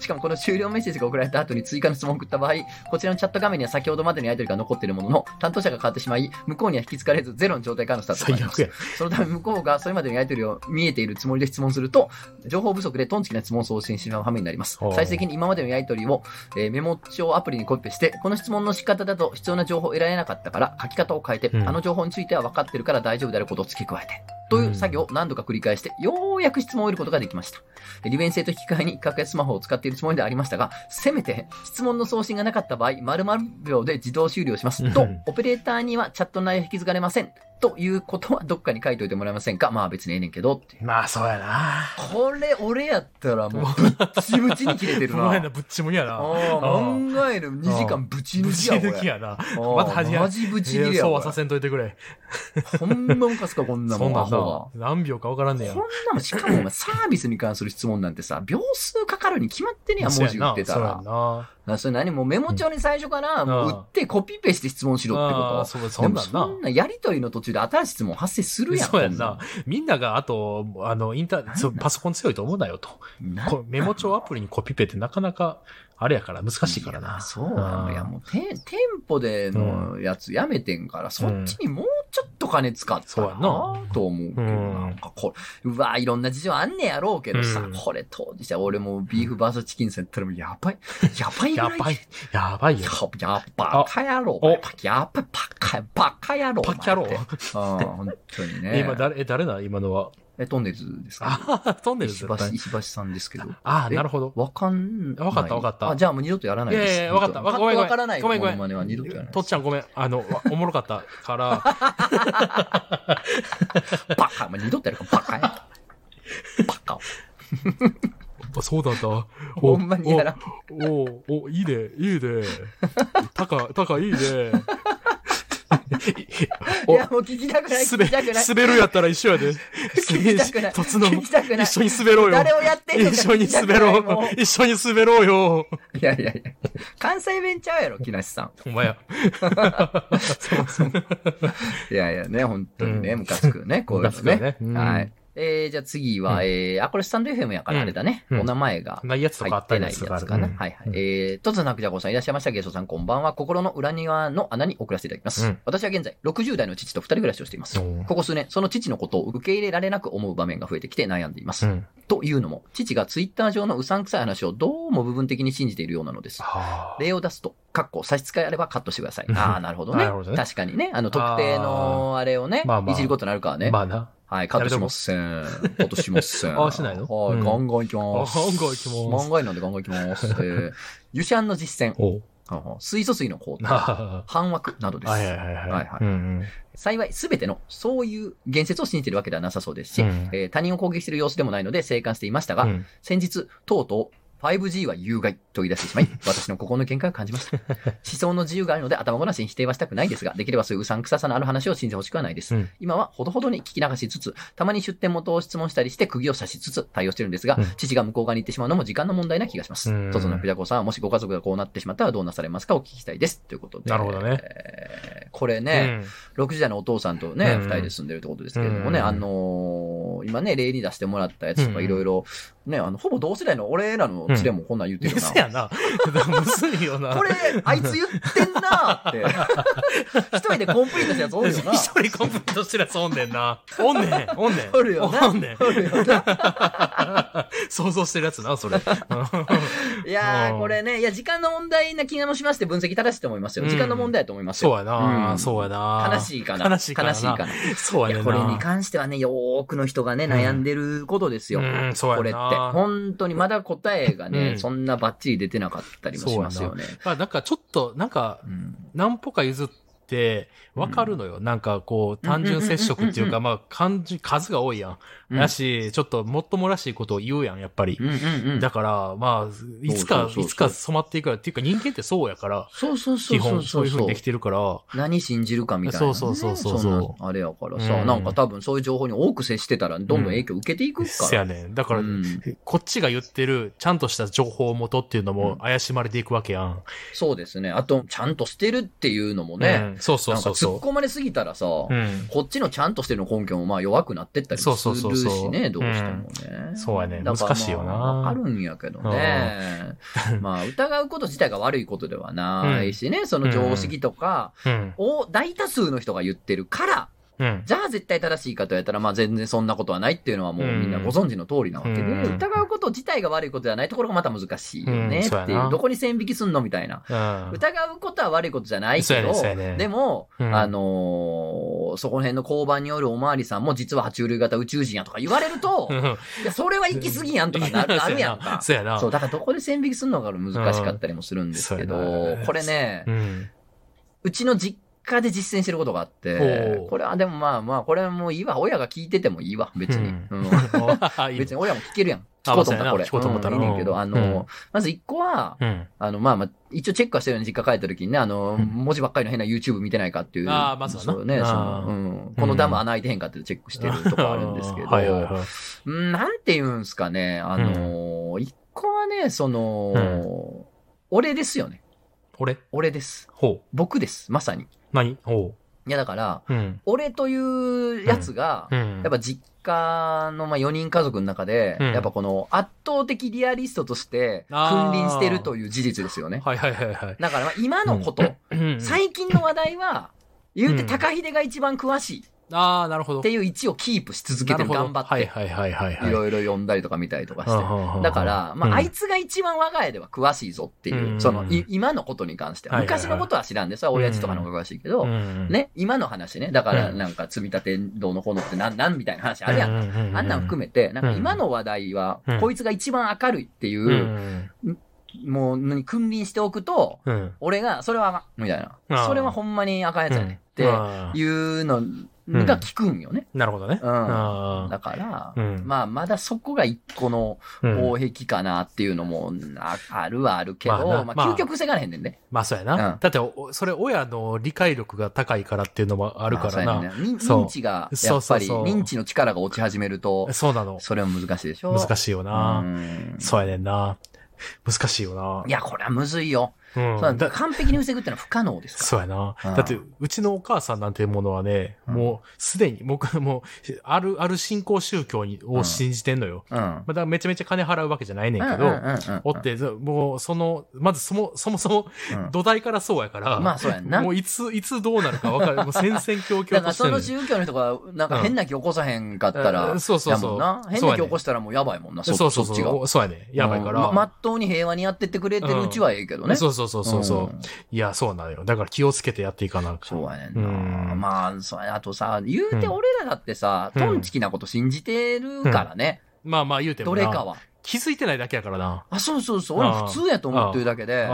Speaker 1: しかもこの終了メッセージが送られた後に追加の質問を送った場合、こちらのチャット画面には先ほどまでのやり取りが残っているものの、担当者が変わってしまい、向こうには引き継がれずゼロの状態からのスタートとなり
Speaker 2: 最
Speaker 1: ま
Speaker 2: 悪
Speaker 1: す
Speaker 2: や。。
Speaker 1: そのため向こうがそれまでのやり取りを見えているつもりで質問すると、情報不足でトンチキな質問を送信してしまう羽目になります
Speaker 2: ほう。
Speaker 1: 最終的に今までのやり取りを、えーメモ帳アプリにコピーして、この質問の仕方だと必要な情報を得られなかったから、書き方を変えて、
Speaker 2: うん
Speaker 1: あの情報については分かってるから大丈夫であることを付け加えて。という作業を何度か繰り返して、ようやく質問を得ることができました。利便性と引き換えに格安スマホを使っているつもりではありましたが、せめて質問の送信がなかった場合、〇〇秒で自動終了します。
Speaker 2: う
Speaker 1: と
Speaker 2: ん、
Speaker 1: オペレーターにはチャットの内容を引き継がれません。ということはどっかに書いといてもらえませんかまあ別にええねんけどって。
Speaker 2: まあ、そうやな。
Speaker 1: これ、俺やったらもう、ぶっちぶちに切れてる
Speaker 2: お前な、
Speaker 1: な。
Speaker 2: ぶっちもんやな。
Speaker 1: ああ、漫画への2時間ぶち
Speaker 2: ぶ
Speaker 1: 抜き
Speaker 2: ち
Speaker 1: や、
Speaker 2: 抜き
Speaker 1: 俺。
Speaker 2: やな。
Speaker 1: ああ
Speaker 2: また恥や
Speaker 1: マジぶち切れ
Speaker 2: いや
Speaker 1: や、
Speaker 2: そう
Speaker 1: こ
Speaker 2: はさせんといてくれ。
Speaker 1: れほんまかすか、こんな
Speaker 2: そ
Speaker 1: も
Speaker 2: ん
Speaker 1: ん、ア
Speaker 2: なん
Speaker 1: ホは
Speaker 2: な。。何秒かわからんねや
Speaker 1: こん。なもん、しかもお前サービスに関する質問なんてさ、秒数かかるに決まってねや、文字打ってた
Speaker 2: そうや
Speaker 1: ら
Speaker 2: ん。な。
Speaker 1: あそれ何もうメモ帳に最初から、
Speaker 2: うん
Speaker 1: もう打ってコピペして質問しろって
Speaker 2: あー
Speaker 1: こ
Speaker 2: そう
Speaker 1: と。
Speaker 2: そ
Speaker 1: で
Speaker 2: ん
Speaker 1: も
Speaker 2: なん
Speaker 1: そ
Speaker 2: な。
Speaker 1: んなやりとりの途中で新しい質問発生するやん。
Speaker 2: そうやん
Speaker 1: こんな
Speaker 2: な。みんなが、あと、あの、インター、そうパソコン強いと思うなよと。
Speaker 1: ん。なん
Speaker 2: こメモ帳アプリにコピペってなかなか、あれやから、難しいから
Speaker 1: いや
Speaker 2: な。
Speaker 1: そうなんだ。いや、
Speaker 2: ん
Speaker 1: もう、て、店舗でのやつやめてんから、そっちにもうちょっと金使った
Speaker 2: そう
Speaker 1: ら
Speaker 2: や
Speaker 1: な
Speaker 2: な
Speaker 1: と思うけど、
Speaker 2: うん
Speaker 1: なんかこれ、うわ、いろんな事情あんねやろうけどさ、
Speaker 2: うん
Speaker 1: これ当時さ、俺もうビーフバーサーチキンさんやったらもうやばい、やばいぐら
Speaker 2: や
Speaker 1: い。
Speaker 2: ばい。やばい
Speaker 1: や
Speaker 2: よ。
Speaker 1: やっぱ、バカ野郎。お前やっぱ、バカ、バカ野郎。
Speaker 2: パッキャロ
Speaker 1: お前って
Speaker 2: ー。
Speaker 1: うん、本当にね。
Speaker 2: 今、誰、え誰だ今のは。
Speaker 1: え、トンネルズですか
Speaker 2: ああ、飛んで る
Speaker 1: 石
Speaker 2: 絶
Speaker 1: 橋、
Speaker 2: 対。
Speaker 1: 石橋さんですけど。
Speaker 2: ああ、
Speaker 1: え
Speaker 2: なるほど。
Speaker 1: わかんない。
Speaker 2: わかったわかった
Speaker 1: あ、じゃあもう二度とやらない
Speaker 2: い
Speaker 1: です。
Speaker 2: やいや、わかった。わごめんごめん。
Speaker 1: わからない。
Speaker 2: ごめんごめん。
Speaker 1: モノマネは二度とやらない
Speaker 2: とっ
Speaker 1: です。
Speaker 2: ちゃんごめん。あの、わおもろかった から、
Speaker 1: バカ、お前二度とやるからバカや。バカ。
Speaker 2: あそうだった。お
Speaker 1: ほんまにやらん。
Speaker 2: おおおいいね、いいね。たか、たか、い いね。
Speaker 1: い
Speaker 2: お
Speaker 1: や、もう聞きたくない。
Speaker 2: す
Speaker 1: 聞
Speaker 2: べ、
Speaker 1: きたくない。
Speaker 2: 滑るやったら一緒やで。
Speaker 1: 聞きたくない。
Speaker 2: 突の、
Speaker 1: 聞きたくない
Speaker 2: 一。緒に滑ろうよ
Speaker 1: 誰。をやってんのか
Speaker 2: 一緒に
Speaker 1: 聞きたく
Speaker 2: 滑
Speaker 1: ない
Speaker 2: ろ
Speaker 1: も
Speaker 2: う。一緒に滑ろうよ。
Speaker 1: ういやいやいや。関西弁ちゃうやろ、木梨さん。
Speaker 2: お前や。
Speaker 1: そもそも。いやいやね、本当にね、
Speaker 2: うん
Speaker 1: ムカつくね、こういうの
Speaker 2: ムカつく
Speaker 1: ね
Speaker 2: ね。うん
Speaker 1: はい。えー、じゃあ次は、
Speaker 2: うん
Speaker 1: えー、あ、これスタンド FM やからあれだね。
Speaker 2: うん
Speaker 1: お名前が。
Speaker 2: ないやつとか
Speaker 1: 入
Speaker 2: あ
Speaker 1: っ
Speaker 2: った
Speaker 1: て
Speaker 2: り
Speaker 1: ないやつかな。はいはい。えー、とつなくじゃこさんいらっしゃいました。ゲイソさんこんばんは。心の裏庭の穴に送らせていただきます。
Speaker 2: うん
Speaker 1: 私は現在、60代の父と二人暮らしをしています
Speaker 2: お。ー
Speaker 1: ここ数年、その父のことを受け入れられなく思う場面が増えてきて悩んでいます。
Speaker 2: うん。
Speaker 1: というのも、父がツイッター上のうさんくさい話をどうも部分的に信じているようなのです。
Speaker 2: は
Speaker 1: 例を出すと、かっこ差し支えあればカットしてください。
Speaker 2: うん
Speaker 1: ああ、なるほどね
Speaker 2: なるほどね
Speaker 1: 確かにね。あの、特定のあれをね、
Speaker 2: まあまあ
Speaker 1: いじることになるから
Speaker 2: あ。
Speaker 1: ね。
Speaker 2: まあな。
Speaker 1: はい、カットしません。カットしません。
Speaker 2: あしないの
Speaker 1: はい、
Speaker 2: うん
Speaker 1: ガンガンいきます。
Speaker 2: ガンガンいきます
Speaker 1: 漫画なんでガンガンいきます。えー、湯シャンの実践、
Speaker 2: お
Speaker 1: はは水素水の工程、
Speaker 2: な
Speaker 1: 半枠などで
Speaker 2: あ。はいはい
Speaker 1: す。
Speaker 2: はいはい。
Speaker 1: はいはい
Speaker 2: うん
Speaker 1: 幸い、すべての、そういう言説を信じてるわけではなさそうですし、
Speaker 2: うん
Speaker 1: えー他人を攻撃する様子でもないので、静観していました
Speaker 2: う
Speaker 1: が、
Speaker 2: ん。うん
Speaker 1: 先日、とうとう、5G は有害と言い出して しまい、私の心の限界を感じました。思想の自由があるので頭ごなしに否定はしたくないですが、できればそういううさんくささのある話を信じてほしくはないです。
Speaker 2: うん
Speaker 1: 今はほどほどに聞き流しつつ、たまに出店元を質問したりして釘を刺しつつ対応してるんですが、
Speaker 2: うん
Speaker 1: 父が向こう側に行ってしまうのも時間の問題な気がします
Speaker 2: うん。
Speaker 1: とぞのくじゃこさんはもしご家族がこうなってしまったらどうなされますかお聞きしたいです。ということで。
Speaker 2: なるほどね
Speaker 1: えーこれね、60代のお父さんとね、
Speaker 2: うん
Speaker 1: 二人で住んでるってことですけれどもね、
Speaker 2: うん
Speaker 1: あのー今ね、例に出してもらったやつとか
Speaker 2: うん
Speaker 1: いろいろ、ね、あの、ほぼ同世代の俺らの連れもこんなん言って
Speaker 2: うん。
Speaker 1: るよ
Speaker 2: せ
Speaker 1: な。
Speaker 2: やな。むずいよな。
Speaker 1: これ、あいつ言ってんなーって。 一人でコンプリートしたやつおるよな。
Speaker 2: 一人コンプリートしてるやつおんねんな。おんねん、おんねん。
Speaker 1: おるよな
Speaker 2: おんねん。
Speaker 1: おるよな
Speaker 2: 想像してるやつな、そ れ。
Speaker 1: いや
Speaker 2: う
Speaker 1: ー、
Speaker 2: ん
Speaker 1: これね、いや、時間の問題な気がしまして分析正しいと思いますよ。
Speaker 2: うん
Speaker 1: 時間の問題だと思いますよ。
Speaker 2: そうやな、
Speaker 1: うん
Speaker 2: そうやな。
Speaker 1: 悲しいかな。
Speaker 2: 悲しいかな
Speaker 1: 悲しいかな。
Speaker 2: そう
Speaker 1: い
Speaker 2: やね
Speaker 1: や、
Speaker 2: ん
Speaker 1: こ
Speaker 2: な。
Speaker 1: れに関してはね、よーくの人がね、
Speaker 2: うん
Speaker 1: 悩んでることですよ。
Speaker 2: うんそうやな
Speaker 1: これって。本当にまだ答えがね、
Speaker 2: うん
Speaker 1: そんなバッチリ出てなかったりもしますよね。
Speaker 2: まあ、なんかちょっと、なんか、
Speaker 1: うん
Speaker 2: 何歩か譲って、わかるのよ。なんかこう、単純接触っていうか、
Speaker 1: う
Speaker 2: まあ、漢字、数が多いやん。
Speaker 1: うん
Speaker 2: やし、ちょっともっともらしいことを言うやん、やっぱり
Speaker 1: う。んうんうん
Speaker 2: だから、まあ、いつ
Speaker 1: そ
Speaker 2: か
Speaker 1: うそう、そうそう
Speaker 2: いつか染まっていくから、っていうか人間ってそうやから、
Speaker 1: そうそうそ
Speaker 2: 基
Speaker 1: うそ
Speaker 2: 本
Speaker 1: う
Speaker 2: そういう風にできてるから、
Speaker 1: 何信じるかみたいな、ね。
Speaker 2: そうそうそうそう
Speaker 1: そんなあれやからさ、
Speaker 2: うん
Speaker 1: なんか多分そういう情報に多く接してたら、どんどん影響受けていくか
Speaker 2: せ
Speaker 1: ら。
Speaker 2: やねん。だから、
Speaker 1: うん
Speaker 2: こっちが言ってる、ちゃんとした情報を元っていうの
Speaker 1: うん
Speaker 2: も怪しまれていくわけやん。
Speaker 1: そうですね。あと、ちゃんとしてるっていうのもね、
Speaker 2: うんそうそう
Speaker 1: なんか
Speaker 2: そう
Speaker 1: 突っ
Speaker 2: そ
Speaker 1: 込まれすぎたらさ、
Speaker 2: う。うん。
Speaker 1: こっちのちゃんとしてるの根拠もまあ弱くなってったりもす
Speaker 2: そう
Speaker 1: るしね、
Speaker 2: そうそうそう
Speaker 1: どうしてもね。
Speaker 2: んそうやね
Speaker 1: だからまあ
Speaker 2: 難しいよな
Speaker 1: わかるんやけどね。 まあ、疑うこと自体が悪いことではないしね、その常識とか
Speaker 2: うん。
Speaker 1: を大多数の人が言ってるから、
Speaker 2: うん。
Speaker 1: じゃあ絶対正しいかとやったら、まあ全然そんなことはないっていうのはもうみんなご存知の通りなわけで、
Speaker 2: うん
Speaker 1: 疑うこと自体が悪いことではないところがまた難しいよねって
Speaker 2: うんそう
Speaker 1: い
Speaker 2: や
Speaker 1: う、
Speaker 2: な
Speaker 1: どこに線引きすんのみたいな。
Speaker 2: うん。
Speaker 1: 疑うことは悪いことじゃないけど、
Speaker 2: そうやねそうやね
Speaker 1: でも、
Speaker 2: うん
Speaker 1: あのーそこら辺の交番によるおまわりさんも実は爬虫類型宇宙人やとか言われると、
Speaker 2: うん
Speaker 1: いや、それは行き過ぎやんとか ななるやんか。
Speaker 2: そうやな。
Speaker 1: そう、
Speaker 2: う
Speaker 1: だからどこで線引きするのかが難しかったりもするんですけど、
Speaker 2: うんそうやな
Speaker 1: これね、
Speaker 2: ん。
Speaker 1: うちの実家で実践してることがあっ
Speaker 2: お
Speaker 1: て
Speaker 2: う、
Speaker 1: これはでもまあまあ、これはもういいわ。親が聞いててもいいわ、別に。
Speaker 2: う
Speaker 1: うん
Speaker 2: いいね
Speaker 1: 別に親も聞けるやん。聞
Speaker 2: あ
Speaker 1: こうと思ったら
Speaker 2: まあ
Speaker 1: これ。
Speaker 2: そうやな聞こうと思ったら
Speaker 1: うんいいねんけ
Speaker 2: うん
Speaker 1: ど、あ
Speaker 2: うん
Speaker 1: の、まず一個は、
Speaker 2: うん。
Speaker 1: あの、まあまあ、一応チェックはしてるよね、実家帰った時にね、あの、
Speaker 2: うん
Speaker 1: 文字ばっかりの変な YouTube 見てないかっていう。
Speaker 2: あーまずはな
Speaker 1: そうね、そ
Speaker 2: あ
Speaker 1: の、
Speaker 2: ー
Speaker 1: うん。このダム穴開いてへんかっていうのチェックしてるとこあるんですけど。
Speaker 2: はいはいはい。
Speaker 1: うんなんて言うんすかね、あの、一個はね、その、俺ですよね。
Speaker 2: 俺
Speaker 1: 俺です。
Speaker 2: ほう。
Speaker 1: 僕です、まさに。
Speaker 2: 何ほ
Speaker 1: いや、だから、
Speaker 2: う。うん。
Speaker 1: 俺というやつが、
Speaker 2: うん。
Speaker 1: やっぱ実家のまあ4人家族の中で、
Speaker 2: うん
Speaker 1: やっぱこの圧倒的リアリストとして
Speaker 2: あー
Speaker 1: 君臨してるという事実ですよね。
Speaker 2: はいはいはいはい。
Speaker 1: だからまあ今のこと、
Speaker 2: うん
Speaker 1: 最近の話題は、言うて
Speaker 2: うん
Speaker 1: 高秀が一番詳しいっ
Speaker 2: ああ、なるほど。
Speaker 1: ていう位置をキープし続け
Speaker 2: な
Speaker 1: て
Speaker 2: る
Speaker 1: る、
Speaker 2: ほ
Speaker 1: 頑
Speaker 2: ど
Speaker 1: 張って、
Speaker 2: はい
Speaker 1: い
Speaker 2: はいはいはいはい。
Speaker 1: ろいろ読んだりとか見たりとかして。
Speaker 2: て
Speaker 1: だから、まあ、あい
Speaker 2: つ
Speaker 1: つが一番我が家では詳しいぞっていう、
Speaker 2: うん
Speaker 1: その、い今のことに関しては。
Speaker 2: はいはいはい
Speaker 1: 昔のことは知らんで、それは親父とかの方が詳しいけど、
Speaker 2: ね、
Speaker 1: ね、今の話ね、だから
Speaker 2: うん
Speaker 1: なんか積み立てどうのこうのってなん、なんみたいな話あるやん。
Speaker 2: ん
Speaker 1: あんなん含めて、なんか
Speaker 2: うん
Speaker 1: 今の話題は
Speaker 2: うん、
Speaker 1: こいつが一番明るいっていうう、
Speaker 2: ん。
Speaker 1: もう、何、君臨しておくと、
Speaker 2: うん。
Speaker 1: 俺が、それはあかん、みたい
Speaker 2: あー
Speaker 1: な。それはほんまにあかんやつやねって
Speaker 2: あー
Speaker 1: いうのが効くんよね。
Speaker 2: なるほどね。
Speaker 1: うん
Speaker 2: あ
Speaker 1: だから
Speaker 2: ー、うん
Speaker 1: まあ、まだそこが一個の
Speaker 2: うん
Speaker 1: 防壁かなっていうのも、ああるはあるけ
Speaker 2: まあな
Speaker 1: ど、まあ、
Speaker 2: まあ
Speaker 1: 究極防がれへんねんね。
Speaker 2: まあそうやな。
Speaker 1: うん
Speaker 2: だってお、それ親の理解力が高いからっていうのもあ
Speaker 1: あ
Speaker 2: るから
Speaker 1: そうや
Speaker 2: な。
Speaker 1: ねん認
Speaker 2: そう
Speaker 1: 認知が、
Speaker 2: そ
Speaker 1: や
Speaker 2: う
Speaker 1: っ
Speaker 2: そ
Speaker 1: ぱ
Speaker 2: う
Speaker 1: り、
Speaker 2: そう
Speaker 1: 認知の力が落ち始めると、
Speaker 2: そうなの。
Speaker 1: それは難しいでしょ。
Speaker 2: 難
Speaker 1: しい
Speaker 2: しいよな。そうやねんな。難しいよな。
Speaker 1: いや、これはむずいよ。
Speaker 2: うん
Speaker 1: そう
Speaker 2: だ
Speaker 1: 完璧に防ぐってのは不可能ですから。
Speaker 2: そうやな
Speaker 1: う。ん
Speaker 2: だって、うちのお母さんなんていうものはね、
Speaker 1: うん
Speaker 2: もうすでに、僕もう、ある、ある信仰宗教に
Speaker 1: う
Speaker 2: を
Speaker 1: ん
Speaker 2: 信じてんのよ。
Speaker 1: うん。うん
Speaker 2: まあだからめちゃめちゃ金払うわけじゃないねんけ
Speaker 1: う
Speaker 2: ど
Speaker 1: ん、うん
Speaker 2: おって、ずもう、その、まずそも、そもそも
Speaker 1: うん
Speaker 2: 土台からそうやから、
Speaker 1: まあそうやんな。
Speaker 2: もういつ、いつどうなる か分かる。もう戦々
Speaker 1: だ
Speaker 2: 恐々
Speaker 1: か
Speaker 2: と
Speaker 1: ら
Speaker 2: して
Speaker 1: そ
Speaker 2: んの
Speaker 1: の
Speaker 2: に
Speaker 1: 宗教の人が、なんか変な気起こさへんかったら、
Speaker 2: うんそうそう
Speaker 1: やも
Speaker 2: そう
Speaker 1: んな。変
Speaker 2: そうや
Speaker 1: な
Speaker 2: ね
Speaker 1: 気起こしたらもうやばいもんな、
Speaker 2: そ
Speaker 1: そう
Speaker 2: そう
Speaker 1: そっち
Speaker 2: そ
Speaker 1: が。
Speaker 2: う。そうやね。やばいから。
Speaker 1: うんまっとうに平和にやってってくれてるうちはええけどね。
Speaker 2: そうそうそうそうそう、
Speaker 1: ん
Speaker 2: いや、そうなのよ。だから気をつけてやっていかなく
Speaker 1: そうやねん
Speaker 2: う
Speaker 1: な。
Speaker 2: ん
Speaker 1: まあ、そうやあとさ、言うて
Speaker 2: うん
Speaker 1: 俺らだってさ、トンチキなこと信じてるからね。
Speaker 2: まあまあ言うて
Speaker 1: ど
Speaker 2: も
Speaker 1: れ
Speaker 2: な。
Speaker 1: かは。
Speaker 2: 気づいてないだけやからな。
Speaker 1: あ、そうそうそう。俺も普通やと思ってるだけで、や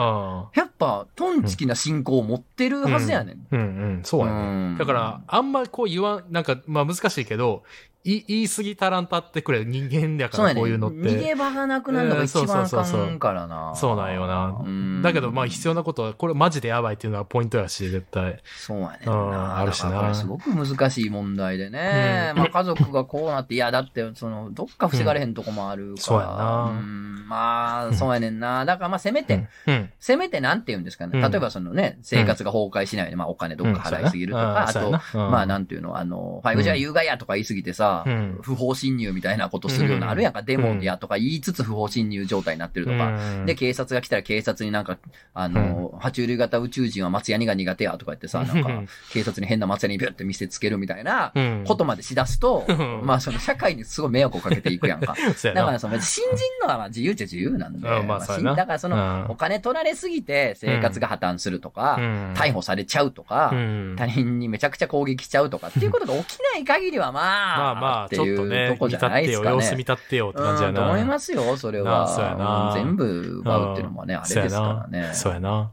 Speaker 1: っぱ、トンチキな信仰を持ってるはずやねん。
Speaker 2: うん。うんうん。そうやね。だから、、あんまりこう言わん、なんか、まあ難しいけど、い言い過ぎたらんたってくれ。人間だか
Speaker 1: そう
Speaker 2: ら、
Speaker 1: やね。
Speaker 2: こういうのっ
Speaker 1: 逃
Speaker 2: て。
Speaker 1: げ場がなくなるのが一番あかんからな。
Speaker 2: そうなんよな
Speaker 1: うん
Speaker 2: だけど、まあ必要なことは、これマジでやばいっていうのはポイントやし、絶対。
Speaker 1: そうやねん
Speaker 2: うん
Speaker 1: な。
Speaker 2: あるしな
Speaker 1: だからこれすごく難しい問題でね。
Speaker 2: うん
Speaker 1: まあ家族がこうなって、いや、だって、その、どっか防がれへんとこもあるから。
Speaker 2: そうやなん
Speaker 1: まあ、そうやねんな。だからまあ、せめて、
Speaker 2: うん。
Speaker 1: せめてなんて言うんですかね。
Speaker 2: うん
Speaker 1: 例えばそのね、生活が崩壊しないように、まあお金どっか払いすぎると
Speaker 2: うん
Speaker 1: か、あ
Speaker 2: そうや
Speaker 1: と
Speaker 2: な、うんそうやなうん
Speaker 1: まあなんていうの、あの、5G は有害やとか言いすぎてさ
Speaker 2: う、ん。
Speaker 1: 不法侵入みたいなことするようなあるやんか、デモやとか言いつつ不法侵入状態になってるとか、
Speaker 2: うん
Speaker 1: で、警察が来たら警察になんか、あの、爬虫類型宇宙人は松ヤニが苦手やとか言ってさ、なん
Speaker 2: う
Speaker 1: か
Speaker 2: ん、
Speaker 1: 警察に変な松ヤニビュって見せつけるみたいな
Speaker 2: うん
Speaker 1: ことまでしだすと
Speaker 2: うん、
Speaker 1: まあその社会にすごい迷惑をかけていくやん か。
Speaker 2: そうや
Speaker 1: だか
Speaker 2: な
Speaker 1: らその、新人のはまあ自由っちゃ自由なんで、
Speaker 2: うんまあ
Speaker 1: まあ
Speaker 2: そう
Speaker 1: し
Speaker 2: や
Speaker 1: ん
Speaker 2: な
Speaker 1: だからその、
Speaker 2: うん
Speaker 1: お金取られすぎて生活が破綻するとか、
Speaker 2: うん
Speaker 1: 逮捕されちゃうとか、
Speaker 2: うん
Speaker 1: 他人にめちゃくちゃ攻撃しちゃうとかっていうことが起きない限りは
Speaker 2: ま
Speaker 1: まあ、
Speaker 2: あまあ、
Speaker 1: って
Speaker 2: ちょ
Speaker 1: い
Speaker 2: っと
Speaker 1: う
Speaker 2: ね
Speaker 1: と、こ
Speaker 2: 見
Speaker 1: じ
Speaker 2: 立
Speaker 1: ゃな
Speaker 2: っ
Speaker 1: い
Speaker 2: て
Speaker 1: です
Speaker 2: よ、
Speaker 1: か
Speaker 2: 様
Speaker 1: ね
Speaker 2: 子。見立ってよって感じやな。
Speaker 1: うんと思いますよ、それ
Speaker 2: なあ
Speaker 1: は。
Speaker 2: そうやな
Speaker 1: 全部奪うっていうのもね、あれですからね。
Speaker 2: そうやな。そうやな。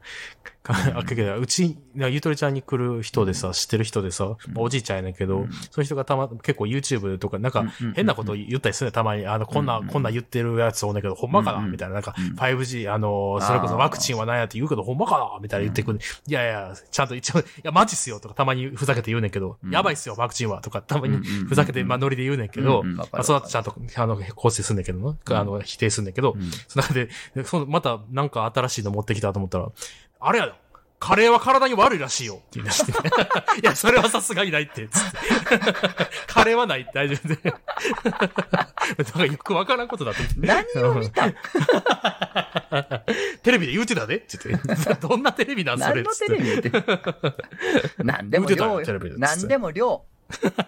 Speaker 2: か あけどうち、なゆとりちゃんに来る人でさ、知ってる人でさ、まあおじいちゃんやねんけど、
Speaker 1: うん
Speaker 2: そういう人がたま、結構 YouTube とか、なんか
Speaker 1: うんうんうん
Speaker 2: 変なこと言ったりするね、たまに。あの、こんな、
Speaker 1: うん
Speaker 2: こんな言ってるやつおんねんけど、ほんまかな、
Speaker 1: うんうん
Speaker 2: みたいな。なんか
Speaker 1: うん
Speaker 2: 5G、あの、それこそワクチンはなんやって言うけど、ほんまかなみたいな言ってくる。いやいや、ちゃんと一応、いや、マジっすよとか、たまにふざけて言うねんけど、
Speaker 1: うん
Speaker 2: やばいっすよ、ワクチンはとか、たまに
Speaker 1: うんうんうんうん
Speaker 2: ふざけて、まあ、ノリで言うねんけど、
Speaker 1: うんうんわかる
Speaker 2: まあ、その後ちゃんと、あの、構成すんねんけどな、あの、否定すんねんけど、
Speaker 1: うん
Speaker 2: その中で、そのまたなんか新しいの持ってきたと思ったら、あれやな。カレーは体に悪いらしいよって言い出して、 いや、それはさすがにないって。つってカレーはない、大丈夫で。なんかよくわからんことだと
Speaker 1: 何を見た
Speaker 2: テレビで言うてたでって言って。どんなテレビなんそ
Speaker 1: 何
Speaker 2: れっ
Speaker 1: の
Speaker 2: つ
Speaker 1: テ
Speaker 2: っ
Speaker 1: レ
Speaker 2: て。
Speaker 1: ビ見て何でも量
Speaker 2: 見てたよテレビ
Speaker 1: よ。
Speaker 2: で
Speaker 1: 何でも量。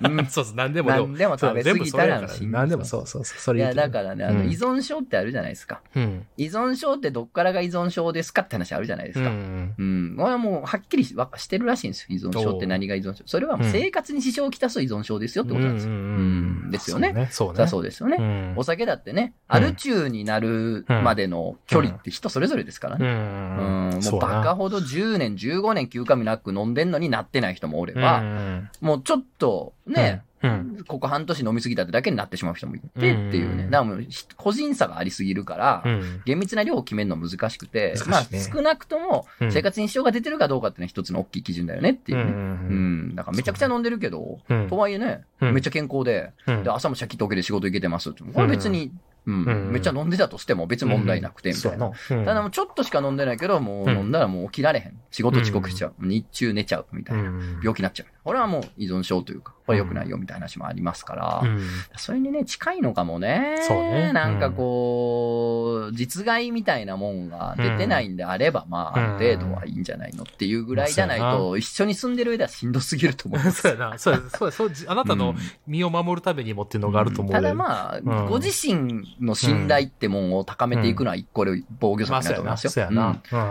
Speaker 1: うん。
Speaker 2: そうそう、 何でも
Speaker 1: 何でも
Speaker 2: そ
Speaker 1: 食
Speaker 2: う
Speaker 1: べ
Speaker 2: 全
Speaker 1: 過
Speaker 2: 部
Speaker 1: ぎ
Speaker 2: そ
Speaker 1: た
Speaker 2: れや
Speaker 1: ら
Speaker 2: から
Speaker 1: 死ぬ。
Speaker 2: 何でもそうそうそう、そ
Speaker 1: い
Speaker 2: れ言
Speaker 1: や、
Speaker 2: うてる
Speaker 1: だからね、あの、
Speaker 2: う
Speaker 1: 依
Speaker 2: ん
Speaker 1: 存症ってあるじゃないですか。
Speaker 2: うん。
Speaker 1: 依存症ってどっからが依存症ですかって話あるじゃないで
Speaker 2: う
Speaker 1: すか。
Speaker 2: ん。
Speaker 1: うん。これはもう、はっきりしわしてるらしいんですよ。依存症って何が依存症。それはもう生活に支障をきたす依存症ですよってことなんですよ。うんですよね。
Speaker 2: そう
Speaker 1: そり
Speaker 2: ね。
Speaker 1: ゃそうですよね。
Speaker 2: ね
Speaker 1: お酒だってね、
Speaker 2: うん
Speaker 1: アル中になるまでの距離って人それぞれですから
Speaker 2: う。
Speaker 1: ね。うんん、も
Speaker 2: そううやな
Speaker 1: バカほど10年、15年休暇もなく飲んでんのになってない人もおれ
Speaker 2: う
Speaker 1: ば、
Speaker 2: ん
Speaker 1: もうちょっとね、
Speaker 2: うん。
Speaker 1: ここ半年飲みすぎたってだけになってしまう人もいてっていうね。
Speaker 2: うん
Speaker 1: だからもうひ個人差がありすぎるから、
Speaker 2: うん。
Speaker 1: 厳密な量を決めるの難しくて、
Speaker 2: 難しいね
Speaker 1: まあ少なくとも
Speaker 2: うん
Speaker 1: 生活に支障が出てるかどうかっていうのは一つの大きい基準だよねっていう
Speaker 2: う。
Speaker 1: ね。うんん、だからめちゃくちゃ飲んでるけど、
Speaker 2: うん
Speaker 1: とはいえね、
Speaker 2: うん
Speaker 1: めっちゃ健康で、
Speaker 2: うん
Speaker 1: で、朝もシャキッと起きて仕事行けてますって。これ別に、うん、
Speaker 2: うん
Speaker 1: めっちゃ飲んでたとしても別に問題なくて、み
Speaker 2: そ
Speaker 1: た
Speaker 2: う
Speaker 1: い
Speaker 2: や
Speaker 1: な。
Speaker 2: な。うん
Speaker 1: ただもうちょっとしか飲んでないけど、もう
Speaker 2: うん
Speaker 1: 飲んだらもう起きられへん。仕事遅刻しちゃう。日中寝ちゃう、みたいな。
Speaker 2: うん
Speaker 1: 病気になっちゃう。これはもう依存症というか、これ良くないよ、みたいな話もありますから、
Speaker 2: うん
Speaker 1: それにね、近いのかもね。
Speaker 2: そうね
Speaker 1: なんかこう、実害みたいなもんが出てないんであれば、まあ、ある程度はいいんじゃないのっていうぐらいじゃない
Speaker 2: まあそうや
Speaker 1: と、一緒に住んでる上ではしんどすぎると思います。
Speaker 2: そうやな。そうや、そうや、そうや、あなた
Speaker 1: う
Speaker 2: の
Speaker 1: ん
Speaker 2: 身を守るためにもっていうのがあると思う。
Speaker 1: ただまあ、
Speaker 2: うん
Speaker 1: ご自身の信頼ってもんを高めていくのは一個で防御策
Speaker 2: まあ、
Speaker 1: だ
Speaker 2: そう
Speaker 1: と
Speaker 2: や
Speaker 1: 思いま
Speaker 2: な。
Speaker 1: すよ。
Speaker 2: そうや
Speaker 1: うん
Speaker 2: な。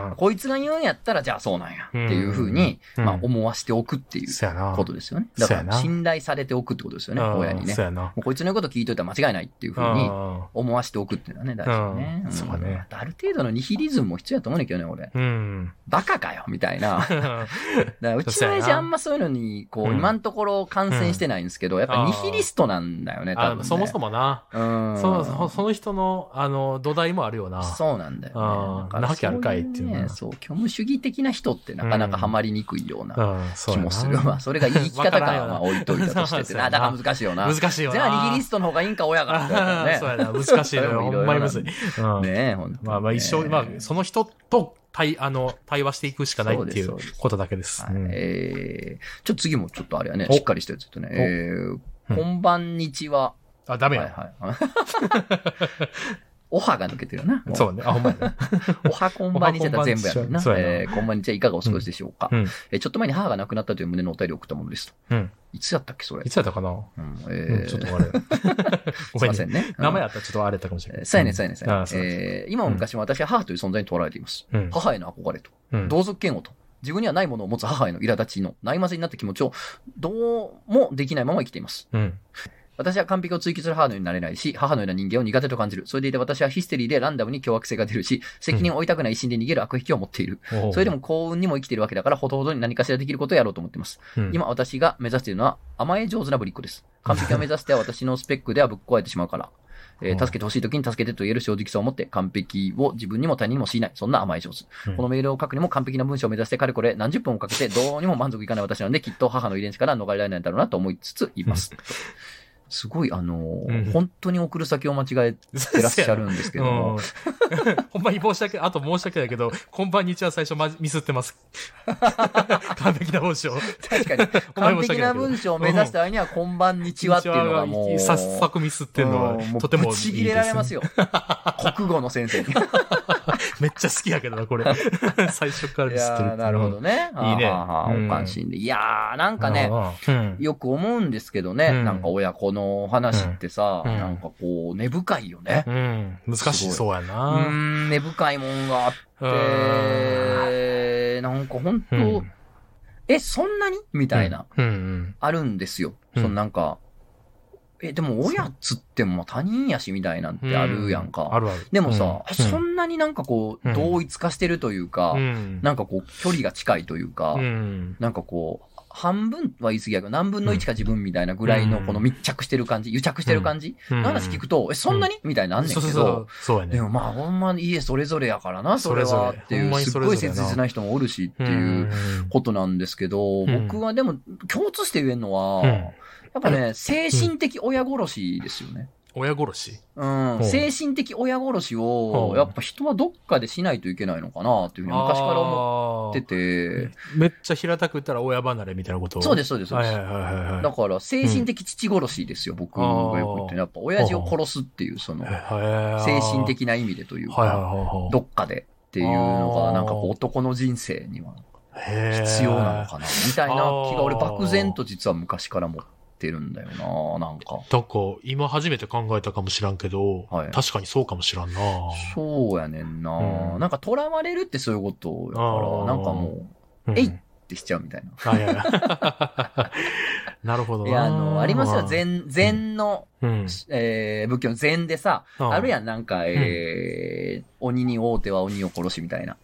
Speaker 2: うん
Speaker 1: こいつが言うんやったら、じゃあそうなんやっていうふうに、
Speaker 2: うん
Speaker 1: まあ思わしておくっていう
Speaker 2: そうやな。
Speaker 1: ことですよね。だか
Speaker 2: そうや
Speaker 1: ら
Speaker 2: な
Speaker 1: 信頼されておくってことですよね、
Speaker 2: うん
Speaker 1: 親にね。も
Speaker 2: そうやな。
Speaker 1: うこいつの言うこと聞いといたら間違いないっていうふうに思わしておくっていうのはね、大事だね。
Speaker 2: うんそうね
Speaker 1: あとある程度のニヒリズムも必要やと思うねんだけどね、俺。
Speaker 2: うん。
Speaker 1: バカかよみたいな。だ か
Speaker 2: うん。
Speaker 1: らうちの親
Speaker 2: そう
Speaker 1: 父
Speaker 2: やな
Speaker 1: あんまそういうのに、こ
Speaker 2: う
Speaker 1: う、
Speaker 2: ん
Speaker 1: 今のところ感染してないんですけど、やっぱニヒリストなんだよね、多
Speaker 2: あ
Speaker 1: 分、ね。
Speaker 2: そもそもな。
Speaker 1: うん。
Speaker 2: そそその人の、あの、土台もあるよな。
Speaker 1: そうなんだよ、ね。
Speaker 2: あー
Speaker 1: だから
Speaker 2: なきゃあるかいってい
Speaker 1: そ
Speaker 2: うの
Speaker 1: う
Speaker 2: は
Speaker 1: ね。そう、虚無主義的な人ってなかなかハマりにくいような
Speaker 2: うん、そう
Speaker 1: 気
Speaker 2: やな
Speaker 1: もする。 まあ、それが言い方か
Speaker 2: わからん
Speaker 1: は
Speaker 2: よな
Speaker 1: まあ置いといたとしてて
Speaker 2: そうや
Speaker 1: な。
Speaker 2: な
Speaker 1: だから難しいよな。
Speaker 2: 難しいよな。
Speaker 1: じゃあ、ニヒリストの方がいいんか、親がみたいなね。
Speaker 2: そうやな、難しいの
Speaker 1: それ
Speaker 2: よ。
Speaker 1: もいろい
Speaker 2: ほ
Speaker 1: ろ
Speaker 2: んまにむずい。うん
Speaker 1: ねえ、ほんとにね
Speaker 2: まあまあ一生、まあその人と対、あの、対話していくしかないってい
Speaker 1: そう
Speaker 2: う
Speaker 1: です
Speaker 2: ことだけです。
Speaker 1: はい
Speaker 2: うん
Speaker 1: えー、ちょっと次もちょっとあれやね、
Speaker 2: お
Speaker 1: しっかりしたやつちょっとね、
Speaker 2: お
Speaker 1: えー、
Speaker 2: うん
Speaker 1: こんばんにちは。
Speaker 2: あ、ダ
Speaker 1: は
Speaker 2: メ
Speaker 1: い
Speaker 2: や。
Speaker 1: はい。 おはが抜けてるよな。もう
Speaker 2: そうね。あ、ほんまや な。
Speaker 1: おはこんばんにちは全部やるな。
Speaker 2: おはこんばんにちはそうやな
Speaker 1: えーこんばんにちはいかがお過ごしでしょうか、
Speaker 2: うん。
Speaker 1: えーちょっと前に母が亡くなったという胸のお便りを送ったものですと。
Speaker 2: うん。
Speaker 1: いつやったっけ、それ
Speaker 2: い。つやったかな
Speaker 1: うんえ
Speaker 2: う
Speaker 1: ー
Speaker 2: んちょっとあれ。ご
Speaker 1: すい
Speaker 2: めん
Speaker 1: ませ
Speaker 2: ね。
Speaker 1: んね。
Speaker 2: 名前
Speaker 1: や。
Speaker 2: あったらちょっとあれやったかもしれない。
Speaker 1: そうやね、そうやね、そうやね
Speaker 2: あそうや
Speaker 1: えー今も昔も私は母という存在に捉えられています。
Speaker 2: うん
Speaker 1: 母への憧れと、
Speaker 2: うん
Speaker 1: 同族嫌悪と、自分にはないものを持つ母への苛立ちの、ないまぜになった気持ちを、どうもできないまま生きています。
Speaker 2: うん。
Speaker 1: 私は完璧を追求する母のようになれないし、母のような人間を苦手と感じる。それでいて私はヒステリーでランダムに凶悪性が出るし、責任を負いたくない一心で逃げる悪癖を持っている。
Speaker 2: おう
Speaker 1: それで、も幸運にも生きているわけだから、ほどほどに何かしらできることをやろうと思っています。
Speaker 2: うん、
Speaker 1: 今私が目指しているのは甘え上手なぶりっ子です。完璧を目指しては私のスペックではぶっ壊れてしまう から。えー
Speaker 2: うん
Speaker 1: 助けてほしい時に助けてと言える正直さを持って完璧を自分にも他人にも強いない。そんな甘え上手。
Speaker 2: うん
Speaker 1: このメールを書くにも完璧な文章を目指してかれこれ何十分もかけてどうにも満足いかない私なのできっと母の遺伝子から逃れられないんだろうなと思いつついます。すごいあのー
Speaker 2: うん
Speaker 1: 本当に送る先を間違えてらっしゃるんですけども、
Speaker 2: うん ほんまに申し訳、あと申し訳ないけど、こんばんにちは最初まじミスって ます。完璧な文章。
Speaker 1: 確かに 完璧な文章を目指した割にはこんばんにちはっていうのがもう、
Speaker 2: さっさくミスっていうの
Speaker 1: うん
Speaker 2: は、
Speaker 1: う
Speaker 2: とてもいい
Speaker 1: ぶ
Speaker 2: です
Speaker 1: ち
Speaker 2: ね
Speaker 1: 切れられますよ。国語の先 生に。い
Speaker 2: めっちゃ好きやけど な、これ。最初からミスって
Speaker 1: やー
Speaker 2: る。
Speaker 1: なるほどね。
Speaker 2: んいいね
Speaker 1: はあはあ
Speaker 2: うん
Speaker 1: おかしいんで。いやー、なんかね、
Speaker 2: うん。
Speaker 1: よく思うんですけどね、
Speaker 2: うん
Speaker 1: なんか親子の話ってさ、
Speaker 2: うん
Speaker 1: なんかこう、根深いよね。
Speaker 2: うん。難しいそうや
Speaker 1: うー
Speaker 2: な。
Speaker 1: ん、根深いもんがあっ
Speaker 2: うん
Speaker 1: て、なんか本当、
Speaker 2: うん
Speaker 1: え、そんなにみたいな、。
Speaker 2: うんうん。
Speaker 1: あるんですよ。
Speaker 2: うん
Speaker 1: そのなんか、え、でも親っつっても他人やしみたいなんてあるやんか。
Speaker 2: うあるある。
Speaker 1: でもさ、
Speaker 2: うん
Speaker 1: そんなになんかこう、
Speaker 2: うん
Speaker 1: 同一化してるというか、
Speaker 2: うん。
Speaker 1: なんかこう、距離が近いというか、
Speaker 2: うん。
Speaker 1: なんかこう、半分は言い過ぎやけど、何分の1か自分みたいなぐらいの
Speaker 2: うん
Speaker 1: この密着してる感じ、癒着してる感じ、
Speaker 2: うん
Speaker 1: の話聞くと、え、そんなにみたいになんねんけ
Speaker 2: そうそうそう
Speaker 1: ど、。
Speaker 2: そうやね
Speaker 1: で。もまあほんまに家それぞれやからな、それ
Speaker 2: それ
Speaker 1: は
Speaker 2: ぞれ
Speaker 1: ってい
Speaker 2: ほん
Speaker 1: う、
Speaker 2: まに
Speaker 1: すっ
Speaker 2: それ
Speaker 1: ご
Speaker 2: ぞれ
Speaker 1: い
Speaker 2: な
Speaker 1: 切実な人もおるしっていうことなんですけど、
Speaker 2: ん
Speaker 1: 僕はでも共通して言えるのは、
Speaker 2: うん
Speaker 1: やっぱね、精神的親殺しですよね。
Speaker 2: 親殺し。
Speaker 1: うん、
Speaker 2: ほう
Speaker 1: 精神的親殺しを
Speaker 2: ほ、う
Speaker 1: やっぱ人はどっかでしないといけないのかなっていうふうに昔から思
Speaker 2: 思
Speaker 1: ってて、
Speaker 2: めっちゃ平たく言ったら親離れみたいなこと。
Speaker 1: そうですす、そうです、そう
Speaker 2: は
Speaker 1: で
Speaker 2: い
Speaker 1: す
Speaker 2: はい。はいはい。
Speaker 1: だから、精神的父殺しですよ、僕がよく言ってる。やっぱ、親父を殺すっていう、その、精
Speaker 2: 精
Speaker 1: 神的な意味でという
Speaker 2: はいはい
Speaker 1: か、
Speaker 2: はい
Speaker 1: どっかでっていうのが、
Speaker 2: あー
Speaker 1: なんかこう男の人生には
Speaker 2: はい。
Speaker 1: 必要なのかな、みたいな気が、俺、漠然と実は昔から持っってるんだよな、なんか。
Speaker 2: だから、今初めて考えたかもしらんけど、
Speaker 1: はい
Speaker 2: 確かにそうかもしらんな。
Speaker 1: そうやねんな、
Speaker 2: うん
Speaker 1: なんか囚われるってそういうことやか
Speaker 2: あー
Speaker 1: ら、なんかも
Speaker 2: う
Speaker 1: う、えいってしちゃうみたいな。
Speaker 2: あいやいや なるほどな。
Speaker 1: いや、あの、ありますよ。
Speaker 2: 全
Speaker 1: 禅、禅の、
Speaker 2: うん。
Speaker 1: えー、仏教の禅でさ、あるやん、なんか、えー、鬼に王手は鬼を殺しみたいな。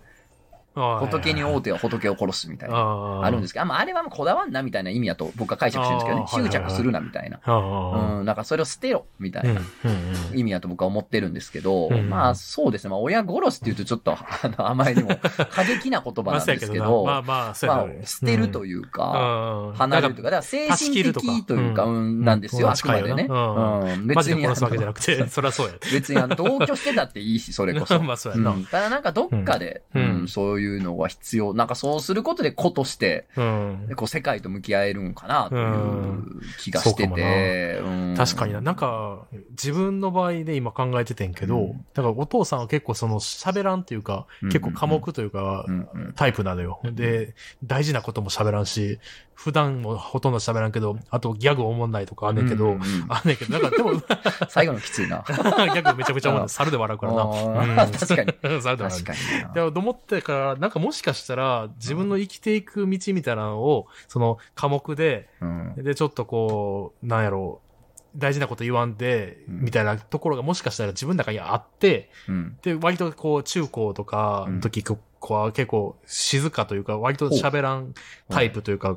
Speaker 2: あー。
Speaker 1: 仏に
Speaker 2: お
Speaker 1: 王手は仏を殺すみたいな。
Speaker 2: あー
Speaker 1: あるんですけど、まあ、あれはもうこだわんなみたいな意味だと僕は解釈してるんですけどね。
Speaker 2: あーはい
Speaker 1: 執
Speaker 2: はいは
Speaker 1: 着
Speaker 2: い
Speaker 1: するなみたいな。
Speaker 2: あー
Speaker 1: うん、なんかそれを捨てろみた
Speaker 2: うん。。
Speaker 1: いうなん
Speaker 2: うん
Speaker 1: 意味だと僕は思ってるんですけど、
Speaker 2: うん
Speaker 1: まあそうですね。まあ親殺しって言うとちょっと、あの、甘えにも過激な言葉
Speaker 2: まあ
Speaker 1: なん
Speaker 2: そう
Speaker 1: で
Speaker 2: や
Speaker 1: す
Speaker 2: な
Speaker 1: けど、
Speaker 2: ま
Speaker 1: ま
Speaker 2: あまあ、そうや
Speaker 1: あ
Speaker 2: なうん、
Speaker 1: 捨てると
Speaker 2: いう
Speaker 1: いうか、
Speaker 2: か
Speaker 1: 離れるというか、だから精
Speaker 2: 断ち切
Speaker 1: 神
Speaker 2: るとか
Speaker 1: 的というか、
Speaker 2: う
Speaker 1: うん、なんですよ、
Speaker 2: うん
Speaker 1: あくまでね。
Speaker 2: 近いよな
Speaker 1: うん、
Speaker 2: マ
Speaker 1: 別
Speaker 2: ジで
Speaker 1: に
Speaker 2: 殺すわけじゃなく
Speaker 1: あ
Speaker 2: て、
Speaker 1: の
Speaker 2: そりゃそうや。
Speaker 1: 別にあの同居してたっていい し、それこそ。
Speaker 2: まあそうやな。
Speaker 1: うんただなんかどっかで、
Speaker 2: う
Speaker 1: うんん
Speaker 2: うん
Speaker 1: そういうのが必要。なんかそうすることで子として、
Speaker 2: うん
Speaker 1: こう世界と向き合えるんかなという気が
Speaker 2: そう
Speaker 1: し
Speaker 2: か
Speaker 1: て
Speaker 2: も
Speaker 1: て。うん
Speaker 2: 確かにな。なん、か、自分の場合で今考えててんけど、
Speaker 1: うん
Speaker 2: だからお父さんは結構その喋らんっていうか、
Speaker 1: うん
Speaker 2: 結構寡黙というか、
Speaker 1: うんうん
Speaker 2: タイプなのよ。で、大事なことも喋らんし、普段もほとんど喋らんけど、あとギャグ思んないとかあんねんけど、
Speaker 1: うんうんうん
Speaker 2: あんねんけど、なんかでも、ギ
Speaker 1: 最後のきついな。
Speaker 2: ャグめちゃくちゃ思うの。猿で笑うからな。
Speaker 1: あー
Speaker 2: うん
Speaker 1: 確かに。
Speaker 2: 猿で笑
Speaker 1: 確。
Speaker 2: う
Speaker 1: かに
Speaker 2: だからと思ってから、なんかもしかしたら、自分の生きていく道みたいなのを、その、科目で、
Speaker 1: な。うん
Speaker 2: で、ちょっとこう、なんやろう、大事なこと言わんで、
Speaker 1: うん
Speaker 2: みたいなところがもしかしたら自分の中にあって、
Speaker 1: うん。
Speaker 2: で、割とこう、中高とかの時、ここは結構静かというか、割と喋らんタイプというか、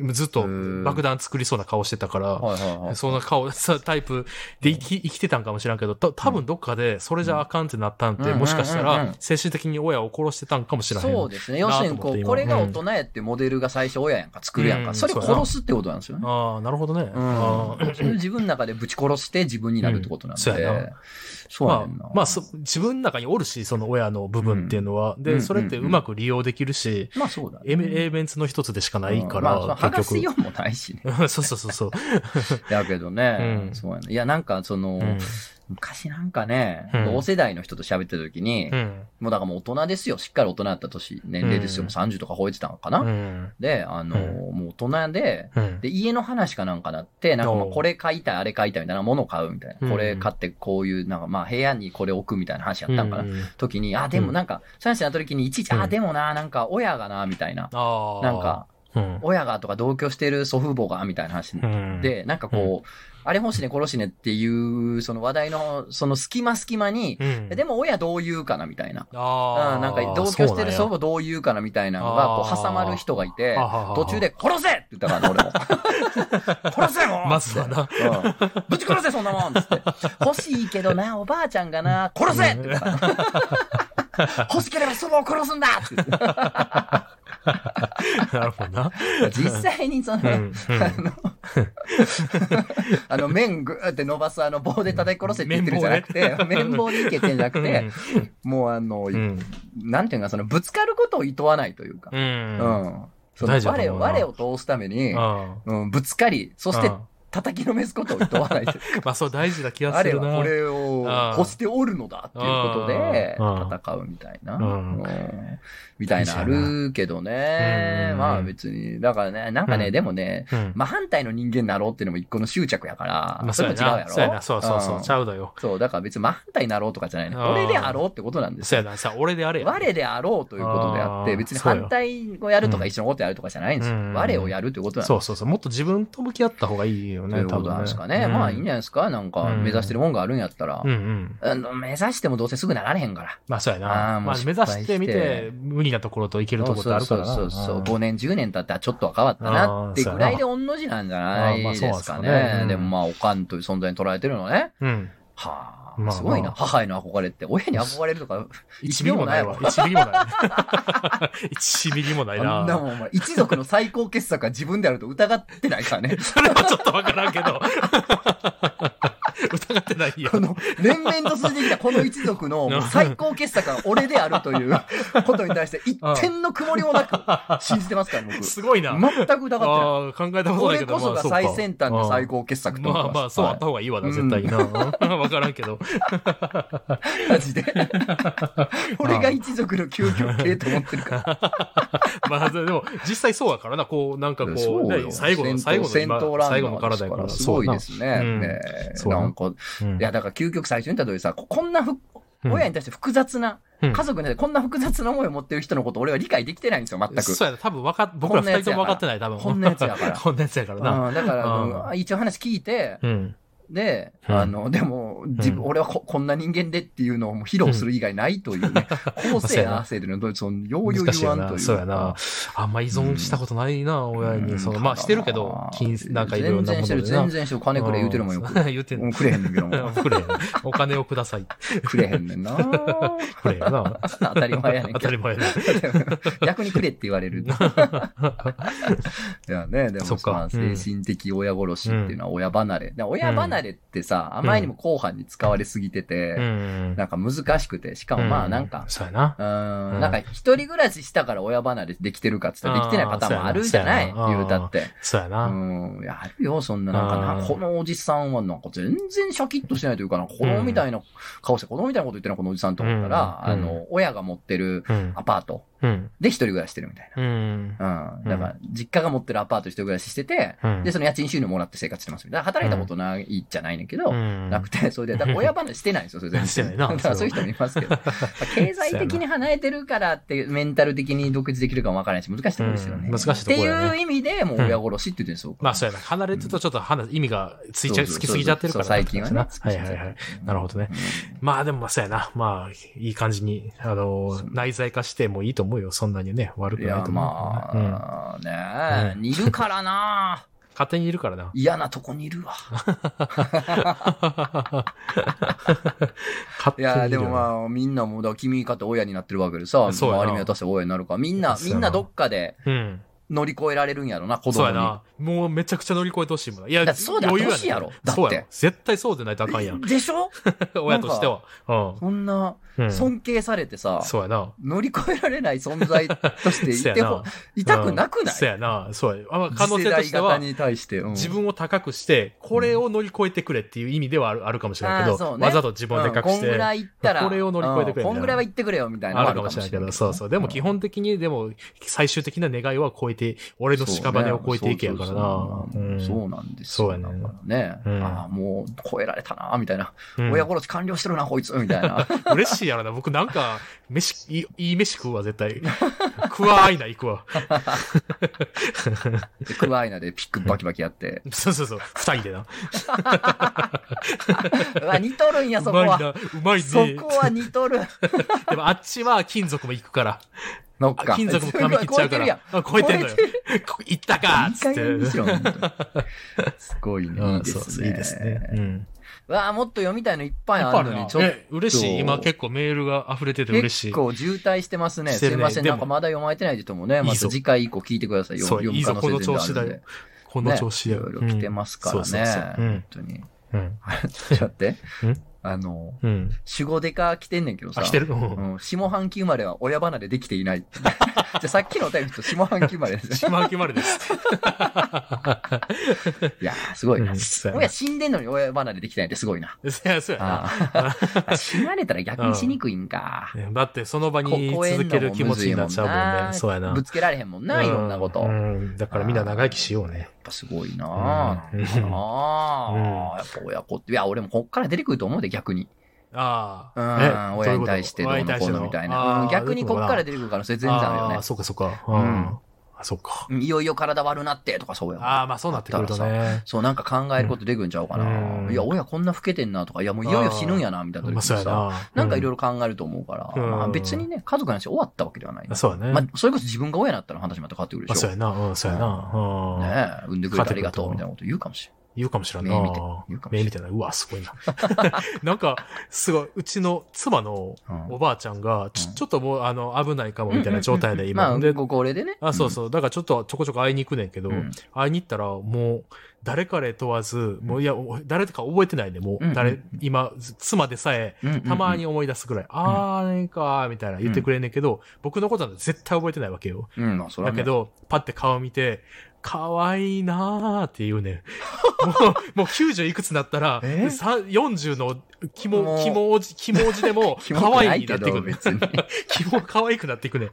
Speaker 2: ずっと爆弾作りそうな顔してたから、
Speaker 1: はいはいはい。
Speaker 2: そんな顔、 そうタイプで生き生きてたんかもしれんけど、た多分どっかでそれじゃあかんってなったんって、
Speaker 1: うん
Speaker 2: もしかした
Speaker 1: うんうんう
Speaker 2: ら
Speaker 1: ん
Speaker 2: 精神的に親を殺してたんかもしれへん。
Speaker 1: そうですね。要するに、
Speaker 2: なと思
Speaker 1: こ
Speaker 2: って
Speaker 1: う、
Speaker 2: 今
Speaker 1: これが大人やってモデルが最初親やんか、作るやん
Speaker 2: うん
Speaker 1: か。それ殺すってことなんですよね。
Speaker 2: ああ、なるほどね。あ
Speaker 1: うん。それ自分の中でぶち殺して自分になるってことなんで。
Speaker 2: うんそうやな
Speaker 1: そうや
Speaker 2: ま
Speaker 1: ねんな。
Speaker 2: あ、まあそ、自分の中におるし、その親の部分っていうのは。
Speaker 1: う
Speaker 2: で、
Speaker 1: ん
Speaker 2: それってうまく利用できるし、
Speaker 1: まあそうだね。
Speaker 2: えめ英弁の一つでしかないか
Speaker 1: うんま
Speaker 2: ら
Speaker 1: あ、、剥が
Speaker 2: 結
Speaker 1: すよ
Speaker 2: 局。
Speaker 1: うもないし ね。
Speaker 2: そうそうそうそう。
Speaker 1: だけどね
Speaker 2: う、ん
Speaker 1: そうやね。いや、なんか、その、
Speaker 2: うん
Speaker 1: 昔なんかね、
Speaker 2: うん
Speaker 1: 同世代の人と喋ってた時に、
Speaker 2: うん。
Speaker 1: もうだからもう大人ですよ。しっかり大人だった年、年齢ですよ。
Speaker 2: うん
Speaker 1: もう30とか超えてたのか
Speaker 2: う
Speaker 1: な、
Speaker 2: ん。
Speaker 1: で、あのーもう大人で、
Speaker 2: うん。
Speaker 1: で、家の話かなんかなって、なんかまあ
Speaker 2: おう
Speaker 1: これ買いたい、あれ買いたいみたいなものを買うみたい
Speaker 2: うん
Speaker 1: な。これ買ってこういう、なんかまあ部屋にこれ置くみたいな話や
Speaker 2: う
Speaker 1: ったんかな。
Speaker 2: ん
Speaker 1: 時に、あ、でもなんか、3歳になった時にいちいち、
Speaker 2: う
Speaker 1: あ、
Speaker 2: ん
Speaker 1: でもな、なんか親がな、みたいな。
Speaker 2: ああ。
Speaker 1: なんか、
Speaker 2: うん、
Speaker 1: 親がとか同居してる祖父母が、みたいな話に
Speaker 2: うん。
Speaker 1: で、なんかこう、あれ欲しいね、殺しねっていう、その話題の、その隙間隙間に、
Speaker 2: うん、
Speaker 1: でも親どう言うかな、みたいな。
Speaker 2: あ
Speaker 1: う
Speaker 2: あ。
Speaker 1: ん、なんか同居
Speaker 2: そ
Speaker 1: して
Speaker 2: うなん
Speaker 1: る
Speaker 2: や
Speaker 1: 祖母どう言うかなみたいなのがこう
Speaker 2: あー
Speaker 1: 挟まる人がいて
Speaker 2: はははは、
Speaker 1: 途中で殺せって言ったからね、俺 も。殺せもん
Speaker 2: まずは
Speaker 1: う
Speaker 2: な。
Speaker 1: んぶち殺せそんなもんっつ って。欲しいけどな、おばあちゃんがな、殺せって言ったから。欲しければ祖母を殺すんだって言って
Speaker 2: なるほどな。
Speaker 1: 実際にその、
Speaker 2: うんうん
Speaker 1: あの、麺ぐーって伸ばすあの棒で叩き殺せって言ってるんじゃなくて、
Speaker 2: 麺棒で
Speaker 1: 麺棒でいけてんじゃなくて、もうあの、
Speaker 2: うん。
Speaker 1: なんていうか、その、ぶつかることを厭わないというか、
Speaker 2: う。
Speaker 1: うんん。その
Speaker 2: 大事だと
Speaker 1: 我
Speaker 2: 思
Speaker 1: を、
Speaker 2: うな
Speaker 1: 我を通すために、
Speaker 2: あ
Speaker 1: うん、ぶつかり、そ
Speaker 2: あ
Speaker 1: して
Speaker 2: あ
Speaker 1: 叩きのめすことを厭わないという
Speaker 2: あまあそう大事な気が
Speaker 1: あ
Speaker 2: す
Speaker 1: れ
Speaker 2: るな。
Speaker 1: はこれを
Speaker 2: ああ
Speaker 1: 越しておるのだっていうことで
Speaker 2: ああ
Speaker 1: 戦うみたいな、
Speaker 2: うん
Speaker 1: うんみたいなあるけどね
Speaker 2: う。ん
Speaker 1: まあ別に、だからね、なんかね、
Speaker 2: うん
Speaker 1: でもね、
Speaker 2: うん。
Speaker 1: 真反対の人間になろうっていうのも一個の執着やから、
Speaker 2: まあ
Speaker 1: そ
Speaker 2: そう
Speaker 1: れも
Speaker 2: や
Speaker 1: 違うや
Speaker 2: な。
Speaker 1: ろ
Speaker 2: そうやな。そうそうそう。
Speaker 1: ん
Speaker 2: ちゃうだよ。
Speaker 1: そう、だから別に真反対になろうとかじゃないね。
Speaker 2: ああ
Speaker 1: 俺であろうってことなんです
Speaker 2: そう
Speaker 1: よ。
Speaker 2: やな。さ、俺であれや。
Speaker 1: 我であろうということであっ
Speaker 2: ああ
Speaker 1: て、別に
Speaker 2: そうよ
Speaker 1: 反対をやるとか一緒のことやるとかじゃないんですよ。
Speaker 2: うん
Speaker 1: 我をやるということなんです
Speaker 2: そうそうそう。もっと自分と向き合った方がいいよ
Speaker 1: とい
Speaker 2: ね、
Speaker 1: う
Speaker 2: 多
Speaker 1: こと
Speaker 2: 分
Speaker 1: な
Speaker 2: ね。
Speaker 1: んですかね。まあいいんじ
Speaker 2: ね。
Speaker 1: ゃないですかなんか
Speaker 2: うん
Speaker 1: 目指してるもんがあるんやったら
Speaker 2: うん。うん。
Speaker 1: あの目指してもどうせすぐなられへんから。
Speaker 2: まあそうやな。
Speaker 1: ああも
Speaker 2: ま
Speaker 1: う
Speaker 2: あ
Speaker 1: 失
Speaker 2: 目
Speaker 1: 敗
Speaker 2: 指してみ
Speaker 1: して
Speaker 2: て、無理なところといけるところってあるからな。
Speaker 1: そうそうそう。
Speaker 2: ん
Speaker 1: 5年、10年経ったらちょっとは変わったなってぐらいで同じなんじゃないですか
Speaker 2: あーまあそうなんですかねう
Speaker 1: ね
Speaker 2: ん。
Speaker 1: でもまあ、おかんという存在に捉えてるのね。
Speaker 2: うん。
Speaker 1: は
Speaker 2: まあま
Speaker 1: あ、
Speaker 2: あ
Speaker 1: すごいな。母への憧れって。親に憧れるとか、
Speaker 2: 1ミリもないわ。1ミリもない。1ミリもないな。
Speaker 1: あんなもん、お前、一族の最高傑 作が自分であると疑ってないからね。
Speaker 2: それはちょっとわからんけど。疑ってないよ
Speaker 1: こ。の、連綿と続いてきたこの一族 のもう最高傑作は俺であるということに対して、一点の曇りもなく信じてますから、僕。
Speaker 2: す ごいな。
Speaker 1: 全く疑ってない。
Speaker 2: ああ、考えたこと
Speaker 1: こ
Speaker 2: な
Speaker 1: れ
Speaker 2: い けど、
Speaker 1: こそ
Speaker 2: まあ
Speaker 1: が
Speaker 2: そうか
Speaker 1: 最先端の最高傑作と思
Speaker 2: まあ
Speaker 1: って
Speaker 2: まあ、
Speaker 1: ます。
Speaker 2: そうあった方がいいわな、絶対にな。 わからんけど。
Speaker 1: はいマジで。 俺が一族の究極系と思ってるから。
Speaker 2: まあ、でも、実際そうやからな、こう、なんかこ
Speaker 1: そう
Speaker 2: う、
Speaker 1: よ
Speaker 2: ね最後の、最後の
Speaker 1: 戦
Speaker 2: 今
Speaker 1: 闘ランナー
Speaker 2: 最後の体や
Speaker 1: です
Speaker 2: から、
Speaker 1: す
Speaker 2: そ
Speaker 1: ご
Speaker 2: う
Speaker 1: い
Speaker 2: や
Speaker 1: で
Speaker 2: な。
Speaker 1: すね。
Speaker 2: うん
Speaker 1: ねえ
Speaker 2: そうやな
Speaker 1: なんか、
Speaker 2: うん
Speaker 1: いや、だから究極最初に言った通りさ、ここんなふ、
Speaker 2: うん
Speaker 1: 親に対して複雑な、
Speaker 2: うん
Speaker 1: 家族に対してこんな複雑な思いを持ってる人のこと俺は理解できてないんですよ、全く。
Speaker 2: そうやな、多分分かっ、僕ら二人とも分かってない、多分。
Speaker 1: こんなやつやから
Speaker 2: こんなやつやからな。
Speaker 1: うん、だから
Speaker 2: うん
Speaker 1: うん、一応話聞いて、
Speaker 2: うん。
Speaker 1: で、
Speaker 2: うん
Speaker 1: あの、でも、自分、
Speaker 2: うん
Speaker 1: 俺はここんな人間でっていうのをもう披露する以外ないというね、後世なせるの、どうその、ようよう
Speaker 2: 難しい
Speaker 1: 言わ
Speaker 2: よ
Speaker 1: んとい
Speaker 2: な。
Speaker 1: う。
Speaker 2: そうやな。あんま依存したことないな、親
Speaker 1: う
Speaker 2: に。
Speaker 1: ん
Speaker 2: その、まあ、してるけど、金、なんかいろんな
Speaker 1: 全然
Speaker 2: もの
Speaker 1: して
Speaker 2: で
Speaker 1: る、
Speaker 2: な。
Speaker 1: 全然してる、金くれ言うてるもんよく。
Speaker 2: うん 言うてん
Speaker 1: う
Speaker 2: の
Speaker 1: んくれへんねんけど も。
Speaker 2: くれへん。お金をください。
Speaker 1: くれへんね んな。
Speaker 2: くれやな。
Speaker 1: 当たり前やねん
Speaker 2: 当
Speaker 1: け
Speaker 2: た
Speaker 1: ど
Speaker 2: り。前だ。
Speaker 1: 逆にくれって言われる。 いやね、で
Speaker 2: そ
Speaker 1: も
Speaker 2: っか
Speaker 1: まあ
Speaker 2: うん
Speaker 1: 精神的親殺しっていうのは親離れ。で親離れってさ、
Speaker 2: ん
Speaker 1: あまりにも後半に使われすぎて
Speaker 2: う
Speaker 1: て、
Speaker 2: ん。
Speaker 1: なんか難しくて、しかもまあなん
Speaker 2: う
Speaker 1: か、
Speaker 2: そうやな。
Speaker 1: うー、
Speaker 2: うんん
Speaker 1: なんか一人暮らししたから親離れできてるかって言ったらできてないパターンもあるじゃない
Speaker 2: あーそうやな
Speaker 1: 言うたって。
Speaker 2: そうや
Speaker 1: う
Speaker 2: な。
Speaker 1: ん、いやあるよ、そんな、なんか
Speaker 2: あ
Speaker 1: な、
Speaker 2: ー
Speaker 1: このおじさんはなんか全然シャキッとしてないというかな、子供みたいな顔して、子供みたいなこと言ってるな、このおじさんと思ったら、
Speaker 2: うん
Speaker 1: あの、親が持ってる
Speaker 2: うん。
Speaker 1: アパート
Speaker 2: うん。
Speaker 1: で一人暮らししてるみたい
Speaker 2: うん。
Speaker 1: な。うん。だから、実家が持ってるアパートで一人暮らししてて、
Speaker 2: うん
Speaker 1: で、その家賃収入もらって生活してますみたいな。働いたことないじゃないねんけど、
Speaker 2: うん
Speaker 1: なくて、それで、だから親離れしてないんですよ、それ全然
Speaker 2: してないな
Speaker 1: だからそういう人もいますけど。経済的に離れてるからって、メンタル的に独立できるかもわからないし、難しいところですよね。
Speaker 2: うん難しいところやね
Speaker 1: っていう意味で、もう親殺しって言ってるんですよ。
Speaker 2: まあそうやな。離れてるとちょっと話、意味がついちゃ、つきすぎちゃってるからな。
Speaker 1: そうそうそう最近はね。
Speaker 2: はいはいはい。なるほどね
Speaker 1: うん。
Speaker 2: まあでもまあそうやな。まあ、いい感じに、あの
Speaker 1: そう、
Speaker 2: 内在化してもいいと思うよ。そんなにね、悪く
Speaker 1: い
Speaker 2: ない
Speaker 1: や、
Speaker 2: と思う。うん
Speaker 1: まあ、ねえ、
Speaker 2: う
Speaker 1: 似るからな。
Speaker 2: 勝手にいるから な
Speaker 1: 嫌なとこにいるわ。
Speaker 2: 勝
Speaker 1: い
Speaker 2: 手にいる
Speaker 1: や、でもまあ、みんなも、だから君かって親になってるわけでさ、
Speaker 2: そうやな
Speaker 1: 周り見渡して親になるから、みんな、
Speaker 2: そう
Speaker 1: み
Speaker 2: やなん
Speaker 1: などっかで
Speaker 2: あ。うん。
Speaker 1: 乗り越えられるんやろな、子
Speaker 2: そ
Speaker 1: 供
Speaker 2: うや
Speaker 1: に。
Speaker 2: な。もうめちゃくちゃ乗り越えてほしいもんな。い
Speaker 1: だ
Speaker 2: や、
Speaker 1: ってそうだよ
Speaker 2: 余裕
Speaker 1: 年やろだって
Speaker 2: そうやろ絶対そうでないとあかんや ん。
Speaker 1: でしょ
Speaker 2: 親としては。
Speaker 1: そんな、
Speaker 2: うん。うん
Speaker 1: 尊敬されてさ、
Speaker 2: そうやな。
Speaker 1: 乗り越えられない存在として
Speaker 2: そ
Speaker 1: いうて
Speaker 2: や
Speaker 1: ほ
Speaker 2: な。、
Speaker 1: いたくなく
Speaker 2: うん
Speaker 1: ない
Speaker 2: そうやな。そうや。あまあ可能性として
Speaker 1: 次世代型
Speaker 2: は、
Speaker 1: に対して。うん
Speaker 2: 自分を高くして、これを乗り越えてくれっていう意味ではあるあるかもしれないけ
Speaker 1: あーそ
Speaker 2: ど、
Speaker 1: うね
Speaker 2: わざと自分をでかくし
Speaker 1: うんこんぐ
Speaker 2: て。
Speaker 1: らい行ったら、
Speaker 2: これを乗り越えてくれ
Speaker 1: う
Speaker 2: みたいな
Speaker 1: んこんぐらいは行ってくれよ、みたいなの
Speaker 2: あ
Speaker 1: は
Speaker 2: るかもしれないけど、
Speaker 1: ある
Speaker 2: そうそう。でも基本的に、でも、最終的な願いは超えて、俺の屍を超えていけやからな。
Speaker 1: そううんそうそうそうなんです
Speaker 2: そうやね
Speaker 1: だからね、
Speaker 2: うん
Speaker 1: ああ、もう超えられたな、みたいな、
Speaker 2: うん
Speaker 1: 親殺し完了してるな、こいつ、みたい な。
Speaker 2: 嬉しいやろな。僕なんか、飯、いいいい飯食うわ、絶対。食わあいな、行くわ。
Speaker 1: で、クワイナでピックバキバキやって。
Speaker 2: そうそうそう。二人でな。
Speaker 1: うわ、似とるんや、
Speaker 2: う
Speaker 1: そこ
Speaker 2: まいな、
Speaker 1: は。
Speaker 2: うまい
Speaker 1: そ
Speaker 2: ね。
Speaker 1: こは似とる。
Speaker 2: でもあっちは金属も行くから。
Speaker 1: のっ
Speaker 2: あ
Speaker 1: か。
Speaker 2: 金属も噛み切っちゃ
Speaker 1: すごい超
Speaker 2: うか
Speaker 1: えてるやん
Speaker 2: ら。あ超えてんのよ
Speaker 1: 超え。
Speaker 2: こ行ったかっ
Speaker 1: 二
Speaker 2: つっ
Speaker 1: 回
Speaker 2: て。
Speaker 1: 目にしろ本当にすごいね。
Speaker 2: う
Speaker 1: い
Speaker 2: ん
Speaker 1: いです
Speaker 2: そうそう
Speaker 1: ね。
Speaker 2: いいですね。うん。
Speaker 1: うわあ、もっと読みたいのいっぱい
Speaker 2: やっ
Speaker 1: あ
Speaker 2: ぱあ
Speaker 1: る
Speaker 2: る
Speaker 1: の
Speaker 2: な
Speaker 1: に、ちょっと。
Speaker 2: え嬉しい。今結構メールが溢れてて嬉しい
Speaker 1: 結。構渋滞してますね。
Speaker 2: し
Speaker 1: す
Speaker 2: て
Speaker 1: い
Speaker 2: るね
Speaker 1: ません。
Speaker 2: で
Speaker 1: な
Speaker 2: も
Speaker 1: んかまだ読まれてない人もね、
Speaker 2: い
Speaker 1: ま
Speaker 2: い
Speaker 1: た
Speaker 2: ぞ
Speaker 1: 次回以降聞いてください。
Speaker 2: そう、いいぞ、この調子だよ。。この調子だ
Speaker 1: い
Speaker 2: よ
Speaker 1: ろい。ろ来てますから
Speaker 2: そうそうそうう
Speaker 1: ね
Speaker 2: ん。
Speaker 1: 本当に。
Speaker 2: うん。
Speaker 1: ちょっと待って。あの、
Speaker 2: うん。
Speaker 1: 守護デカ来てんねんけどさ。
Speaker 2: あ、来てるう
Speaker 1: うんん、下半期生まれは親離れできていない。 じゃあさっきのお便りと下半期生まれです。
Speaker 2: 島明まで です。
Speaker 1: いやー、すごいな
Speaker 2: うんそうやな
Speaker 1: 親死んでんのに親離れできてないってすごいな。
Speaker 2: いや、 そうやな。
Speaker 1: ああ死なれたら逆にしにくいんか。
Speaker 2: だって、その場
Speaker 1: こ
Speaker 2: に続ける気持ちになっちゃうもんね。そうやな
Speaker 1: ぶ。つけられへんもんな、いろんなこと。
Speaker 2: う
Speaker 1: やっ
Speaker 2: ん。だからみんな長生きしようね。
Speaker 1: ぱすごいな
Speaker 2: うん
Speaker 1: ぁ。ああ、
Speaker 2: う
Speaker 1: やっぱ親子って、いや、俺もこっから出てくると思うで、逆に。
Speaker 2: あ
Speaker 1: うん
Speaker 2: あ。、
Speaker 1: 親に対してどうのこうのみたいな。うん逆にこっから
Speaker 2: 出て
Speaker 1: 出てくる可能性全然あるよね。
Speaker 2: そうか、そうか。うん。そうか。
Speaker 1: うんいよいよ体悪なってとかそうや。
Speaker 2: ああ、まあそうなってくるとね。
Speaker 1: そう、なんか考えること出てくるんちゃうか
Speaker 2: う
Speaker 1: な。
Speaker 2: ん
Speaker 1: いや、親こんな老けてんなとか、いや、もういよいよ死ぬんやな、みたいな時
Speaker 2: ま
Speaker 1: に
Speaker 2: あそうや
Speaker 1: さ。
Speaker 2: な。
Speaker 1: なんかいろいろ
Speaker 2: い
Speaker 1: 考えると思うから、
Speaker 2: うん
Speaker 1: まあ別にね、家族の話終わったわけではない。
Speaker 2: そうやね。
Speaker 1: まあ、それこそ自分が親になったら話また変わってくる
Speaker 2: ま
Speaker 1: でし
Speaker 2: あそ
Speaker 1: ょ
Speaker 2: うや。な。うん、そうやな。うん。
Speaker 1: ねえ、産んでくれてありがとうみたいなこと言うかもし
Speaker 2: 言うかもしれん
Speaker 1: 目見て
Speaker 2: な
Speaker 1: 言うか。もしれん
Speaker 2: 目見てない。うわ、すごいな。 なんか、すごい、うちの妻の
Speaker 1: うん
Speaker 2: おばあちゃんが、ちょ、ちょっともう、あの、危ないかもみたいな状態で今。
Speaker 1: まあ、
Speaker 2: で
Speaker 1: ご高齢でね。
Speaker 2: あ、そうそう。だからちょっとちょこちょこ会いに行くねんけど、
Speaker 1: うん
Speaker 2: 会いに行ったら、もう、誰彼問わず、もういや、お誰とか覚えてないね。も
Speaker 1: うん
Speaker 2: う、
Speaker 1: うん
Speaker 2: 誰、今、ず妻でさえ、
Speaker 1: うん。うんうん
Speaker 2: たまに。思い出すぐらい、あー、ねんかー、みたいな言ってくれんねんけど、僕のことなんて絶対覚えてないわけよ。
Speaker 1: うん、まあ、それ
Speaker 2: だ
Speaker 1: はね
Speaker 2: け、ど、パって顔見て、可愛いなーって言う ねん。もう、もう90いくつになったら、
Speaker 1: え
Speaker 2: さ40のキ
Speaker 1: も
Speaker 2: モ、
Speaker 1: う
Speaker 2: キモおじ、キモおじでも、
Speaker 1: キモく
Speaker 2: 可
Speaker 1: な
Speaker 2: 愛い
Speaker 1: い
Speaker 2: にな
Speaker 1: け
Speaker 2: ってい
Speaker 1: ど、
Speaker 2: くねん。
Speaker 1: 別に。
Speaker 2: キモ、可愛くなっていくねん。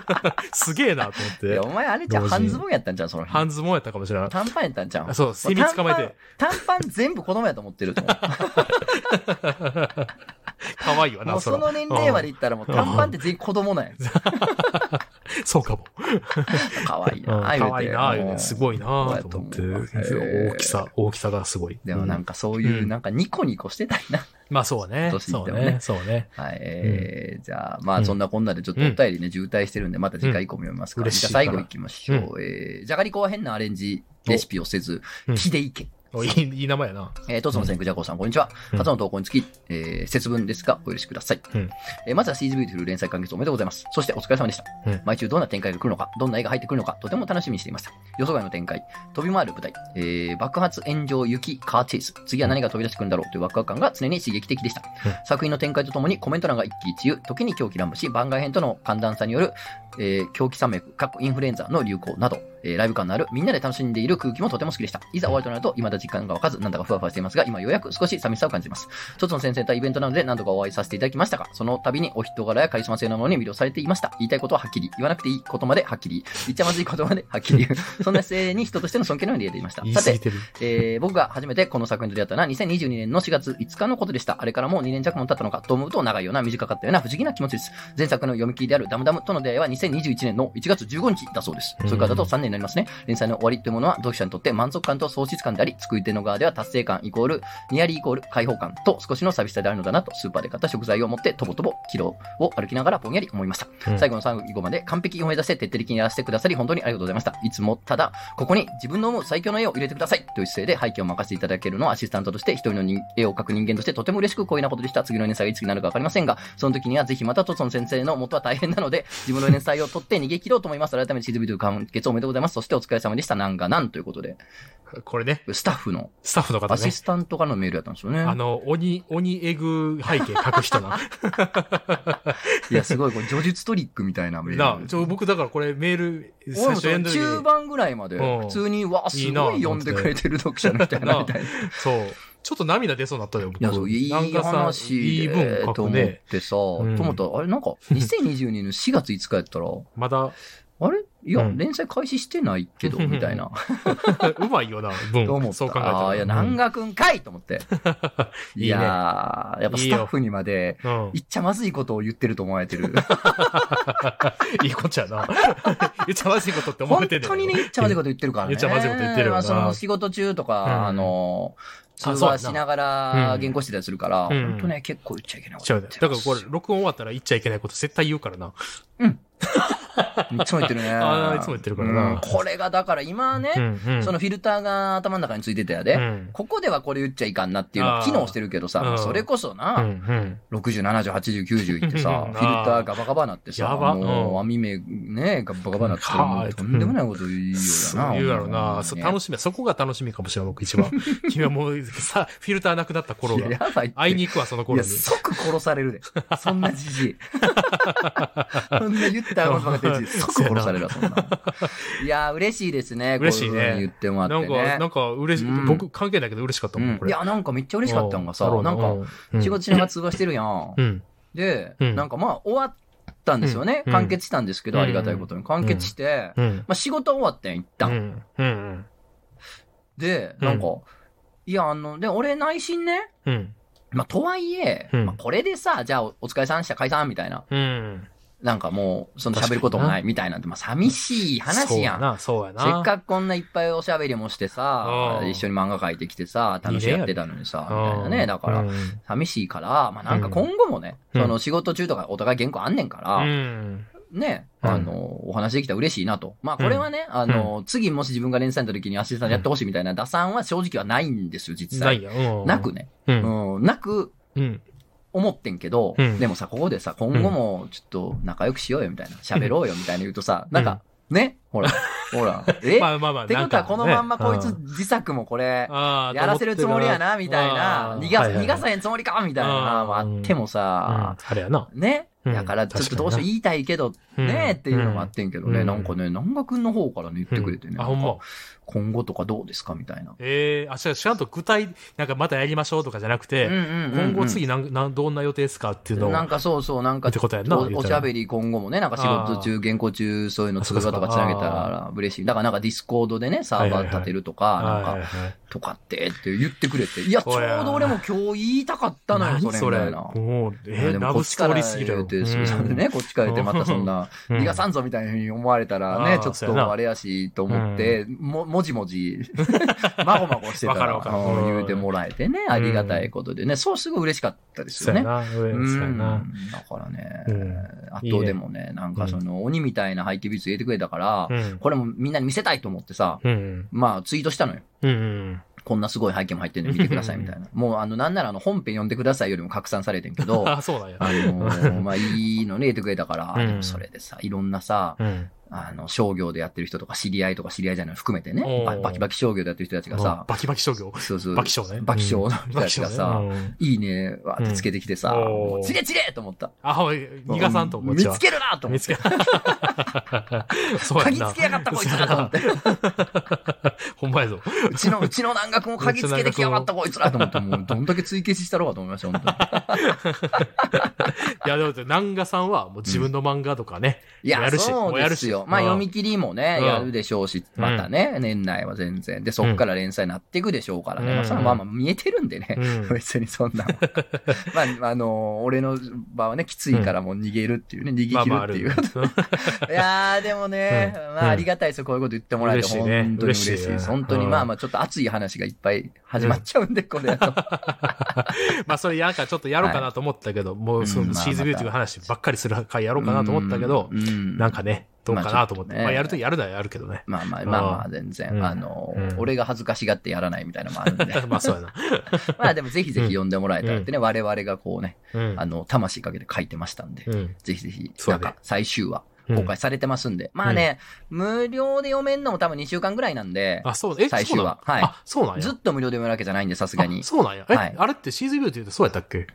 Speaker 2: すげえなと思っ
Speaker 1: い
Speaker 2: て
Speaker 1: や、。お前、あれじゃん
Speaker 2: 同時に
Speaker 1: 半ズボンやったんじゃん、その
Speaker 2: 半
Speaker 1: 辺。
Speaker 2: ズボンやったかもしれない。
Speaker 1: 短パンやったんじゃん
Speaker 2: あ。そう、セミ捕まえて、
Speaker 1: 短パン全部子供やと思ってると思 う。
Speaker 2: 可愛いわ
Speaker 1: も
Speaker 2: な、
Speaker 1: う
Speaker 2: そ
Speaker 1: そ
Speaker 2: ら
Speaker 1: の年齢までいったらもう短パンって全員子供なん や。
Speaker 2: そうかも。
Speaker 1: かわいい
Speaker 2: うん
Speaker 1: な、
Speaker 2: 可愛いな、言う
Speaker 1: も
Speaker 2: て
Speaker 1: う
Speaker 2: すごいな
Speaker 1: そうや
Speaker 2: と
Speaker 1: と
Speaker 2: 思
Speaker 1: 思
Speaker 2: っ
Speaker 1: う
Speaker 2: て。
Speaker 1: へー
Speaker 2: 大きさ、大きさがすごい。
Speaker 1: でもなんかそういう、
Speaker 2: うん
Speaker 1: なんかニコニコしてたいな。
Speaker 2: まあそうね。
Speaker 1: 年い
Speaker 2: そ
Speaker 1: っ
Speaker 2: う
Speaker 1: てもね
Speaker 2: ね。そうね。
Speaker 1: はい、えーじゃあ、ま
Speaker 2: う
Speaker 1: あ
Speaker 2: ん
Speaker 1: そんなこんなでちょっとお便りね、渋滞してるんで、また次回以降も読みますから、
Speaker 2: うん
Speaker 1: じゃあ
Speaker 2: 嬉しいから
Speaker 1: 最後行きましょう。えーじゃがりこは変なアレンジレシピをせず
Speaker 2: おう、ん
Speaker 1: 木でいけ。
Speaker 2: おいいいい名前やな。
Speaker 1: えー、とつの先駆じゃこうさん、こんにちは。
Speaker 2: うん
Speaker 1: 初の投稿につき、えー節分ですが、お許しください。
Speaker 2: うん
Speaker 1: えーまずはシーズビューティフル連載完結おめでとうございます。そしてお疲れ様でした。
Speaker 2: うん
Speaker 1: 毎週どんな展開が来るのか、どんな絵が入ってくるのか、とても楽しみにしていました。予想外の展開、飛び回る舞台、えー爆発、炎上、雪、カーチェイス。次は何が飛び出してくるんだろうというワクワク感が常に刺激的でした。
Speaker 2: うん
Speaker 1: 作品の展開とともにコメント欄が一喜一憂、時に狂気乱舞し、番外編との寒暖差による、えー狂気山脈、各インフルエンザの流行など、えーライブ感のあるみんなで楽しんでいる空気もとても好きでした。いざ終わりとなると、未だ実感がわかず、なんだかふわふわしていますが、今ようやく少し寂しさを感じます。一つの先生とイベントなので何度かお会いさせていただきましたが、その度にお人柄やカリスマ性のものに魅了されていました。言いたいことははっきり、言わなくていいことまではっきり、言っちゃまずいことまではっきり言う。そんな姿勢に人としての尊敬のように出ていました
Speaker 2: 言。い
Speaker 1: さ
Speaker 2: 過ぎ
Speaker 1: て、
Speaker 2: てる。
Speaker 1: えー僕が初めてこの作品と出会ったのは2022年の4月5日のことでした。あれからもう2年弱も経ったのかと思うと長いような短かったような不思議な気持ちです。前作の読み切りであるダムダムとの出会いは2021年の1月15日だそうです。それからだと3年になりますね。連載の終わりというものは読者にとって満足感と喪失感であり、作り手の側では達成感イコール、ニアリーイコール解放感と少しの寂しさであるのだなとスーパーで買った食材を持ってとぼとぼキロを歩きながらぼんやり思いました。
Speaker 2: うん
Speaker 1: 最後の最後まで完璧を目指して徹底的にやらせてくださり、本当にありがとうございました。いつもただ、ここに自分の思う最強の絵を入れてくださいという姿勢で背景を任せていただけるのはアシスタントとして一人の人絵を描く人間としてとても嬉しく光栄なことでした。次の連載がいつになるかわかりませんが、その時にはぜひまたトツノ先生の元は大変なので、自分の連載を取って逃げ切ろうと思います。改めてシズビという完結おめでとうございます。そしてお疲れ様でした。なんがなんということで、
Speaker 2: これね、
Speaker 1: スタッフの
Speaker 2: スタッフの方
Speaker 1: アシ
Speaker 2: ね。
Speaker 1: スタントからのメールだったんですよね。
Speaker 2: あの、鬼、鬼えぐ背景書く 人な。
Speaker 1: いや、すごい、これ、叙述トリックみたいなメー
Speaker 2: な
Speaker 1: ル。、
Speaker 2: ちょ、僕だからこれメール、
Speaker 1: 俺
Speaker 2: 最
Speaker 1: も
Speaker 2: 初
Speaker 1: そ
Speaker 2: エ
Speaker 1: う
Speaker 2: ンドに
Speaker 1: 中盤ぐらいまで、
Speaker 2: うん
Speaker 1: 普通に、わあ、す
Speaker 2: いいな
Speaker 1: ごい読んでくれてる読者の人やな、
Speaker 2: うん
Speaker 1: みたいな。い
Speaker 2: そう。ちょっと涙出そうになったよ、僕。
Speaker 1: や、そう、いい
Speaker 2: なんかさい
Speaker 1: 話
Speaker 2: い
Speaker 1: で
Speaker 2: 文、書
Speaker 1: と
Speaker 2: く
Speaker 1: 思っ
Speaker 2: ね。
Speaker 1: てさ、
Speaker 2: ん
Speaker 1: と思ったら、あれ、 なんか、2022年の4月5日やったら、
Speaker 2: まだ、
Speaker 1: あれいや、
Speaker 2: うん
Speaker 1: 連載開始してないけど、みたいな。
Speaker 2: うまいよな、
Speaker 1: と思っ
Speaker 2: 文。
Speaker 1: た。
Speaker 2: そう考えたら。
Speaker 1: ああ、いや、南賀くんかいと思って。
Speaker 2: いいね
Speaker 1: いやー、やっぱスタッフにまで、
Speaker 2: うんうん
Speaker 1: 言っちゃまずいことを言ってると思われてる。
Speaker 2: いいこっちゃな。 言っちゃまずいこと って思わ
Speaker 1: 本
Speaker 2: れてんねん
Speaker 1: 当にね、言っちゃまずいこと言ってるからね。
Speaker 2: 言っちゃまずいこと言ってるよな
Speaker 1: まあその仕事中とか、
Speaker 2: うん
Speaker 1: あの、通
Speaker 2: あそうやな
Speaker 1: 話しながら
Speaker 2: うん
Speaker 1: 原稿してたりするから、
Speaker 2: うん
Speaker 1: 本当ね、結構言っちゃいけないこ
Speaker 2: ち
Speaker 1: と
Speaker 2: ゃ
Speaker 1: 言
Speaker 2: う
Speaker 1: っ
Speaker 2: ね
Speaker 1: て。
Speaker 2: だからこれ、録音終わったら言っちゃいけないこと絶対言うからな。
Speaker 1: れ。いつも言ってるね。
Speaker 2: あーいつも言ってるからな
Speaker 1: うんこれが、だから今ね、そ
Speaker 2: の、
Speaker 1: のフィルターが頭の中についてたやで。
Speaker 2: うん
Speaker 1: ここではこれ言っちゃいかんなっていうの
Speaker 2: あ
Speaker 1: は
Speaker 2: ー
Speaker 1: 機能してるけどさ、
Speaker 2: うん
Speaker 1: それこそ
Speaker 2: う
Speaker 1: な、
Speaker 2: んうん
Speaker 1: 60、70、80、90いってさ、
Speaker 2: うん
Speaker 1: フィルターガバガバなってさ、
Speaker 2: やば
Speaker 1: も
Speaker 2: う
Speaker 1: うん網目ね、ガバガバなって
Speaker 2: はーい
Speaker 1: もうとんでもないこと言うよ
Speaker 2: そう
Speaker 1: な。
Speaker 2: 言うやろな。
Speaker 1: ほ
Speaker 2: そ
Speaker 1: ん
Speaker 2: う
Speaker 1: まにね
Speaker 2: 楽しみや。そこが楽しみかもしれない、僕一番。君はもう、さ、フィルターなくなった頃
Speaker 1: いや
Speaker 2: が。
Speaker 1: やばいって。
Speaker 2: 会いに行くわ、その
Speaker 1: い
Speaker 2: 頃
Speaker 1: や、
Speaker 2: に。
Speaker 1: 即殺され るで。そんなじじい。そんな言ったことなかったじ じい。即殺されるわ、そんな。いや、嬉しいですね。
Speaker 2: 嬉しいね
Speaker 1: こううふうに言っても
Speaker 2: な
Speaker 1: らっ
Speaker 2: ん
Speaker 1: て
Speaker 2: か、
Speaker 1: ね。
Speaker 2: なんか嬉し
Speaker 1: うん
Speaker 2: 僕関係ないけど嬉しかったもん、こ
Speaker 1: うん、
Speaker 2: れ。
Speaker 1: いや、なんかめっちゃ嬉しかったんがさ、
Speaker 2: う
Speaker 1: なんか、、
Speaker 2: うん
Speaker 1: 仕事しながら通話してるやん。
Speaker 2: うん。
Speaker 1: で、
Speaker 2: うん
Speaker 1: なんかまあ、終わったんですよね。
Speaker 2: うん
Speaker 1: 完結したんですけど、
Speaker 2: うん
Speaker 1: ありがたいことに。完結して、
Speaker 2: うん。
Speaker 1: まあ、仕事終わったんやん、一
Speaker 2: う
Speaker 1: 旦。
Speaker 2: ん。うん。
Speaker 1: で、なんか、いや、あの、で、俺内心ね、
Speaker 2: うん。
Speaker 1: まあ、とはいえ、
Speaker 2: うん
Speaker 1: まあ、これでさ、じゃあ、お疲れさんでした、解散、みたいな。
Speaker 2: うん。
Speaker 1: なんかもう、その喋ることもないみたいなんで、まあ寂しい話やん。
Speaker 2: ん。そうやな。
Speaker 1: せっかくこんないっぱいおしゃべりもしてさ
Speaker 2: う、ん
Speaker 1: 一緒に漫画描いてきてさ、楽しくやってたのにさ、みたいな
Speaker 2: う
Speaker 1: ね。
Speaker 2: ん
Speaker 1: だから、
Speaker 2: う
Speaker 1: 寂しいから、まあなんか今後もね、
Speaker 2: うん
Speaker 1: その仕事中とかお互い原稿あんねんから、
Speaker 2: ん。
Speaker 1: ね、
Speaker 2: うん
Speaker 1: あの、お話できたら嬉しいなと。まあ、これはね、あの、次もし自分が連載の時にアシスタントやってほしいみたいな打算は正直はないんですよ、実
Speaker 2: ない
Speaker 1: 際。
Speaker 2: や。うん。
Speaker 1: なく。ね。
Speaker 2: う。
Speaker 1: うんん、なく
Speaker 2: うん。
Speaker 1: 思ってんけど、
Speaker 2: うん
Speaker 1: でもさ、ここでさ、今後もちょっと仲良くしようよみたいな、喋ろうよみたいな言うとさ、なんか、ね、ほら、ほ ら、え
Speaker 2: まあまあまあ。
Speaker 1: ってことはこのまんまこいつ自作もこれ、やらせるつもりやな、みたいな、逃が逃が
Speaker 2: せ
Speaker 1: さへんつもりか、みたいな、
Speaker 2: うん
Speaker 1: あっても
Speaker 2: あ
Speaker 1: さ、
Speaker 2: ーと思ってなうんあれやな。
Speaker 1: ね、
Speaker 2: うん
Speaker 1: だからちょっとどうしよう
Speaker 2: 確かにな
Speaker 1: 言いたいけど
Speaker 2: うん
Speaker 1: ね、っていうのもあってんけどね、
Speaker 2: うん
Speaker 1: なんかね、南賀君の方からね言ってくれてね、
Speaker 2: あ、ほん
Speaker 1: なん
Speaker 2: ま
Speaker 1: か。今後とかどうですかみたいな。
Speaker 2: ええ、あ、違う、ちゃんと具体、なんかまたやりましょうとかじゃなく
Speaker 1: うん
Speaker 2: て、
Speaker 1: うんうんうん
Speaker 2: 今後次なん、なん、どんな予定ですかっていうのを。
Speaker 1: なんかそうそう、なんか
Speaker 2: ってことやんな
Speaker 1: お
Speaker 2: 言うたら
Speaker 1: おしゃべり今後もね、なんか仕事中、原稿中、そういうの通話とかつなげたら嬉しい。だからなんかディスコードでね、サーバー立てるとか、
Speaker 2: はいは
Speaker 1: ないんか、
Speaker 2: はい
Speaker 1: とかってって言ってくれて。いや、ちょ
Speaker 2: お
Speaker 1: う
Speaker 2: や
Speaker 1: ど俺も今日言いたかったのよ、そ
Speaker 2: 何
Speaker 1: れ、
Speaker 2: そ
Speaker 1: み
Speaker 2: れ。
Speaker 1: たいな。
Speaker 2: も
Speaker 1: い
Speaker 2: う、
Speaker 1: や
Speaker 2: え
Speaker 1: で
Speaker 2: ー、
Speaker 1: も
Speaker 2: ラ
Speaker 1: こ
Speaker 2: ブ
Speaker 1: っち
Speaker 2: スト
Speaker 1: か
Speaker 2: ー
Speaker 1: ら
Speaker 2: リーすぎる
Speaker 1: 言
Speaker 2: や
Speaker 1: う
Speaker 2: ろ。
Speaker 1: て、そうそれね、こっちから言うて、またそんな、 逃がさんぞみたいなふうに思われたら
Speaker 2: あ
Speaker 1: ね
Speaker 2: ー、
Speaker 1: ちょっ
Speaker 2: そうや
Speaker 1: と
Speaker 2: な
Speaker 1: あれやし、と思って、も、もじもじ、まごまごしてたら、
Speaker 2: わかるわかる
Speaker 1: うん言うてもらえてね、ありがたいことでね、そうすごい嬉しかったです
Speaker 2: そ
Speaker 1: よ
Speaker 2: うや
Speaker 1: ね。
Speaker 2: な、上
Speaker 1: う
Speaker 2: そうや
Speaker 1: ん、だ
Speaker 2: な。
Speaker 1: からね、
Speaker 2: うん
Speaker 1: あとでもねなんかその、鬼みたいな背景美術入れてくれたから、
Speaker 2: うん。
Speaker 1: これもみんなに見せたいと思ってさ、
Speaker 2: うん。
Speaker 1: まあツイートしたのよ。
Speaker 2: うん。
Speaker 1: こんなすごい背景も入ってるんで見てくださいみたいな。もうあの、なんならあの本編読んでくださいよりも拡散されてんけ ど、
Speaker 2: あ、そうなんや。
Speaker 1: あのーまあいいのね、入れてくれたから、
Speaker 2: うん
Speaker 1: でもそれでさ、いろんなさ、
Speaker 2: うん。
Speaker 1: あの、商業でやってる人とか知り合いとか知り合いじゃないの含めてね
Speaker 2: お、ー
Speaker 1: ババキバキ商業でやってる人たちが
Speaker 2: バ
Speaker 1: さ、
Speaker 2: キバキ商業。
Speaker 1: そうそう、
Speaker 2: バキ商ね。
Speaker 1: バキ商の人
Speaker 2: バ
Speaker 1: た
Speaker 2: キ
Speaker 1: ち
Speaker 2: 商
Speaker 1: が
Speaker 2: ね。
Speaker 1: さ、
Speaker 2: うん
Speaker 1: いいね、わーってつけてきてさ、
Speaker 2: うん
Speaker 1: も
Speaker 2: お
Speaker 1: う
Speaker 2: ー
Speaker 1: チレチレと思った。
Speaker 2: あ、おい、逃がさんと、こっ
Speaker 1: 見
Speaker 2: ちは
Speaker 1: つ。けるなと思
Speaker 2: 見
Speaker 1: っ
Speaker 2: つけ
Speaker 1: て。、
Speaker 2: そうや
Speaker 1: 鍵
Speaker 2: な。
Speaker 1: つけやがったこいつらと思 って。
Speaker 2: ほんまやぞ。
Speaker 1: うちの、うちの南学も鍵つけてきやがったこいつらと思って、もうどんだけ追消ししたろうかと思いました、本当に。
Speaker 2: いや、でも、南賀さんは、もう自分の漫画とかね。
Speaker 1: いや、
Speaker 2: やるし
Speaker 1: そうです
Speaker 2: もうやる
Speaker 1: よ。
Speaker 2: し
Speaker 1: まあ、
Speaker 2: うん
Speaker 1: 読み切りもね、
Speaker 2: うん
Speaker 1: やるでしょうし、またね、年内は全然。で、そっから連載になっていくでしょうからね。
Speaker 2: うん
Speaker 1: まあ、それはまあまあ見えてるんでね。
Speaker 2: うん
Speaker 1: 別にそんな。 まあ、あのー俺の場はね、きついからもう逃げるっていうね、逃げ
Speaker 2: まあ
Speaker 1: 切
Speaker 2: まあ、あ
Speaker 1: るって
Speaker 2: る
Speaker 1: いう。 いやー、でもね、
Speaker 2: うん
Speaker 1: まあ、ありがたいですよ。こういうこと言ってもらえて、
Speaker 2: 嬉しい
Speaker 1: 本当
Speaker 2: ね
Speaker 1: に嬉しい
Speaker 2: 嬉しい
Speaker 1: で
Speaker 2: ね
Speaker 1: す。本当に、
Speaker 2: うん
Speaker 1: まあまあ、ちょっと熱い話がいっぱい始まっちゃうんで、これだと。
Speaker 2: まあそれやなんかちょっとやろうかなと思ったけど、もうそ
Speaker 1: うん
Speaker 2: の
Speaker 1: まあ
Speaker 2: シーズンビューティーの話ばっかりする回やろうかなと思ったけど、
Speaker 1: うん、うん
Speaker 2: なんかね、どうかなと思
Speaker 1: まあちょ
Speaker 2: って。
Speaker 1: っとね
Speaker 2: まあやるときやるならやるけどね。
Speaker 1: まあまあまあまあ、全
Speaker 2: うん
Speaker 1: 然。あのー、
Speaker 2: うん
Speaker 1: 俺が恥ずかしがってやらないみたいなのもあるんで。
Speaker 2: まあそうやな。
Speaker 1: まあでもぜひぜひ読んでもらえたらってね、我々がこうね、
Speaker 2: うん
Speaker 1: あ。の、魂かけて書いてましたんで、
Speaker 2: うん。
Speaker 1: ぜひぜひ、
Speaker 2: そ
Speaker 1: な
Speaker 2: うや
Speaker 1: ん
Speaker 2: ね
Speaker 1: か最終話、
Speaker 2: うん
Speaker 1: 公開されてますんで、まあね、無料で読めんのも多分2週間ぐらいなんで、
Speaker 2: あ、そう、え、
Speaker 1: 最
Speaker 2: そ
Speaker 1: 終
Speaker 2: うなん
Speaker 1: 話はい
Speaker 2: あ、そうなんや。
Speaker 1: ずっと無料で読めるわけじゃないんで、さすがに
Speaker 2: あ。そうなんや。え、
Speaker 1: はい
Speaker 2: あれってシーズンビューティーってそうやったっけ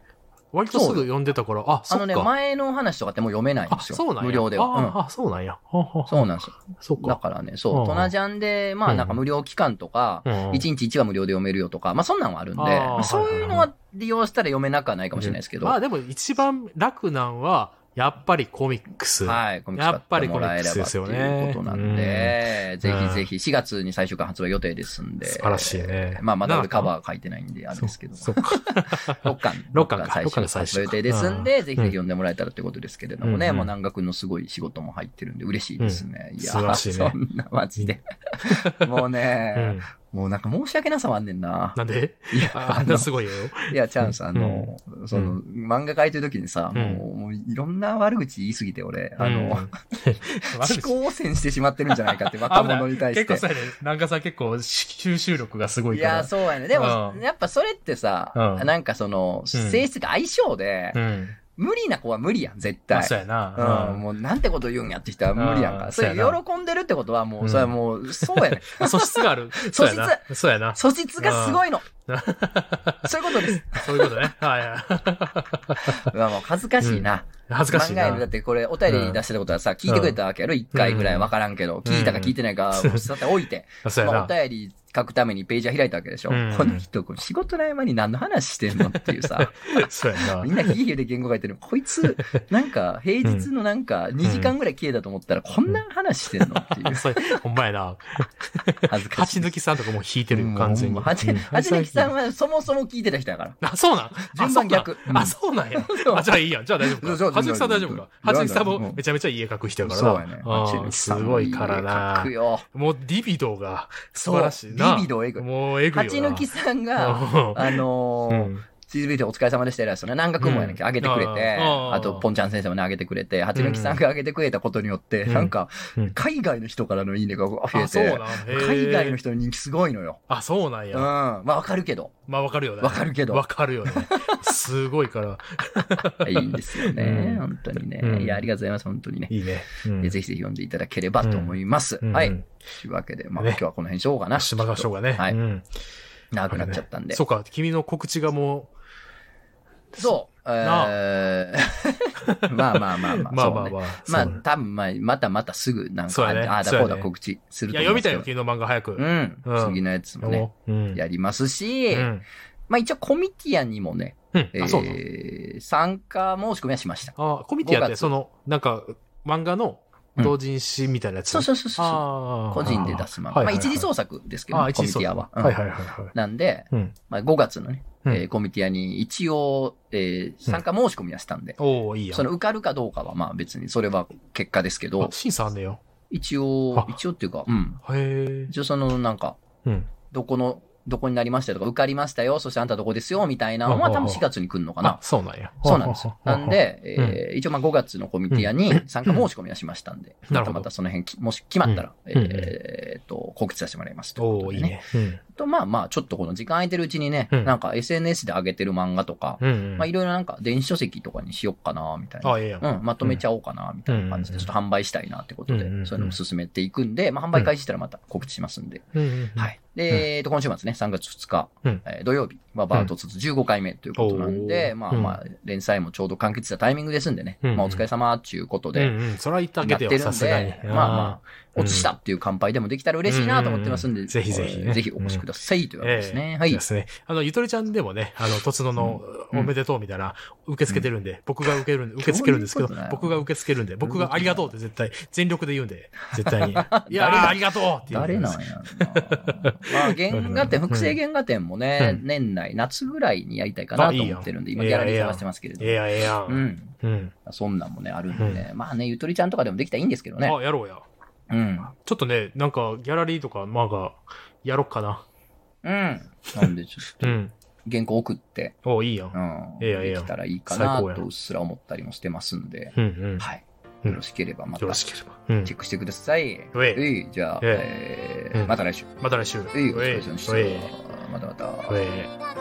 Speaker 2: 割とすぐ読んでたから、あ、
Speaker 1: あ
Speaker 2: そ
Speaker 1: の
Speaker 2: っ
Speaker 1: ね、
Speaker 2: か。
Speaker 1: 前の話とかってもう読めないん
Speaker 2: あ、
Speaker 1: です
Speaker 2: そう
Speaker 1: よ。
Speaker 2: なんや。
Speaker 1: 無料では。
Speaker 2: あ、あそうなんや。
Speaker 1: うん、
Speaker 2: そ
Speaker 1: そうなんですよ。
Speaker 2: そっ
Speaker 1: だ
Speaker 2: か。
Speaker 1: からね、
Speaker 2: うん
Speaker 1: そうう、
Speaker 2: ん
Speaker 1: トナジャンで、まあなんか無料期間とか、
Speaker 2: うんうん
Speaker 1: 1日1話無料で読めるよとか、まあそんなんはあるんで、
Speaker 2: あー
Speaker 1: まあそういうのは利用したら読めなくはないかもしれないですけど、
Speaker 2: まあでも一番楽なんは、やっぱりコミックス。
Speaker 1: はい、コミックス買ってもらえればっていうことなんで、ぜひぜひ4月に最終回発売予定ですんで。
Speaker 2: 素晴らしいね
Speaker 1: まあまだ俺カバー書いてないんであれですけど、
Speaker 2: そっか。
Speaker 1: 6巻、
Speaker 2: 六巻か
Speaker 1: 最終
Speaker 2: 六巻が
Speaker 1: 回
Speaker 2: 最
Speaker 1: 発
Speaker 2: 終
Speaker 1: 売
Speaker 2: 回
Speaker 1: 予定ですん
Speaker 2: う
Speaker 1: で、
Speaker 2: ん
Speaker 1: ぜひぜひ読んでもらえたらってことですけれども
Speaker 2: うん
Speaker 1: ね、
Speaker 2: うん
Speaker 1: もう南学のすごい仕事も入ってるんで嬉しいですね。いや
Speaker 2: 素晴らしい
Speaker 1: ー、
Speaker 2: ね
Speaker 1: そんなマジで。 もう
Speaker 2: う
Speaker 1: ね
Speaker 2: ん、
Speaker 1: もうなんか申し訳なさもあんねんな。
Speaker 2: なんで
Speaker 1: いや、
Speaker 2: あ
Speaker 1: あ
Speaker 2: んな
Speaker 1: の、
Speaker 2: すごいよ。
Speaker 1: いや、チャンス、あの、その、漫画描いてる時にさ、
Speaker 2: うん
Speaker 1: もう、もういろんな悪口言いすぎて、俺、あ
Speaker 2: うん
Speaker 1: の、思考汚染してしままってるんじゃない かって、
Speaker 2: あ
Speaker 1: 若
Speaker 2: 危ない
Speaker 1: 者に対して
Speaker 2: 結構。そうやね。南下さん結構吸収力がすご
Speaker 1: い
Speaker 2: いから。
Speaker 1: や、そうやね。でも、
Speaker 2: うん
Speaker 1: やっぱそれってさ、
Speaker 2: うん
Speaker 1: なんかその、性質が相性で、
Speaker 2: うん。
Speaker 1: 無理な子は無理やん、絶
Speaker 2: ま
Speaker 1: 対。
Speaker 2: あ、そうやな。
Speaker 1: うん、
Speaker 2: うん
Speaker 1: もうなんてこと言うんやって人は無理やん
Speaker 2: う
Speaker 1: か。
Speaker 2: ん
Speaker 1: それ
Speaker 2: そうやな
Speaker 1: 喜んでるってことはもう、
Speaker 2: うん
Speaker 1: それはもう、そう やね。
Speaker 2: 素質が ある。
Speaker 1: 素質
Speaker 2: そうやなそうやな。
Speaker 1: 素質がすごいの。そういうことです。
Speaker 2: そういうことね。はいはい。
Speaker 1: うわもう恥ずかしいな。
Speaker 2: 恥ずかしい
Speaker 1: 漫画
Speaker 2: な
Speaker 1: やだっ。てこれお便り出してたことはさ、聞いてくれたわけやろ一回ぐらいわからんけど、聞いたか聞いてないか、
Speaker 2: うん
Speaker 1: さておいて。
Speaker 2: あ そうや
Speaker 1: まあ、
Speaker 2: な
Speaker 1: お。便り書くためにページは開いたわけでしょ、
Speaker 2: うん
Speaker 1: この人、これ仕事の合間に何の話してんのっていうさ、
Speaker 2: そうやな
Speaker 1: み。んなヒーヒーで言語書いてる。こいつ、なんか平日のなんか2時間ぐらい消えたと思ったらこんな話してんのって いう
Speaker 2: そうやほんまやな。
Speaker 1: 恥ずかしい
Speaker 2: 八。抜きさんとかもう引いてるよ完全に。
Speaker 1: もうほんまはち
Speaker 2: うん
Speaker 1: はちぬきさんはそもそも聞いてた人やから。
Speaker 2: あ、そうなんあ
Speaker 1: 順番逆
Speaker 2: そうなんあ、そうな んや。あ、じゃあいいやん。じゃあ大丈
Speaker 1: そう
Speaker 2: 夫
Speaker 1: そう
Speaker 2: か。はちぬきさん大丈夫か。
Speaker 1: そう
Speaker 2: はちぬきさん
Speaker 1: う
Speaker 2: も
Speaker 1: ん
Speaker 2: めちゃめちゃ家書く人やからな。
Speaker 1: そうやね。はち
Speaker 2: う
Speaker 1: ぬ
Speaker 2: ん
Speaker 1: きさ
Speaker 2: す
Speaker 1: ん
Speaker 2: ご
Speaker 1: も
Speaker 2: いから
Speaker 1: 書
Speaker 2: な
Speaker 1: く。よ。
Speaker 2: もうリビドーが
Speaker 1: そ
Speaker 2: 素
Speaker 1: う
Speaker 2: 晴らしいな。
Speaker 1: リビドーえぐい
Speaker 2: もうえぐいよな。
Speaker 1: はちぬきさんが、
Speaker 2: う
Speaker 1: あの
Speaker 2: ん
Speaker 1: ー
Speaker 2: うん
Speaker 1: チーズビーフお疲れ様でした偉いですよね。南岳もやねんけど、あげてくれて、
Speaker 2: あーあー
Speaker 1: あと、ポンちゃん先生もね、あげてくれて、八抜きさんがあげてくれたことによって、
Speaker 2: うん
Speaker 1: なんか
Speaker 2: うん、
Speaker 1: 海外の人からのいいねが増え
Speaker 2: あ、そう
Speaker 1: て、
Speaker 2: なん。へー
Speaker 1: 海外の人の人気すごいのよ。
Speaker 2: あ、そうなん
Speaker 1: うん。
Speaker 2: や。
Speaker 1: まあ、わかるけど。
Speaker 2: まあ、わかるよね。
Speaker 1: わかるけど
Speaker 2: わか るよね。すごいから。
Speaker 1: いいんですよね
Speaker 2: う。ん
Speaker 1: 本当に
Speaker 2: う
Speaker 1: ね。
Speaker 2: ん
Speaker 1: いや、ありがとうございます。本当にね。
Speaker 2: いいね。うん
Speaker 1: えぜひぜひ読んでいただければと思います。
Speaker 2: うん
Speaker 1: は
Speaker 2: う
Speaker 1: い。
Speaker 2: ん
Speaker 1: というわけで、まあ、
Speaker 2: ね
Speaker 1: 今日はこの辺しようかな。
Speaker 2: しまがしょうがね。
Speaker 1: はい
Speaker 2: うん
Speaker 1: 長くなっちゃったんで。
Speaker 2: そうか、君の告知がも
Speaker 1: そう。えー まあまあまあま
Speaker 2: う、
Speaker 1: あ。
Speaker 2: まあ
Speaker 1: そう
Speaker 2: まあ
Speaker 1: ね
Speaker 2: まあ。
Speaker 1: まあ、
Speaker 2: そう
Speaker 1: 多分まあ、またまたすぐ、なん
Speaker 2: そう
Speaker 1: か、
Speaker 2: やね
Speaker 1: ああ
Speaker 2: そう
Speaker 1: だ
Speaker 2: や
Speaker 1: こ
Speaker 2: ね
Speaker 1: うだ告知する
Speaker 2: い
Speaker 1: と
Speaker 2: や、
Speaker 1: 思い
Speaker 2: 読
Speaker 1: ます
Speaker 2: みた
Speaker 1: け
Speaker 2: い
Speaker 1: ど
Speaker 2: よ、。君の漫画早く。
Speaker 1: うん。
Speaker 2: うん
Speaker 1: 次のやつも
Speaker 2: 読
Speaker 1: ね、
Speaker 2: もう。うん。
Speaker 1: やりますし、
Speaker 2: うん
Speaker 1: まあ一応コミティアンにもね、
Speaker 2: うん
Speaker 1: え。ー
Speaker 2: あ、そうなの
Speaker 1: 参加申し込みはしました。
Speaker 2: あ、コミティアっ
Speaker 1: 5
Speaker 2: て、
Speaker 1: 月
Speaker 2: その、なんか、漫画の同人誌みたいなやつ。
Speaker 1: そうそうそうそう。
Speaker 2: あー
Speaker 1: 個人で出す漫画。ま
Speaker 2: はい
Speaker 1: あ
Speaker 2: はいはい
Speaker 1: 一次創作ですけど
Speaker 2: あ、
Speaker 1: ね、
Speaker 2: 一
Speaker 1: コミ
Speaker 2: 時
Speaker 1: テ
Speaker 2: そう
Speaker 1: ィ
Speaker 2: だ
Speaker 1: アは。
Speaker 2: ねはいはいはいはい。
Speaker 1: なんで、
Speaker 2: うん。
Speaker 1: まあ、5月のね、
Speaker 2: うん
Speaker 1: えーコミティアに一応、えー参加申し込みはしたんで、
Speaker 2: おおいいやん。
Speaker 1: その受かるかどうかはまあ別にそれは結果ですけ
Speaker 2: あ
Speaker 1: ど、
Speaker 2: 審査あんねよ。
Speaker 1: 一応
Speaker 2: あ、
Speaker 1: 一応っていうか、うん。
Speaker 2: へえ。
Speaker 1: 一応そのなんか、
Speaker 2: うん。
Speaker 1: どこの、どこになりましたよとか、受かりましたよ、そしてあんたどこですよ、みたいなのは
Speaker 2: うんう
Speaker 1: 多
Speaker 2: んうん
Speaker 1: 分4月に来るのか
Speaker 2: あ
Speaker 1: な、。
Speaker 2: そうなんや。
Speaker 1: そうなんですよ。な
Speaker 2: はははは
Speaker 1: ん、で、えー一応まあ5月のコミティアに参加申し込みはしましたんで、
Speaker 2: うん
Speaker 1: ま
Speaker 2: な
Speaker 1: た
Speaker 2: るほど
Speaker 1: またその辺き、もし決まったら、
Speaker 2: うんうん
Speaker 1: えーっと、告知させてもらいますという
Speaker 2: お
Speaker 1: こと
Speaker 2: おい
Speaker 1: で
Speaker 2: い
Speaker 1: ね。
Speaker 2: ね。うん。
Speaker 1: と、まあまあ、ちょっとこの時間空いてるうちにね、
Speaker 2: うん
Speaker 1: なんか SNS で上げてる漫画とか、
Speaker 2: うんうん。
Speaker 1: まあ、いろいろなんか電子書籍とかにしよっかな、みたい
Speaker 2: あ
Speaker 1: な。
Speaker 2: あ、ええやん。
Speaker 1: うん、まとめちゃおうかな、みたいな感じ
Speaker 2: う
Speaker 1: で、
Speaker 2: ん
Speaker 1: ちょっと販売したいなってことで、
Speaker 2: うん
Speaker 1: そういうのを進めていくんで、まあ、販売開始したらまた告知しますんで。
Speaker 2: うんうんうん。
Speaker 1: はい。で、
Speaker 2: うん
Speaker 1: えっと、今週末ね、3月2日、
Speaker 2: うん
Speaker 1: えー土曜日はバートツツ15回目ということなんで、
Speaker 2: うん
Speaker 1: まあ
Speaker 2: おー
Speaker 1: まあ、連載もちょうど完結したタイミングですんでね、
Speaker 2: うん
Speaker 1: まあ、お疲れ様っていうこと
Speaker 2: う
Speaker 1: で、
Speaker 2: んうん。それは言ってあげて
Speaker 1: やってるん
Speaker 2: よ、
Speaker 1: で
Speaker 2: さすがに。
Speaker 1: まあま
Speaker 2: うん
Speaker 1: 落ちしたっていう乾杯でもできたら嬉しいなと思ってますんで、
Speaker 2: うんぜひぜひ
Speaker 1: えーぜひお越しくださいというわけ
Speaker 2: ええ
Speaker 1: ですね。はい
Speaker 2: で。すね。あの、ゆとりちゃんでもね、あの、とつのの、
Speaker 1: うん
Speaker 2: おめでとうみたいな、受け付けてるんで、僕が受けるんで、受け付けるんですけど
Speaker 1: そういうことだよ、
Speaker 2: 僕が受け付けるんで、僕がありがとうって絶対、全力で言うんで、絶対 に。いや
Speaker 1: 誰だ
Speaker 2: ー、ありがとうって言うんで
Speaker 1: 誰なんやろなまあ、原画展、複製原画展もね、
Speaker 2: う
Speaker 1: 年内、夏ぐらいにやりたいかなと思ってるんで、
Speaker 2: あいい
Speaker 1: 今ギ
Speaker 2: やん
Speaker 1: ャラリー探してますけれど
Speaker 2: え。えやん、ええや。
Speaker 1: うんん。
Speaker 2: うん。
Speaker 1: そんなんもね、あるんでね。まあね、ゆとりちゃんとかでもできたらいいんですけどね。
Speaker 2: あ、やろうや。
Speaker 1: うん。
Speaker 2: ちょっとね、なんか、ギャラリーとか、まあが、やろっかな。
Speaker 1: うん。なんで、ちょっ
Speaker 2: う
Speaker 1: と、
Speaker 2: ん。
Speaker 1: 原稿送って、
Speaker 2: おいいやん
Speaker 1: う。ん。
Speaker 2: ええやんええ
Speaker 1: で
Speaker 2: やん
Speaker 1: きたらいいか
Speaker 2: 最
Speaker 1: な
Speaker 2: 高やん
Speaker 1: と、うっすら思ったりもしてますんで。
Speaker 2: うんうん。
Speaker 1: はい。
Speaker 2: うん
Speaker 1: よろしければ、また
Speaker 2: よろ、しければ。うん
Speaker 1: チェックしてください。
Speaker 2: うえ
Speaker 1: ういじゃあ、
Speaker 2: え
Speaker 1: えー
Speaker 2: うん
Speaker 1: また来週。
Speaker 2: また来週。
Speaker 1: ういお疲れ様でした
Speaker 2: うえ
Speaker 1: またまた。
Speaker 2: うえ